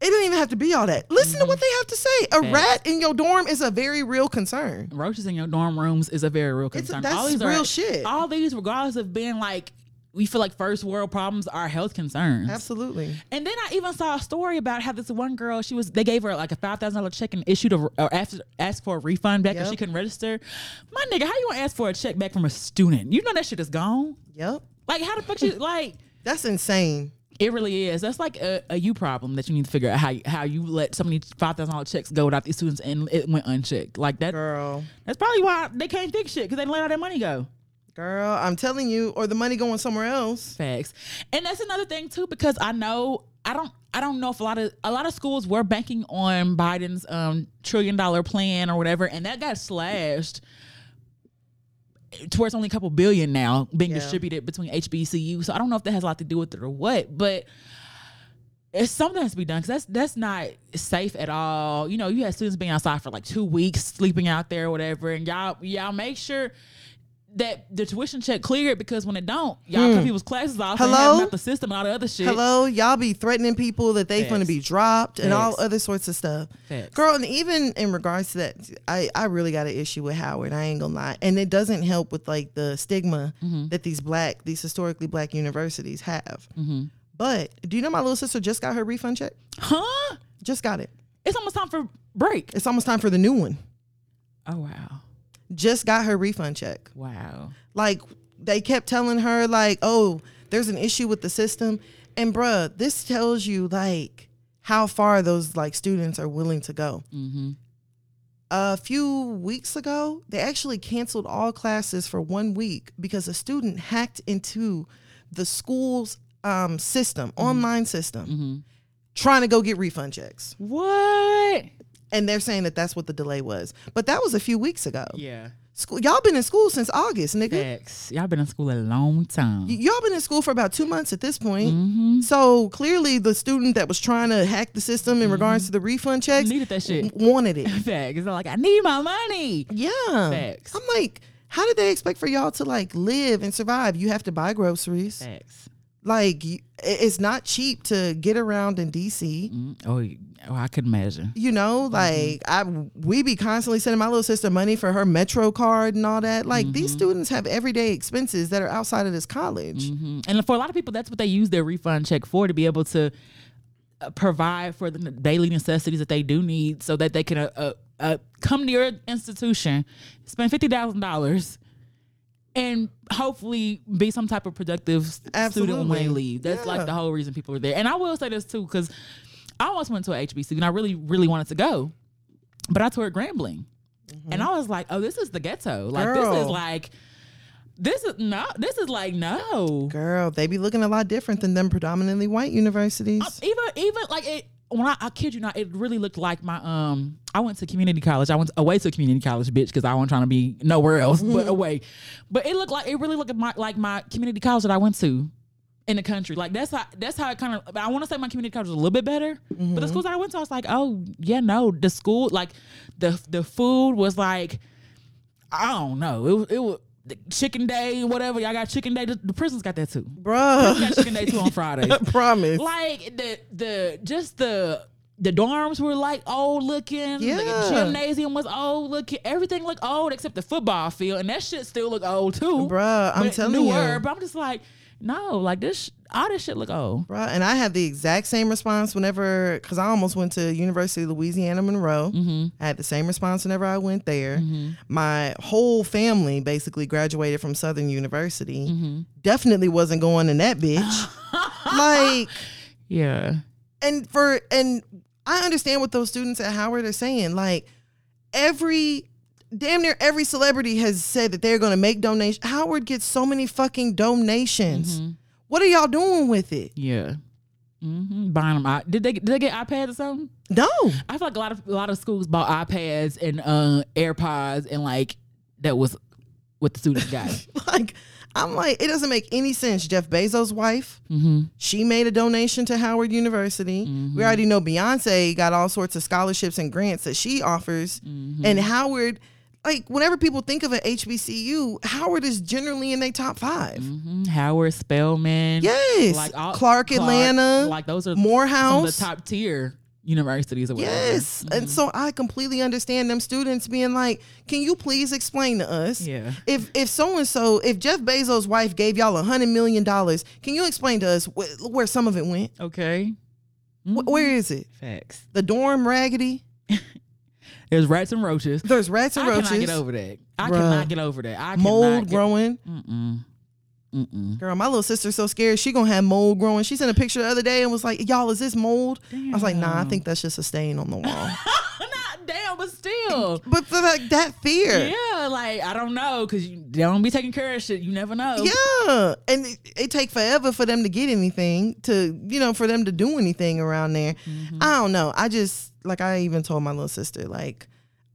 [SPEAKER 2] It didn't even have to be all that. Listen to what they have to say. A
[SPEAKER 1] Mm-hmm. Facts.
[SPEAKER 2] rat in your dorm is a very real concern.
[SPEAKER 1] Roaches in your dorm rooms is a very real
[SPEAKER 2] It's
[SPEAKER 1] concern.
[SPEAKER 2] that's
[SPEAKER 1] all these
[SPEAKER 2] real
[SPEAKER 1] are,
[SPEAKER 2] shit.
[SPEAKER 1] All these, regardless of being like, we feel like first world problems are health concerns.
[SPEAKER 2] Absolutely.
[SPEAKER 1] And then I even saw a story about how this one girl, she was they gave her like a five thousand dollar check and issued a or asked, asked for a refund back because she
[SPEAKER 2] Yep.
[SPEAKER 1] couldn't register. My nigga, how you gonna ask for a check back from a student? You know that shit is gone.
[SPEAKER 2] Yep.
[SPEAKER 1] Like how the fuck you like?
[SPEAKER 2] That's insane.
[SPEAKER 1] It really is. That's like a, a you problem that you need to figure out how how you let so many five thousand dollar checks go without these students and it went unchecked. Like that.
[SPEAKER 2] Girl.
[SPEAKER 1] That's probably why they can't fix shit because they didn't let all that money go.
[SPEAKER 2] Girl, I'm telling you, or the money going somewhere else.
[SPEAKER 1] Facts. And that's another thing too, because I know I don't I don't know if a lot of a lot of schools were banking on Biden's um trillion dollar plan or whatever, and that got slashed towards only a couple billion now being
[SPEAKER 2] Yeah.
[SPEAKER 1] distributed between HBCU. So I don't know if that has a lot to do with it or what, but it's something that has to be done because that's that's not safe at all. You know, you had students being outside for like two weeks, sleeping out there, or whatever, and y'all y'all make sure that the tuition check cleared because when it don't, y'all cut people's classes off and
[SPEAKER 2] Hello?
[SPEAKER 1] having up the system and all the other shit.
[SPEAKER 2] Hello, y'all be threatening people that they going to
[SPEAKER 1] Facts.
[SPEAKER 2] be dropped and all
[SPEAKER 1] Facts.
[SPEAKER 2] other sorts of stuff.
[SPEAKER 1] Facts.
[SPEAKER 2] Girl, and even in regards to that, I, I really got an issue with Howard. I ain't gonna lie, and it doesn't help with like the stigma
[SPEAKER 1] Mm-hmm.
[SPEAKER 2] that these black, these historically black universities have.
[SPEAKER 1] Mm-hmm.
[SPEAKER 2] But do you know my little sister just got her refund check?
[SPEAKER 1] Huh?
[SPEAKER 2] Just got it.
[SPEAKER 1] It's almost time for break.
[SPEAKER 2] It's almost time for the new one.
[SPEAKER 1] Oh wow.
[SPEAKER 2] Just got her refund check.
[SPEAKER 1] Wow.
[SPEAKER 2] like they kept telling her like oh there's an issue with the system and bruh this tells you like how far those like students are willing to go
[SPEAKER 1] Mm-hmm.
[SPEAKER 2] a few weeks ago they actually canceled all classes for one week because a student hacked into the school's um, system
[SPEAKER 1] Mm-hmm.
[SPEAKER 2] online system trying to go get refund checks
[SPEAKER 1] What?
[SPEAKER 2] and they're saying that that's what the delay was but that was a few weeks ago
[SPEAKER 1] Yeah.
[SPEAKER 2] school y'all been in school since august nigga
[SPEAKER 1] Facts. Y'all been in school a long time.
[SPEAKER 2] y- y'all been in school for about two months at this point.
[SPEAKER 1] Mm-hmm.
[SPEAKER 2] So clearly, the student that was trying to hack the system in regards to the refund checks
[SPEAKER 1] Mm-hmm. Needed that shit.
[SPEAKER 2] w- wanted it.
[SPEAKER 1] Facts. It's like I need my money.
[SPEAKER 2] Yeah,
[SPEAKER 1] Facts.
[SPEAKER 2] I'm like, how did they expect for y'all to like live and survive? You have to buy groceries.
[SPEAKER 1] Facts.
[SPEAKER 2] Like, you, i- it's not cheap to get around in DC.
[SPEAKER 1] Mm, Oh, y- oh, I could imagine.
[SPEAKER 2] You know,
[SPEAKER 1] Mm-hmm.
[SPEAKER 2] like I we be constantly sending my little sister money for her metro card and all that. Like
[SPEAKER 1] Mm-hmm.
[SPEAKER 2] these students have everyday expenses that are outside of this college.
[SPEAKER 1] Mm. And for a lot of people, that's what they use their refund check for to be able to uh, provide for the n- daily necessities that they do need, so that they can uh, uh, uh, come to your institution, spend fifty thousand dollars, and hopefully be some type of productive s- student when they
[SPEAKER 2] Absolutely.
[SPEAKER 1] leave. That's like
[SPEAKER 2] Yeah.
[SPEAKER 1] the whole reason people are there. And I will say this too, because. I almost went to a HBCU and I really, really wanted to go, but I toured Grambling. And I was like, oh, this is the ghetto. Like, this is
[SPEAKER 2] Mm-hmm. Girl.
[SPEAKER 1] like, this is not, this is like, no.
[SPEAKER 2] Girl, they be looking a lot different than them predominantly white universities.
[SPEAKER 1] Even, even like it, when I, I kid you not, it really looked like my, um, I went to community college. I went away to community college, bitch, because I wasn't trying to be nowhere else but away. But it looked like, it really looked at my, like my community college that I went to. In the country, like that's how that's how it kind of. I want to say my community college was a little bit better, but the schools that I went to, I was like, oh yeah, no, the school like the the food was like I don't know. It was, it was the chicken day, whatever. Y'all got chicken day. The, the prisons got that too. Prisons got
[SPEAKER 2] Bruh.
[SPEAKER 1] chicken day too on Fridays.
[SPEAKER 2] Promise.
[SPEAKER 1] like the the just the the dorms were like old looking.
[SPEAKER 2] Yeah.
[SPEAKER 1] The gymnasium was old looking. Everything looked old except the football field, and that shit still look old too.
[SPEAKER 2] Bruh, I'm
[SPEAKER 1] But
[SPEAKER 2] telling
[SPEAKER 1] newer,
[SPEAKER 2] you.
[SPEAKER 1] But I'm just like, no, like this, sh- all this shit look old.
[SPEAKER 2] Bruh, and I had the exact same response whenever, because I almost went to University of Louisiana Monroe.
[SPEAKER 1] Mm-hmm.
[SPEAKER 2] I had the same response whenever I went there. My whole family basically graduated from Southern University.
[SPEAKER 1] Mm-hmm.
[SPEAKER 2] Definitely wasn't going in that bitch. like,
[SPEAKER 1] Yeah.
[SPEAKER 2] and for and I understand what those students at Howard are saying. Like every damn near every celebrity has said that they're going to make donations. Howard gets so many fucking donations. What are y'all doing with it?
[SPEAKER 1] Yeah. hmm Buying them. i- Did they did they get iPads or something?
[SPEAKER 2] No,
[SPEAKER 1] I feel like a lot of a lot of schools bought iPads and uh, AirPods and like that was what the students got.
[SPEAKER 2] like I'm like it doesn't make any sense. Jeff Bezos' wife,
[SPEAKER 1] Mm. Mm-hmm.
[SPEAKER 2] she made a donation to Howard University. We already know Beyonce got all sorts of scholarships and grants that she offers, and Howard. Like whenever people think of an HBCU, Howard is generally in their top five.
[SPEAKER 1] Mhm. Howard Spelman,
[SPEAKER 2] Yes. Clark, Atlanta,
[SPEAKER 1] like those are some of
[SPEAKER 2] Morehouse.
[SPEAKER 1] the top Mm-hmm. tier universities or whatever.
[SPEAKER 2] Yes. And so I completely understand them students being like, can you please explain to us?
[SPEAKER 1] Yeah.
[SPEAKER 2] If if so and so, if Jeff Bezos' wife gave y'all a hundred million dollars, can you explain to us wh- where some of it went?
[SPEAKER 1] Okay,
[SPEAKER 2] Wh-
[SPEAKER 1] Mm-hmm.
[SPEAKER 2] where is it?
[SPEAKER 1] facts.
[SPEAKER 2] The dorm raggedy?
[SPEAKER 1] There's rats and roaches.
[SPEAKER 2] There's rats and
[SPEAKER 1] I
[SPEAKER 2] roaches.
[SPEAKER 1] cannot get over that. I
[SPEAKER 2] Bruh.
[SPEAKER 1] cannot get over that. I
[SPEAKER 2] mold
[SPEAKER 1] cannot get-
[SPEAKER 2] growing.
[SPEAKER 1] Mm-mm. Mm-mm.
[SPEAKER 2] Girl, my little sister's so scared she gonna have mold growing. She sent a picture the other day and was like, Y'all, is this mold? I was like, nah, I
[SPEAKER 1] Damn.
[SPEAKER 2] think that's just a stain on the wall.
[SPEAKER 1] Not damn, but still.
[SPEAKER 2] but for like that fear.
[SPEAKER 1] Yeah, like I don't know, cause you they don't be taking care of shit. You never know.
[SPEAKER 2] Yeah, and it, it take forever for them to get anything to you know for them to do anything around there.
[SPEAKER 1] Mm-hmm.
[SPEAKER 2] I don't know. I just like I even told my little sister like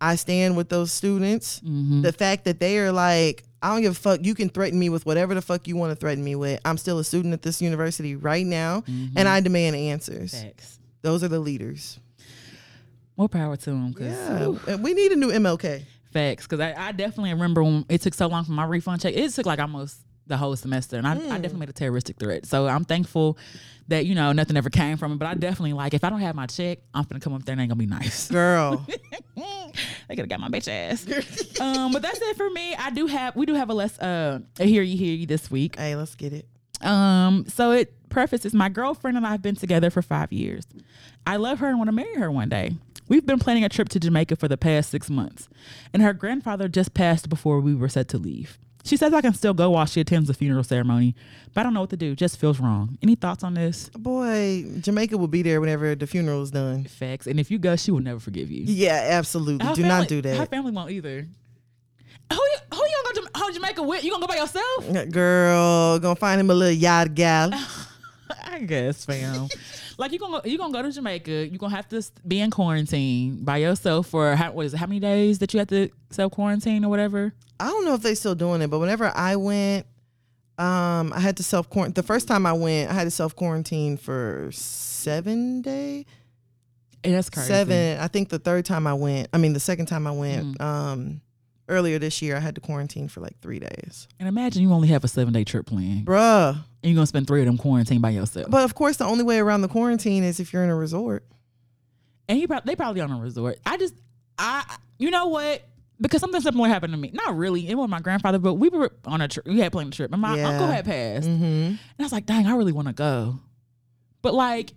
[SPEAKER 2] I stand with those students.
[SPEAKER 1] Mm-hmm.
[SPEAKER 2] The fact that they are like I don't give a fuck. You can threaten me with whatever the fuck you want to threaten me with. I'm still a student at this university right now,
[SPEAKER 1] Mm-hmm.
[SPEAKER 2] and I demand answers.
[SPEAKER 1] Facts.
[SPEAKER 2] Those are the leaders.
[SPEAKER 1] More power to them. Cause
[SPEAKER 2] Yeah,
[SPEAKER 1] whew,
[SPEAKER 2] and we need a new MLK.
[SPEAKER 1] facts. Cause I, I definitely remember when it took so long for my refund check. It took like almost the whole semester, and I, I definitely made a terroristic threat. So I'm thankful that you know nothing ever came from it. But I definitely like if I don't have my check, I'm gonna come up there and ain't gonna be nice.
[SPEAKER 2] Girl,
[SPEAKER 1] they could have got my bitch ass. um, but that's it for me. I do have we do have a less uh a hear you hear you this week.
[SPEAKER 2] hey, let's get it.
[SPEAKER 1] Um, so it prefaces my girlfriend and I have been together for five years. I love her and want to marry her one day. We've been planning a trip to Jamaica for the past six months, and her grandfather just passed before we were set to leave. She says I can still go while she attends the funeral ceremony, but I don't know what to do. Just feels wrong. Any thoughts on this?
[SPEAKER 2] Boy, Jamaica will be there whenever the funeral is done.
[SPEAKER 1] Facts. And if you go, she will never forgive you.
[SPEAKER 2] Yeah, absolutely.
[SPEAKER 1] Her
[SPEAKER 2] do not do
[SPEAKER 1] family- Her
[SPEAKER 2] that.
[SPEAKER 1] family won't either. Who you, who you gonna go to who Jamaica with? You gonna go by yourself?
[SPEAKER 2] Girl, gonna find him a little yard gal.
[SPEAKER 1] Uh. I guess, fam. like you gonna you gonna go to Jamaica. You gonna have to s- be in quarantine by yourself for how, what is it? How many days that you have to self quarantine or whatever?
[SPEAKER 2] I don't know if they still doing it, but whenever I went, um, I had to self quarantine. The first time I went, I had to self quarantine for seven day,
[SPEAKER 1] And Eh, that's crazy.
[SPEAKER 2] seven. I think the third time I went, I mean the second time I
[SPEAKER 1] Mm.
[SPEAKER 2] went, um, earlier this year, I had to quarantine for like three days,
[SPEAKER 1] And imagine you only have a seven day trip planned,
[SPEAKER 2] bruh.
[SPEAKER 1] and you gonna spend three of them quarantine by yourself.
[SPEAKER 2] But of course, the only way around the quarantine is if you're in a resort.
[SPEAKER 1] and you probably they probably on a resort. I just I you know what. Because something similar happened to me. Not really. It wasn't my grandfather, but we were on a trip. We had planned a trip, and my
[SPEAKER 2] Yeah.
[SPEAKER 1] uncle had passed.
[SPEAKER 2] Mm-hmm.
[SPEAKER 1] And I was like, dang, I really want to go. But like,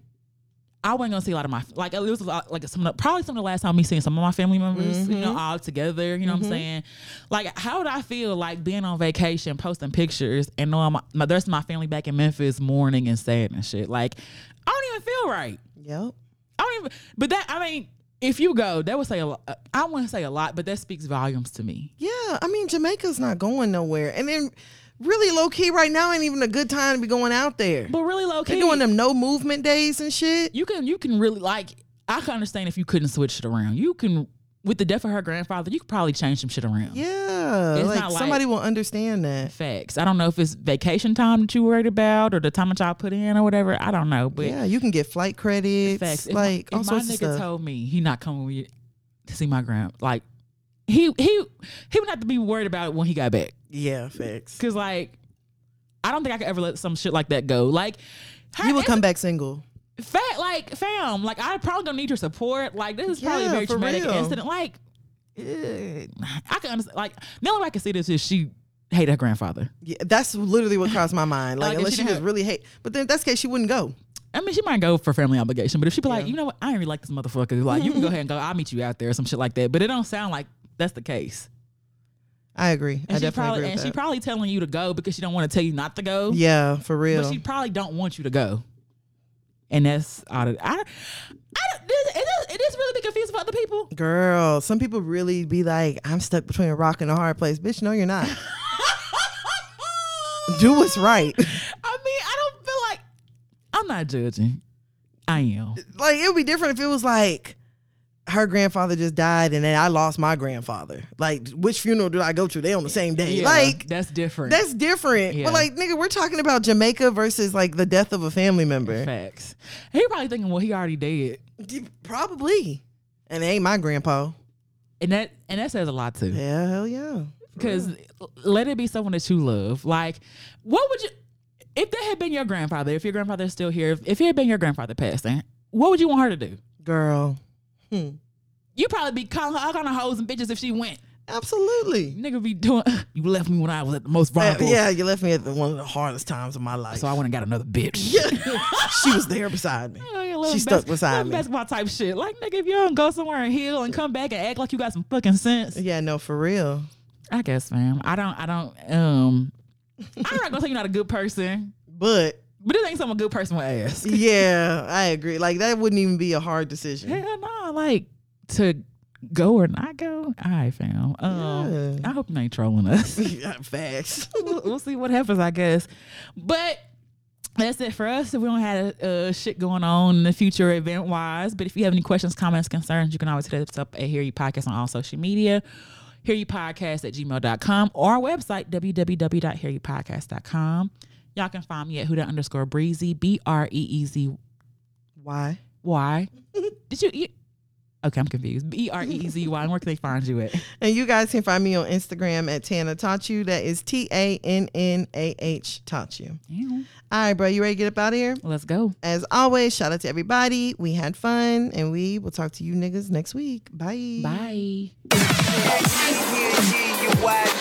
[SPEAKER 1] I wasn't gonna see a lot of my like it was a lot- like some of the- probably some of the last time me seeing some of my family members, you
[SPEAKER 2] Mm-hmm.
[SPEAKER 1] know, all together. You know what I'm saying? Like, how would I feel like being on vacation, posting pictures, and knowing my, my the rest of my family back in Memphis mourning and sad and shit? Like, I don't even feel right.
[SPEAKER 2] Yep.
[SPEAKER 1] I don't even. But that I mean, if you go, that would say a lot. I wouldn't say a lot, but that speaks volumes to me.
[SPEAKER 2] Yeah, I mean Jamaica's not going nowhere, and then really low key right now ain't even a good time to be going out there.
[SPEAKER 1] But really, low key,
[SPEAKER 2] They're doing them no movement days and shit.
[SPEAKER 1] you can you can really like. I can understand if you couldn't switch it around. You can with the death of her grandfather, you could probably change some shit around.
[SPEAKER 2] Yeah,
[SPEAKER 1] It's
[SPEAKER 2] like
[SPEAKER 1] not like-
[SPEAKER 2] somebody will understand that.
[SPEAKER 1] Facts. I don't know if it's vacation time that you worried about or the time that y'all put in or whatever. I don't know. But
[SPEAKER 2] Yeah, you can get flight credits,
[SPEAKER 1] facts. If my-
[SPEAKER 2] like
[SPEAKER 1] if my,
[SPEAKER 2] all sorts
[SPEAKER 1] nigga
[SPEAKER 2] of stuff.
[SPEAKER 1] told me he not coming with you to see my grand, like he he he would have to be worried about it when he got back.
[SPEAKER 2] yeah, facts.
[SPEAKER 1] Cause like I don't think I could ever let some shit like that go. Like her,
[SPEAKER 2] You would
[SPEAKER 1] it's
[SPEAKER 2] come back single.
[SPEAKER 1] fat like fam. Like I probably don't need your support. Like this is probably a
[SPEAKER 2] Yeah,
[SPEAKER 1] very
[SPEAKER 2] for
[SPEAKER 1] traumatic
[SPEAKER 2] real.
[SPEAKER 1] incident. Like eh, I can understand. Like the only way I can see this is she hated her grandfather.
[SPEAKER 2] Yeah, that's literally what crossed my mind. Like,
[SPEAKER 1] Like, if
[SPEAKER 2] unless
[SPEAKER 1] she
[SPEAKER 2] she
[SPEAKER 1] didn't
[SPEAKER 2] just
[SPEAKER 1] have-
[SPEAKER 2] really hate, but then in that case, she wouldn't go.
[SPEAKER 1] I mean, she might go for family obligation, but if she be like, you know what, I ain't really like this motherfucker. Like you can go ahead and go. I'll meet you out there or some shit like that. But it don't sound like that's the case.
[SPEAKER 2] I agree.
[SPEAKER 1] And
[SPEAKER 2] I
[SPEAKER 1] she
[SPEAKER 2] definitely
[SPEAKER 1] probably
[SPEAKER 2] agree
[SPEAKER 1] and
[SPEAKER 2] with
[SPEAKER 1] she
[SPEAKER 2] that.
[SPEAKER 1] probably telling you to go because she don't want to tell you not to go.
[SPEAKER 2] yeah, for
[SPEAKER 1] But
[SPEAKER 2] real.
[SPEAKER 1] she probably don't want you to go. And that's out of I. I don't- does- it is it is really be confusing for other people.
[SPEAKER 2] Girl, some people really be like, I'm stuck between a rock and a hard place. Bitch, no, you're not. Do what's right.
[SPEAKER 1] I mean, I don't feel like I'm not judging. I am.
[SPEAKER 2] like it would be different if it was like her grandfather just died and then I lost my grandfather. Like which funeral do I go to? They on the same day.
[SPEAKER 1] Yeah,
[SPEAKER 2] like
[SPEAKER 1] that's different.
[SPEAKER 2] that's different.
[SPEAKER 1] Yeah.
[SPEAKER 2] But like nigga, we're talking about Jamaica versus like the death of a family member.
[SPEAKER 1] facts. He probably thinking, well, he already dead,
[SPEAKER 2] D- Probably. And it ain't my grandpa.
[SPEAKER 1] and that and that says a lot too.
[SPEAKER 2] Yeah, hell yeah.
[SPEAKER 1] Because let it be someone that you love. Like, what would you, if that had been your grandfather, if your grandfather is still here, if, if he had been your grandfather passing, what would you want her to do?
[SPEAKER 2] Girl.
[SPEAKER 1] you probably be calling her all kind of hoes and bitches if she went.
[SPEAKER 2] Absolutely.
[SPEAKER 1] Nigga be doing, you left me when I was at the most
[SPEAKER 2] Uh,
[SPEAKER 1] vulnerable.
[SPEAKER 2] yeah, you left me at the, one of the hardest times of my life.
[SPEAKER 1] So I went and got another bitch.
[SPEAKER 2] she was there beside me.
[SPEAKER 1] Like a little
[SPEAKER 2] She stuck
[SPEAKER 1] bas-
[SPEAKER 2] beside
[SPEAKER 1] little
[SPEAKER 2] me.
[SPEAKER 1] Basketball type shit. Like, nigga, if you don't go somewhere and heal and come back and act like you got some fucking sense.
[SPEAKER 2] Yeah, no, for real.
[SPEAKER 1] I guess, fam. I don't, I don't, um, I'm not gonna say you're not a good person,
[SPEAKER 2] But
[SPEAKER 1] but this ain't something a good person would ask.
[SPEAKER 2] yeah, I agree. Like that wouldn't even be a hard decision.
[SPEAKER 1] Hell no, like to go or not go. All right, fam. Um,
[SPEAKER 2] Yeah.
[SPEAKER 1] I hope you ain't trolling us.
[SPEAKER 2] Yeah, Facts.
[SPEAKER 1] we'll, we'll see what happens, I guess. But that's it for us. If we don't have uh, shit going on in the future event wise, but if you have any questions, comments, concerns, you can always hit us up at Hear You Podcast on all social media. Hear You Podcast at gmail.com or our website, www.hearyoupodcast.com. Y'all can find me at Huda underscore breezy, B R E E Z
[SPEAKER 2] Why?
[SPEAKER 1] Y. Did you eat? Okay, I'm confused. B R E E Z Y. And where can they find you at?
[SPEAKER 2] And you guys can find me on Instagram at Tana Tachu. That is T A N N A H Tachu.
[SPEAKER 1] Damn.
[SPEAKER 2] All right, bro. You ready to get up out of here?
[SPEAKER 1] Let's go.
[SPEAKER 2] As always, shout out to everybody. We had fun, and we will talk to you niggas next week. Bye.
[SPEAKER 1] Bye.
[SPEAKER 6] G-U-Y-G.